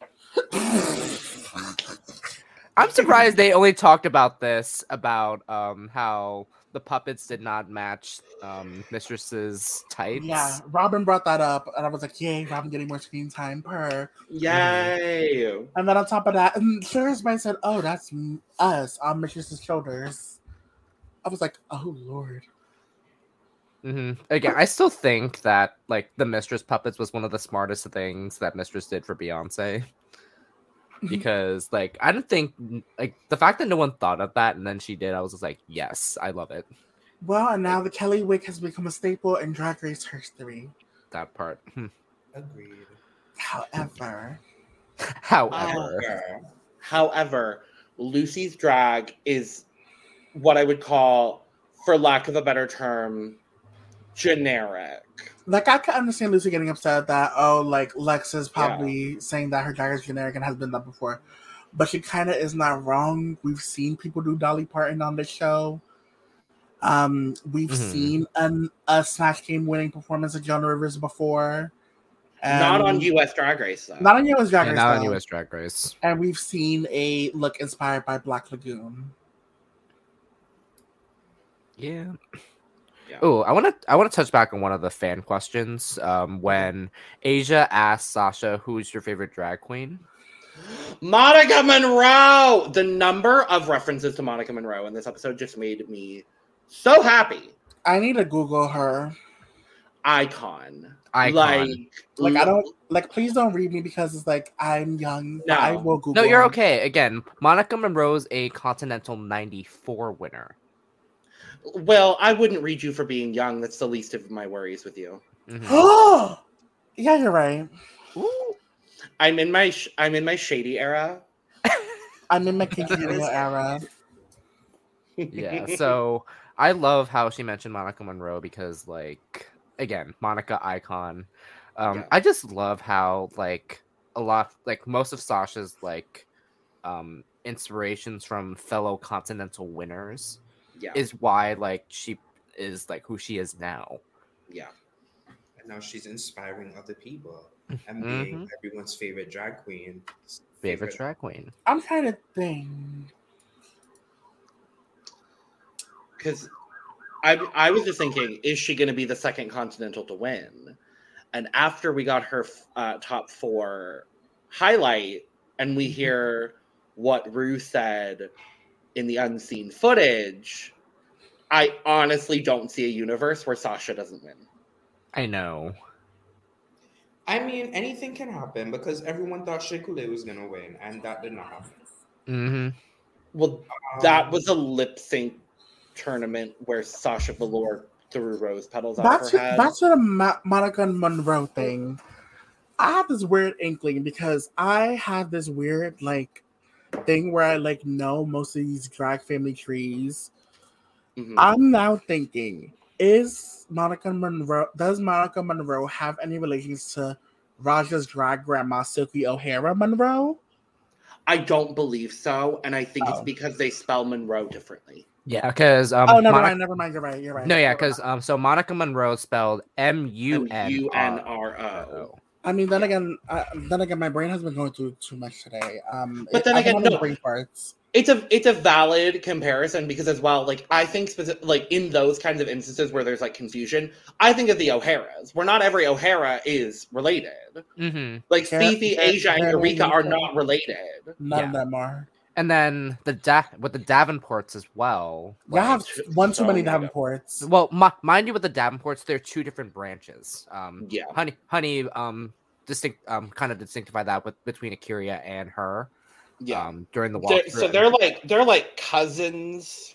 [SPEAKER 3] I'm surprised they only talked about this about um how the puppets did not match um mistress's tights.
[SPEAKER 2] Yeah, Robin brought that up, and I was like, "Yay, Robin getting more screen time per."
[SPEAKER 1] Yay.
[SPEAKER 2] And then on top of that, and Sugar's mind said, "Oh, that's m- us on Mistress's shoulders." I was like, "Oh Lord."
[SPEAKER 3] hmm Again, I still think that like the mistress puppets was one of the smartest things that mistress did for Beyonce. Because like I don't think like the fact that no one thought of that and then she did, I was just like, yes, I love it.
[SPEAKER 2] Well, and now the Kelly wig has become a staple in Drag Race history.
[SPEAKER 3] That part. Hmm.
[SPEAKER 4] Agreed.
[SPEAKER 2] However,
[SPEAKER 3] However,
[SPEAKER 4] Girl,
[SPEAKER 1] However, Lucy's drag is what I would call, for lack of a better term, generic.
[SPEAKER 2] like I can understand Lucy getting upset that oh, like Lex is probably saying that her drag is generic and has been done before, but she kind of is not wrong. We've seen people do Dolly Parton on this show. Um, we've
[SPEAKER 1] Mm-hmm.
[SPEAKER 3] Mhm.
[SPEAKER 2] seen an, a Smash Game winning performance of Joan Rivers before.
[SPEAKER 1] not on
[SPEAKER 2] Um,
[SPEAKER 1] US Drag Race, though.
[SPEAKER 2] Not on U.S. Drag
[SPEAKER 3] yeah,
[SPEAKER 2] Race.
[SPEAKER 3] not on
[SPEAKER 2] though.
[SPEAKER 3] US Drag Race.
[SPEAKER 2] And we've seen a look inspired by Black Lagoon.
[SPEAKER 3] Yeah.
[SPEAKER 1] Yeah.
[SPEAKER 3] Oh, I want to I want to touch back on one of the fan questions. Um, when Asia asked Sasha, "Who's your favorite drag queen?"
[SPEAKER 1] Monica Monroe! The number of references to Monica Monroe in this episode just made me so happy.
[SPEAKER 2] I need to Google her.
[SPEAKER 1] Icon.
[SPEAKER 3] Icon.
[SPEAKER 1] Like,
[SPEAKER 2] Like I don't like. Please don't read me because it's like I'm young. but
[SPEAKER 1] No.
[SPEAKER 2] I will Google.
[SPEAKER 3] no, you're
[SPEAKER 2] her.
[SPEAKER 3] okay. Again, Monica Monroe's a Continental '94 winner.
[SPEAKER 1] Well, I wouldn't read you for being young. That's the least of my worries with you.
[SPEAKER 3] Mhm.
[SPEAKER 2] Oh, yeah, you're right.
[SPEAKER 3] Ooh.
[SPEAKER 1] I'm in my sh- I'm in my shady era.
[SPEAKER 2] I'm in my congenial era.
[SPEAKER 3] yeah. So I love how she mentioned Monica Monroe because, like, again, Monica icon. Um,
[SPEAKER 1] Yeah.
[SPEAKER 3] I just love how like a lot, like most of Sasha's like um inspirations from fellow continental winners
[SPEAKER 1] yeah,
[SPEAKER 3] is why like she is like who she is now.
[SPEAKER 1] yeah.
[SPEAKER 4] And now she's inspiring other people and
[SPEAKER 3] Mhm.
[SPEAKER 4] being everyone's favorite drag queen.
[SPEAKER 3] Favorite drag queen.
[SPEAKER 2] I'm trying to think.
[SPEAKER 1] Because I I was just thinking, is she going to be the second continental to win? And after we got her uh, top four highlight, and
[SPEAKER 2] Mm-hmm.
[SPEAKER 1] we hear what Rue said in the unseen footage, I honestly don't see a universe where Sasha doesn't win.
[SPEAKER 3] I know.
[SPEAKER 4] I mean, anything can happen because everyone thought Shekule was gonna win, and that did not happen.
[SPEAKER 3] hmm
[SPEAKER 1] Well,
[SPEAKER 4] Um,
[SPEAKER 1] that was a lip sync tournament where Sasha Velour threw rose petals out
[SPEAKER 2] That's
[SPEAKER 1] of her head.
[SPEAKER 2] that's what a Ma- Monica and Monroe thing. I have this weird inkling because I have this weird like thing where I like know most of these drag family trees.
[SPEAKER 1] Mhm.
[SPEAKER 3] Hmm.
[SPEAKER 2] I'm now thinking: Is Monica Monroe? Does Monica Monroe have any relations to Raja's drag grandma Silky O'Hara
[SPEAKER 3] Um,
[SPEAKER 2] Monroe?
[SPEAKER 1] I don't believe so, and I think it's
[SPEAKER 2] Oh.
[SPEAKER 1] because they spell Monroe differently.
[SPEAKER 3] Yeah, because um,
[SPEAKER 2] oh, never
[SPEAKER 3] Monica-
[SPEAKER 2] mind, never mind. You're right. You're right.
[SPEAKER 3] no, yeah,
[SPEAKER 2] Never mind.
[SPEAKER 3] because um, so Monica Monroe spelled M U
[SPEAKER 1] U N R O.
[SPEAKER 3] O.
[SPEAKER 2] I mean, then again, uh, then again, my brain has been going through too much today. Um,
[SPEAKER 1] But then
[SPEAKER 2] I
[SPEAKER 1] again,
[SPEAKER 2] one of the
[SPEAKER 1] no.
[SPEAKER 2] brain parts.
[SPEAKER 1] It's a it's a valid comparison because as well, like I think specific, like in those kinds of instances where there's like confusion, I think of the O'Haras. Where not every O'Hara is related.
[SPEAKER 3] Mm-hmm.
[SPEAKER 1] Like
[SPEAKER 2] Sure,
[SPEAKER 1] Fifi,
[SPEAKER 2] sure,
[SPEAKER 1] Asia, and
[SPEAKER 2] sure,
[SPEAKER 1] Eureka are
[SPEAKER 2] sure.
[SPEAKER 1] not related.
[SPEAKER 2] None
[SPEAKER 3] Yeah.
[SPEAKER 2] of them are.
[SPEAKER 3] And then the da- with the Davenports as well.
[SPEAKER 2] Y'all have
[SPEAKER 1] Right.
[SPEAKER 2] one too
[SPEAKER 1] So
[SPEAKER 2] many
[SPEAKER 1] many
[SPEAKER 2] Davenports.
[SPEAKER 3] well, mi- mind you, with the Davenports, they're two different branches. Um,
[SPEAKER 1] Yeah.
[SPEAKER 3] honey, honey, um, distinct, um, kind of distinctify that with between Akira and her.
[SPEAKER 1] Yeah.
[SPEAKER 3] Um, during the
[SPEAKER 1] They're-
[SPEAKER 3] walk,
[SPEAKER 1] so they're like they're like cousins.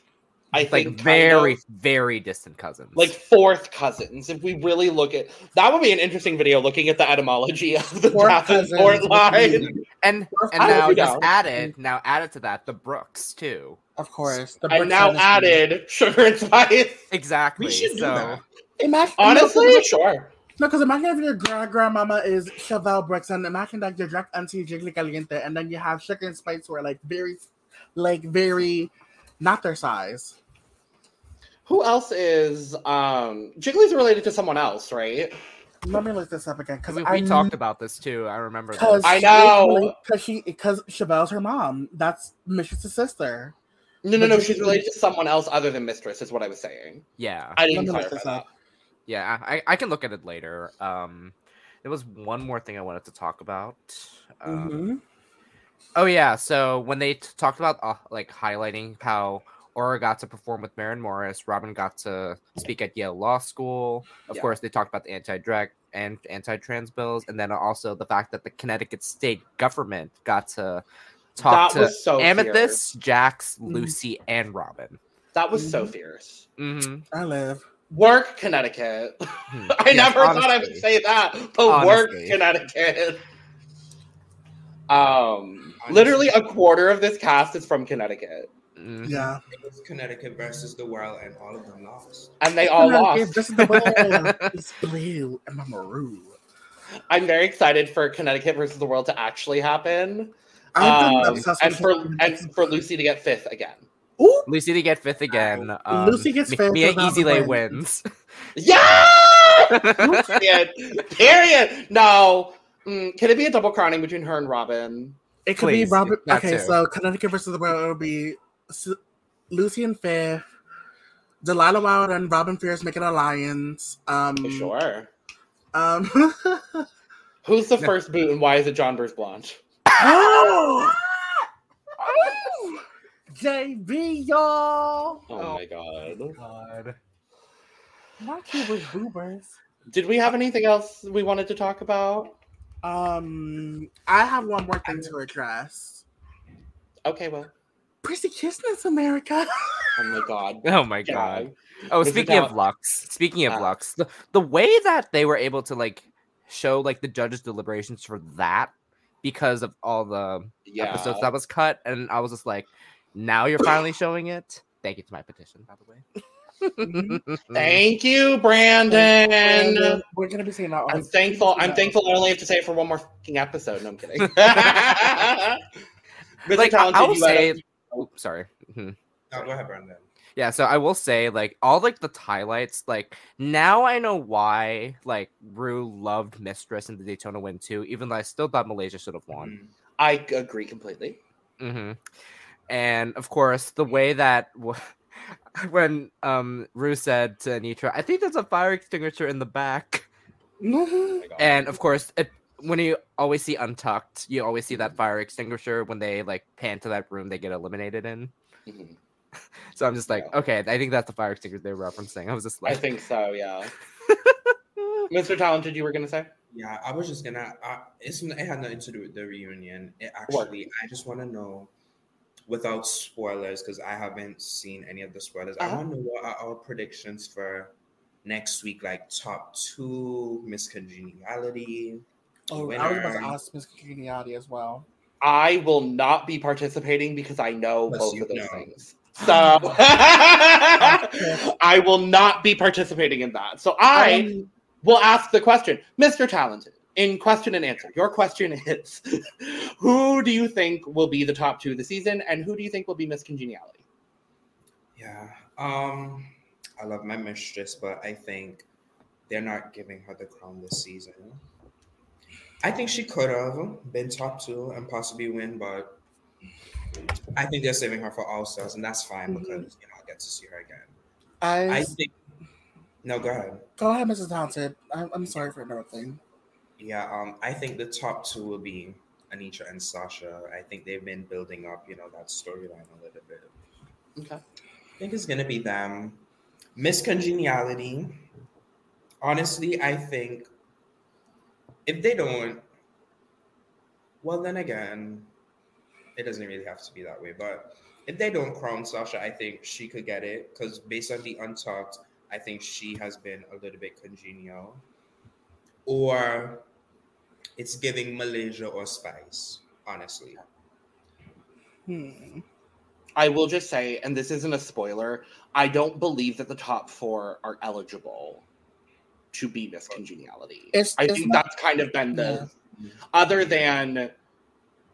[SPEAKER 1] I
[SPEAKER 3] like
[SPEAKER 1] think kind
[SPEAKER 3] very,
[SPEAKER 1] of.
[SPEAKER 3] very distant cousins.
[SPEAKER 1] like fourth cousins. If we really look at that, would be an interesting video looking at the etymology of the
[SPEAKER 2] Fourth
[SPEAKER 1] Davenport
[SPEAKER 2] cousins,
[SPEAKER 1] line.
[SPEAKER 3] and and
[SPEAKER 1] I
[SPEAKER 3] now
[SPEAKER 1] would
[SPEAKER 3] just
[SPEAKER 1] know.
[SPEAKER 3] added now added to that the Brooks too.
[SPEAKER 2] Of course, the
[SPEAKER 1] I
[SPEAKER 2] Brooks
[SPEAKER 1] now
[SPEAKER 2] dynasty.
[SPEAKER 1] added sugar and spice.
[SPEAKER 3] Exactly.
[SPEAKER 4] We should do
[SPEAKER 3] so
[SPEAKER 4] that.
[SPEAKER 2] Imagine,
[SPEAKER 1] Honestly, sure.
[SPEAKER 2] No, because imagine if your grand grandmama is Chevelle Brooks, and imagine that your drag auntie Jiggly Caliente, and then you have Sugar and Spice, who are like very, like very, not their size.
[SPEAKER 1] Who else is um Jiggly's related to someone else, right?
[SPEAKER 2] Let me look this up again because
[SPEAKER 3] we, we talked about this too. I remember.
[SPEAKER 2] Because
[SPEAKER 3] This.
[SPEAKER 1] I know.
[SPEAKER 2] because she because Chevelle's her mom. That's Mistress's sister.
[SPEAKER 1] No, no, no.
[SPEAKER 2] But
[SPEAKER 1] She's
[SPEAKER 2] Jiggly-
[SPEAKER 1] related to someone else other than Mistress, is what I was saying.
[SPEAKER 3] Yeah,
[SPEAKER 1] I
[SPEAKER 2] Let
[SPEAKER 1] didn't
[SPEAKER 2] me look
[SPEAKER 1] clarify
[SPEAKER 2] this
[SPEAKER 1] that.
[SPEAKER 2] up.
[SPEAKER 3] yeah. I, I can look at it later. Um, there was one more thing I wanted to talk about.
[SPEAKER 1] Uh,
[SPEAKER 3] Um,
[SPEAKER 1] Mm-hmm.
[SPEAKER 2] Mhm.
[SPEAKER 3] Oh yeah, so when they t- talked about uh, like highlighting how Aura got to perform with Marin Morris, Robin got to speak at Yale Law School. Of
[SPEAKER 1] Yeah.
[SPEAKER 3] course, they talked about the anti-drag and anti-trans bills, and then also the fact that the Connecticut state government got to talk
[SPEAKER 1] that
[SPEAKER 3] to
[SPEAKER 1] was so Mm-hmm. fierce.
[SPEAKER 3] Amethyst, Jax,
[SPEAKER 2] Mhm.
[SPEAKER 3] Lucy, and Robin.
[SPEAKER 1] That was so
[SPEAKER 2] Mhm.
[SPEAKER 1] fierce.
[SPEAKER 3] Mm-hmm.
[SPEAKER 2] I live.
[SPEAKER 1] Work Connecticut. I never thought I would say that, but work
[SPEAKER 3] Hmm. Honestly.
[SPEAKER 1] Connecticut. Um, literally a quarter of this cast is from Connecticut,
[SPEAKER 3] Mm-hmm.
[SPEAKER 2] Yeah.
[SPEAKER 4] It was Connecticut versus the world, and all of them lost.
[SPEAKER 1] and they all
[SPEAKER 2] Connecticut,
[SPEAKER 1] lost.
[SPEAKER 2] This is the world. it's blue and I'm maroon.
[SPEAKER 1] I'm very excited for Connecticut versus the world to actually happen,
[SPEAKER 2] I've been
[SPEAKER 1] um,
[SPEAKER 2] obsessed
[SPEAKER 1] and
[SPEAKER 2] with
[SPEAKER 1] for
[SPEAKER 2] Connecticut.
[SPEAKER 1] and for Lucy to get fifth again.
[SPEAKER 2] Ooh,
[SPEAKER 3] Lucy to get fifth again. Um,
[SPEAKER 2] Lucy gets
[SPEAKER 3] Mi-
[SPEAKER 2] fifth
[SPEAKER 3] Mia
[SPEAKER 2] without
[SPEAKER 3] Easy Lay
[SPEAKER 2] the win.
[SPEAKER 3] wins.
[SPEAKER 1] Yeah, period. Period. No, Mm, can it be a double crowning between her and Robin?
[SPEAKER 2] it could
[SPEAKER 3] Please,
[SPEAKER 2] be Robert.
[SPEAKER 3] that
[SPEAKER 2] okay,
[SPEAKER 3] too.
[SPEAKER 2] so Connecticut versus the world would be Su- Lucy and Fifth, Delilah Wilder and Robin Fierce make an alliance. Um,
[SPEAKER 3] Mm.
[SPEAKER 1] Sure.
[SPEAKER 2] Um,
[SPEAKER 1] Who's the first boot, and why is it John Burr's blonde?
[SPEAKER 2] oh, JB, y'all.
[SPEAKER 1] Oh,
[SPEAKER 3] Oh.
[SPEAKER 1] my god.
[SPEAKER 3] God.
[SPEAKER 2] Not you with boobers.
[SPEAKER 1] Did we have anything else we wanted to talk about?
[SPEAKER 2] Um, I have one more thing to address.
[SPEAKER 1] Okay, well.
[SPEAKER 2] Prissy Kissness, America.
[SPEAKER 1] Oh my god.
[SPEAKER 3] Oh my god.
[SPEAKER 1] Yeah.
[SPEAKER 3] Oh,
[SPEAKER 1] Is it
[SPEAKER 3] speaking of
[SPEAKER 1] about-
[SPEAKER 3] Lux, speaking of
[SPEAKER 1] Ah.
[SPEAKER 3] Lux, the, the way that they were able to like show like the judges' deliberations for that because of all the
[SPEAKER 1] Yeah.
[SPEAKER 3] episodes that was cut, and I was just like, now you're finally showing it. Thank you to my petition, by
[SPEAKER 2] Mhm.
[SPEAKER 3] the way.
[SPEAKER 1] Mm-hmm. Thank you, Brandon.
[SPEAKER 2] And we're gonna be seeing that. on-
[SPEAKER 1] uh, I'm thankful. I'm thankful I only have to say it for one more fucking episode. No, I'm kidding. Mr.
[SPEAKER 3] like I,
[SPEAKER 1] Talented,
[SPEAKER 3] I will
[SPEAKER 1] you had
[SPEAKER 3] say,
[SPEAKER 1] a-
[SPEAKER 3] Oops, sorry. Mhm.
[SPEAKER 4] Now go ahead, Brandon.
[SPEAKER 3] Yeah, so I will say, like, all like the highlights, like now I know why like Rue loved Mistress in the Daytona win too, even though I still thought Malaysia should have won.
[SPEAKER 4] Mm.
[SPEAKER 1] I agree completely. Mm-hmm.
[SPEAKER 3] hmm And of course, the way that w- when um Rue said to Anitra, "I think there's a fire extinguisher in the back,"
[SPEAKER 1] Oh
[SPEAKER 2] Mhm.
[SPEAKER 1] my God.
[SPEAKER 3] and of course, it, when you always see Untucked, you always see
[SPEAKER 1] Mm-hmm.
[SPEAKER 3] that fire extinguisher when they like pan to that room they get eliminated in.
[SPEAKER 1] Mhm.
[SPEAKER 3] So I'm just like,
[SPEAKER 1] Yeah.
[SPEAKER 3] okay, I think that's the fire extinguisher they were referencing. I was just
[SPEAKER 1] I
[SPEAKER 3] like,
[SPEAKER 1] think so, yeah. Mr. Talented, you were going to say?
[SPEAKER 4] Yeah, I was just gonna. Uh, it's n- it had nothing to do with the reunion. It actually, I just want to know, without spoilers, because I haven't seen any of the spoilers. I
[SPEAKER 1] Uh-huh.
[SPEAKER 4] want to know what are our predictions for next week, like top two, Miss Congeniality.
[SPEAKER 2] Oh, I was about to ask Miss Congeniality as well.
[SPEAKER 1] I will not be participating because I know
[SPEAKER 4] Yes,
[SPEAKER 1] both
[SPEAKER 4] you
[SPEAKER 1] of those
[SPEAKER 4] know.
[SPEAKER 1] things. So I will not be participating in that. So I
[SPEAKER 2] Um,
[SPEAKER 1] will ask the question, Mr. Talented, in question and answer. Your question is who do you think will be the top two of the season and who do you think will be Miss Congeniality?
[SPEAKER 4] Yeah. Um, I love my mistress, but I think they're not giving her the crown this season. I think she could have been top two and possibly win, but I think they're saving her for all stars, and that's fine
[SPEAKER 2] Mhm.
[SPEAKER 4] because you know I get to see her again.
[SPEAKER 2] I,
[SPEAKER 4] I think. No, go ahead.
[SPEAKER 2] go ahead, Mrs. Talented. I'm, I'm sorry for interrupting.
[SPEAKER 4] Yeah, um, I think the top two will be Anitra and Sasha. I think they've been building up, you know, that storyline a little bit.
[SPEAKER 1] Okay.
[SPEAKER 4] I think it's gonna be them. Miss Congeniality. Honestly, I think if they don't, well, then again, it doesn't really have to be that way. But if they don't crown Sasha, I think she could get it because based on the untucked, I think she has been a little bit congenial. Or it's giving Malaysia or Spice, honestly.
[SPEAKER 2] Hmm.
[SPEAKER 1] I will just say, and this isn't a spoiler, I don't believe that the top four are eligible to be Miss Congeniality.
[SPEAKER 2] It's-
[SPEAKER 1] I
[SPEAKER 2] it's
[SPEAKER 1] think
[SPEAKER 2] not-
[SPEAKER 1] that's kind of been the other than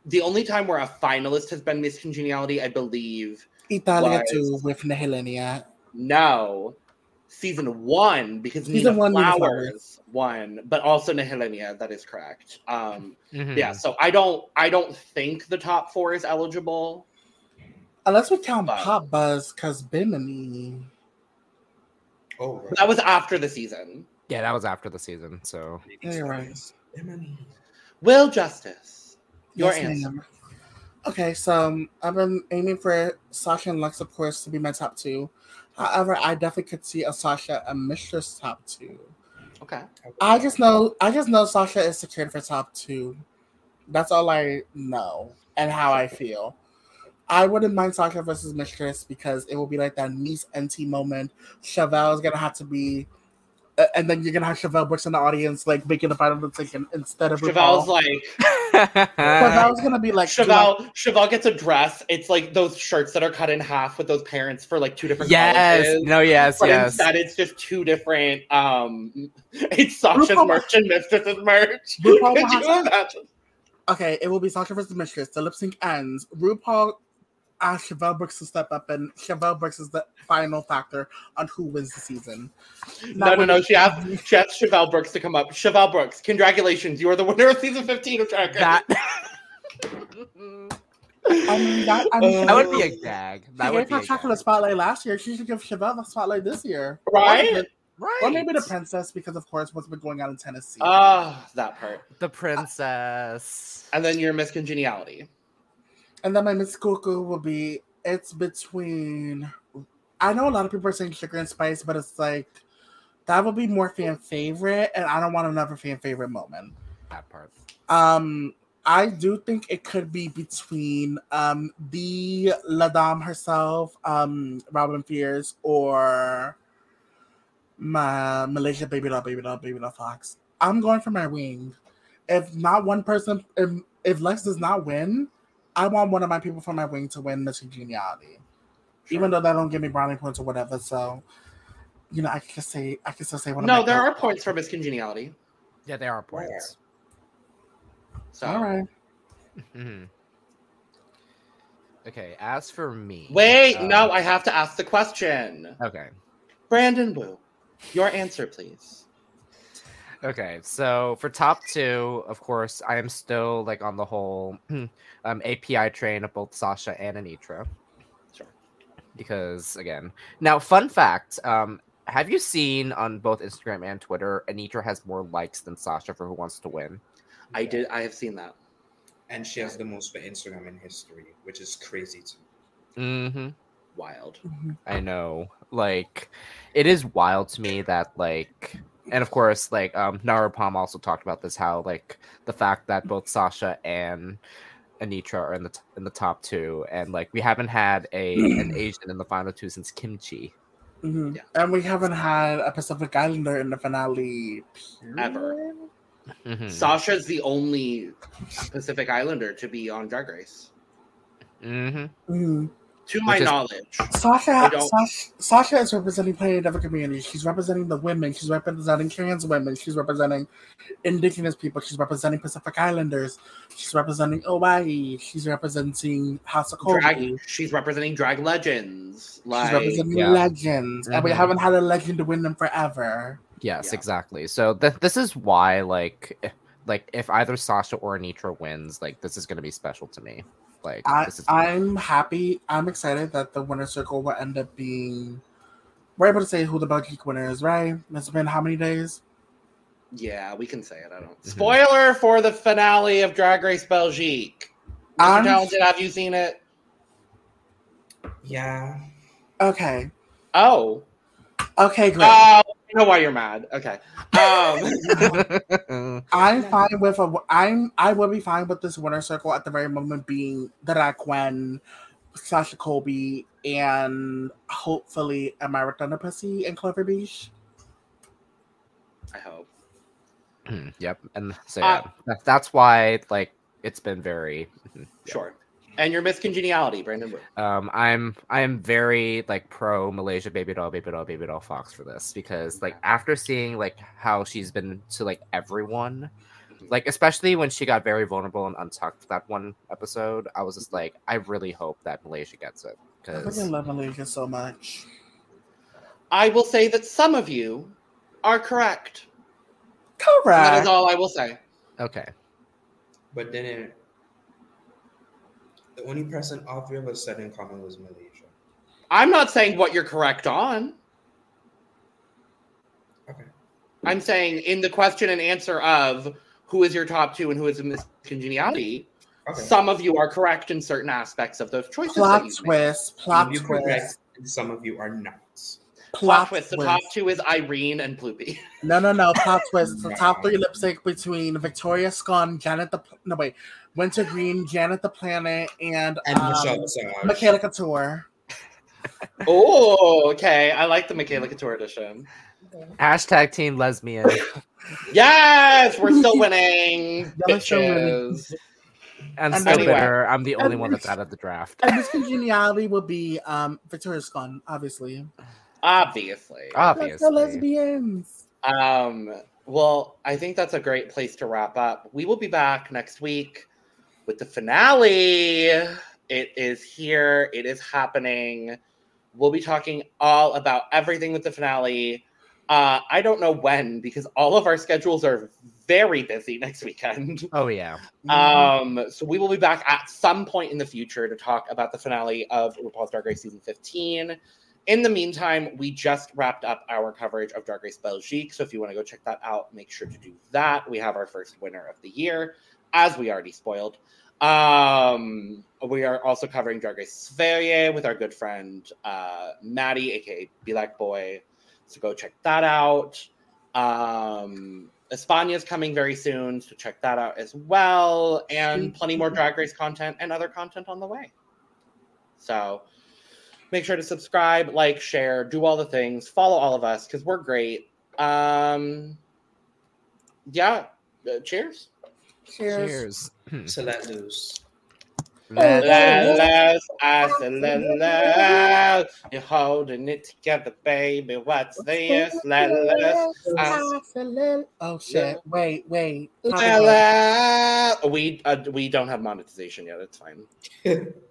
[SPEAKER 1] the only time where a finalist has been Miss Congeniality, I believe,
[SPEAKER 2] Italia
[SPEAKER 1] Wise.
[SPEAKER 2] too with Nihilenia.
[SPEAKER 1] no. Season one, because
[SPEAKER 2] Season
[SPEAKER 1] Nina
[SPEAKER 2] one, Nina
[SPEAKER 1] Flowers won, but also Nihilenia, that is correct. Um,
[SPEAKER 3] Mhm.
[SPEAKER 1] yeah, so I don't I don't think the top four is eligible.
[SPEAKER 2] Unless we Uh, count
[SPEAKER 1] Wow.
[SPEAKER 2] Pop Buzz, cause Bimini.
[SPEAKER 4] Oh, right.
[SPEAKER 1] That was after the season.
[SPEAKER 3] Yeah, that was after the season. So
[SPEAKER 2] Yeah, right.
[SPEAKER 4] Emily.
[SPEAKER 1] Will Justice. Your
[SPEAKER 2] Yes,
[SPEAKER 1] answer.
[SPEAKER 2] ma'am. Okay, so um, I've been aiming for Sasha and Lux, of course, to be my top two. However, I definitely could see a Sasha and Mistress top two.
[SPEAKER 1] Okay.
[SPEAKER 2] I just know, I just know Sasha is secured for top two. That's all I know and how I feel. I wouldn't mind Sasha versus Mistress because it will be like that niece auntie moment. Chevelle is gonna have to be, uh, and then you're gonna have Chevelle Brooks in the audience, like making the final decision instead of
[SPEAKER 1] Chevelle's
[SPEAKER 2] RuPaul.
[SPEAKER 1] like
[SPEAKER 2] Chevelle's gonna be like do I
[SPEAKER 1] Chevelle, Chevelle gets a dress. It's like those shirts that are cut in half with those parents for like two different
[SPEAKER 3] yes,
[SPEAKER 1] colleges.
[SPEAKER 3] no, yes,
[SPEAKER 1] But
[SPEAKER 3] yes.
[SPEAKER 1] instead, it's just two different. Um, it's Sasha's
[SPEAKER 2] RuPaul-
[SPEAKER 1] merch and Mistress's merch.
[SPEAKER 2] RuPaul
[SPEAKER 1] Could
[SPEAKER 2] has
[SPEAKER 1] you imagine?
[SPEAKER 2] Okay, it will be Sasha versus Mistress. The lip sync ends. RuPaul asks Chevelle Brooks to step up, and Chevelle Brooks is the final factor on who wins the season.
[SPEAKER 1] No, no,
[SPEAKER 2] when-
[SPEAKER 1] no. She asked, she asked Chevelle Brooks to come up. Chevelle Brooks, congratulations. You are the winner of season 15 of Drag Race.
[SPEAKER 3] that
[SPEAKER 2] I mean, that, I
[SPEAKER 1] Uh,
[SPEAKER 2] mean,
[SPEAKER 3] that would be a gag. That
[SPEAKER 2] she
[SPEAKER 3] would
[SPEAKER 2] gave
[SPEAKER 3] be a
[SPEAKER 2] her chocolate
[SPEAKER 3] gag.
[SPEAKER 2] spotlight last year. She should give Chevelle the spotlight this year.
[SPEAKER 1] Right?
[SPEAKER 3] Right.
[SPEAKER 2] Or maybe the princess, because of course, what's been going on in Tennessee.
[SPEAKER 1] Ah, that part.
[SPEAKER 3] the princess.
[SPEAKER 1] And then your Miss Congeniality.
[SPEAKER 2] and then my Miss Cuckoo will be it's between. I know a lot of people are saying sugar and spice, but it's like that would be more fan favorite, and I don't want another fan favorite moment.
[SPEAKER 3] that part.
[SPEAKER 2] Um, I do think it could be between um the Ladam herself, um Robin Fears, or my Malaysia baby doll, baby doll, baby doll Fox. I'm going for my wing. If not one person, if, if Lex does not win, I want one of my people from my wing to win Miss Congeniality. Even though they don't give me brownie points or whatever, so you know I can just say I can still say one.
[SPEAKER 1] No,
[SPEAKER 2] of my
[SPEAKER 1] there are
[SPEAKER 2] girls.
[SPEAKER 1] points for Miss Congeniality.
[SPEAKER 3] Yeah, they are points.
[SPEAKER 1] So.
[SPEAKER 2] All right.
[SPEAKER 3] Mhm. Okay. As for me,
[SPEAKER 1] Wait,
[SPEAKER 2] Uh,
[SPEAKER 3] um,
[SPEAKER 1] no, I have to ask the question.
[SPEAKER 3] Okay.
[SPEAKER 1] Brandon Wu, your answer, please.
[SPEAKER 3] Okay, so for top two, of course, I am still like on the whole um, API train of both Sasha and Anitra
[SPEAKER 1] Sure.
[SPEAKER 3] because, again, now fun fact: um, Have you seen on both Instagram and Twitter, Anitra has more likes than Sasha for who wants to win?
[SPEAKER 1] I did. I have seen that.
[SPEAKER 4] And she has the most for Instagram in history, which is crazy too.
[SPEAKER 3] Mm-hmm.
[SPEAKER 1] Wild.
[SPEAKER 3] I know. Like, it is wild to me that like, and of course, like um, Nara Palm also talked about this how like the fact that both Sasha and Anitra are in the t- in the top two, and like we haven't had a an Asian in the final two since Kimchi.
[SPEAKER 2] Mhm.
[SPEAKER 1] Yeah.
[SPEAKER 2] And we haven't had a Pacific Islander in the finale.
[SPEAKER 1] Ever.
[SPEAKER 2] Hmm.
[SPEAKER 3] Mhm.
[SPEAKER 1] Sasha's the only Pacific Islander to be on Drag Race,
[SPEAKER 3] Mhm.
[SPEAKER 2] Mhm.
[SPEAKER 1] to my
[SPEAKER 3] Which is-
[SPEAKER 1] knowledge. I
[SPEAKER 2] Sasha,
[SPEAKER 1] Mm-hmm. don't-
[SPEAKER 2] Sasha, Sasha is representing plenty of different communities. She's representing the women. She's representing trans women. She's representing indigenous people. She's representing Pacific Islanders. She's representing Hawaii. She's representing House of Kobe.
[SPEAKER 1] Drag, she's representing drag legends.
[SPEAKER 2] She's
[SPEAKER 1] Like,
[SPEAKER 2] representing
[SPEAKER 3] yeah.
[SPEAKER 2] legends. And we
[SPEAKER 3] Mhm.
[SPEAKER 2] haven't had a legend to win them forever.
[SPEAKER 3] Yes,
[SPEAKER 1] Yeah.
[SPEAKER 3] exactly. So th- this is why like eh, like if either Sasha or Anitra wins, like this is gonna be special to me. Like
[SPEAKER 2] I,
[SPEAKER 3] this is
[SPEAKER 2] I'm happy. I'm excited that the winner circle will end up being. We're able to say who the Belgique winner is, right? It's been how many days?
[SPEAKER 1] yeah, we can say it. I don't.
[SPEAKER 3] Mhm.
[SPEAKER 1] Spoiler for the finale of Drag Race Belgique. Mr.
[SPEAKER 3] Um,
[SPEAKER 2] I'm-
[SPEAKER 1] Talented, have you seen it?
[SPEAKER 4] Yeah.
[SPEAKER 2] Okay.
[SPEAKER 1] Oh,
[SPEAKER 2] Okay,
[SPEAKER 1] oh,
[SPEAKER 2] great.
[SPEAKER 1] I know why you're mad. Okay. Um,
[SPEAKER 3] uh,
[SPEAKER 2] I'm fine with a. I'm. I will be fine with this winner circle at the very moment being the Raquan, Sasha Colby, and hopefully Amira Pussy and Clever Beach.
[SPEAKER 1] I hope.
[SPEAKER 3] Mm, yep, and so
[SPEAKER 1] Uh,
[SPEAKER 3] yeah, that, that's why like it's been very
[SPEAKER 1] Sure. And your Miss Congeniality, Brandon Wu.
[SPEAKER 3] Um, I'm I'm very like pro Malaysia baby doll, baby doll, baby doll Fox for this because like after seeing like how she's been to like everyone, like especially when she got very vulnerable and untucked that one episode, I was just like, I really hope that Malaysia gets it
[SPEAKER 2] I
[SPEAKER 3] because
[SPEAKER 2] freaking love Malaysia so much.
[SPEAKER 1] I will say that some of you are correct. That
[SPEAKER 2] Correct.
[SPEAKER 3] Uh,
[SPEAKER 1] is all I will say.
[SPEAKER 3] okay,
[SPEAKER 4] But then it, the only person all three of us said in common was Malaysia.
[SPEAKER 1] I'm not saying what you're correct on.
[SPEAKER 4] Okay.
[SPEAKER 1] I'm saying in the question and answer of who is your top two and who is a Miss Congeniality,
[SPEAKER 4] Okay.
[SPEAKER 1] some of you are correct in certain aspects of those choices. that
[SPEAKER 2] Plot
[SPEAKER 1] you've made.
[SPEAKER 2] twist.
[SPEAKER 4] Some
[SPEAKER 2] Plot
[SPEAKER 4] of you
[SPEAKER 2] twist.
[SPEAKER 4] are correct, and some of you are not.
[SPEAKER 1] Plot twist. The top two is Irene and Ploopy.
[SPEAKER 2] No, no, no. Plot twist. It's the top three
[SPEAKER 4] Wow.
[SPEAKER 2] lip sync between Victoria Scone, Janet the no wait, Winter Green, Janet the Planet, and,
[SPEAKER 4] And
[SPEAKER 2] um,
[SPEAKER 4] Michelle Visage.
[SPEAKER 2] Michaela Couture.
[SPEAKER 1] oh, okay. I like the Michaela Couture edition.
[SPEAKER 3] hashtag team lesbian.
[SPEAKER 1] Yes, we're still winning.
[SPEAKER 2] Y'all are still winning.
[SPEAKER 1] bitches.
[SPEAKER 3] I'm
[SPEAKER 2] And
[SPEAKER 3] so
[SPEAKER 1] anyway-
[SPEAKER 3] bitter. I'm the only one that's out of the draft.
[SPEAKER 2] And this congeniality will be um Victoria Scone, obviously.
[SPEAKER 1] Obviously.
[SPEAKER 2] That's the
[SPEAKER 3] Obviously,
[SPEAKER 2] lesbians.
[SPEAKER 1] Um, well, I think that's a great place to wrap up. We will be back next week with the finale. It is here, it is happening. We'll be talking all about everything with the finale. Uh, I don't know when because all of our schedules are very busy next weekend.
[SPEAKER 3] oh yeah.
[SPEAKER 1] Um, so we will be back at some point in the future to talk about the finale of RuPaul's Drag Race season 15. In the meantime, we just wrapped up our coverage of Drag Race Belgique. So if you want to go check that out, make sure to do that. We have our first winner of the year, as we already spoiled. Um, we are also covering Drag Race Sverige with our good friend uh, Maddie, aka Black Boy. So go check that out. Um, Espana is coming very soon, so check that out as well. And plenty more Drag Race content and other content on the way. So make sure to subscribe, like, share, do all the things, follow all of us because we're great. Um, yeah, uh, cheers.
[SPEAKER 2] Cheers.
[SPEAKER 3] Cheers.
[SPEAKER 4] So let loose.
[SPEAKER 2] Oh,
[SPEAKER 1] La- las- as- la- la- You're holding it together, baby. What's this? La- las-
[SPEAKER 2] Oh shit. Wait, wait.
[SPEAKER 1] la- la- We uh, we don't have monetization yet. It's fine.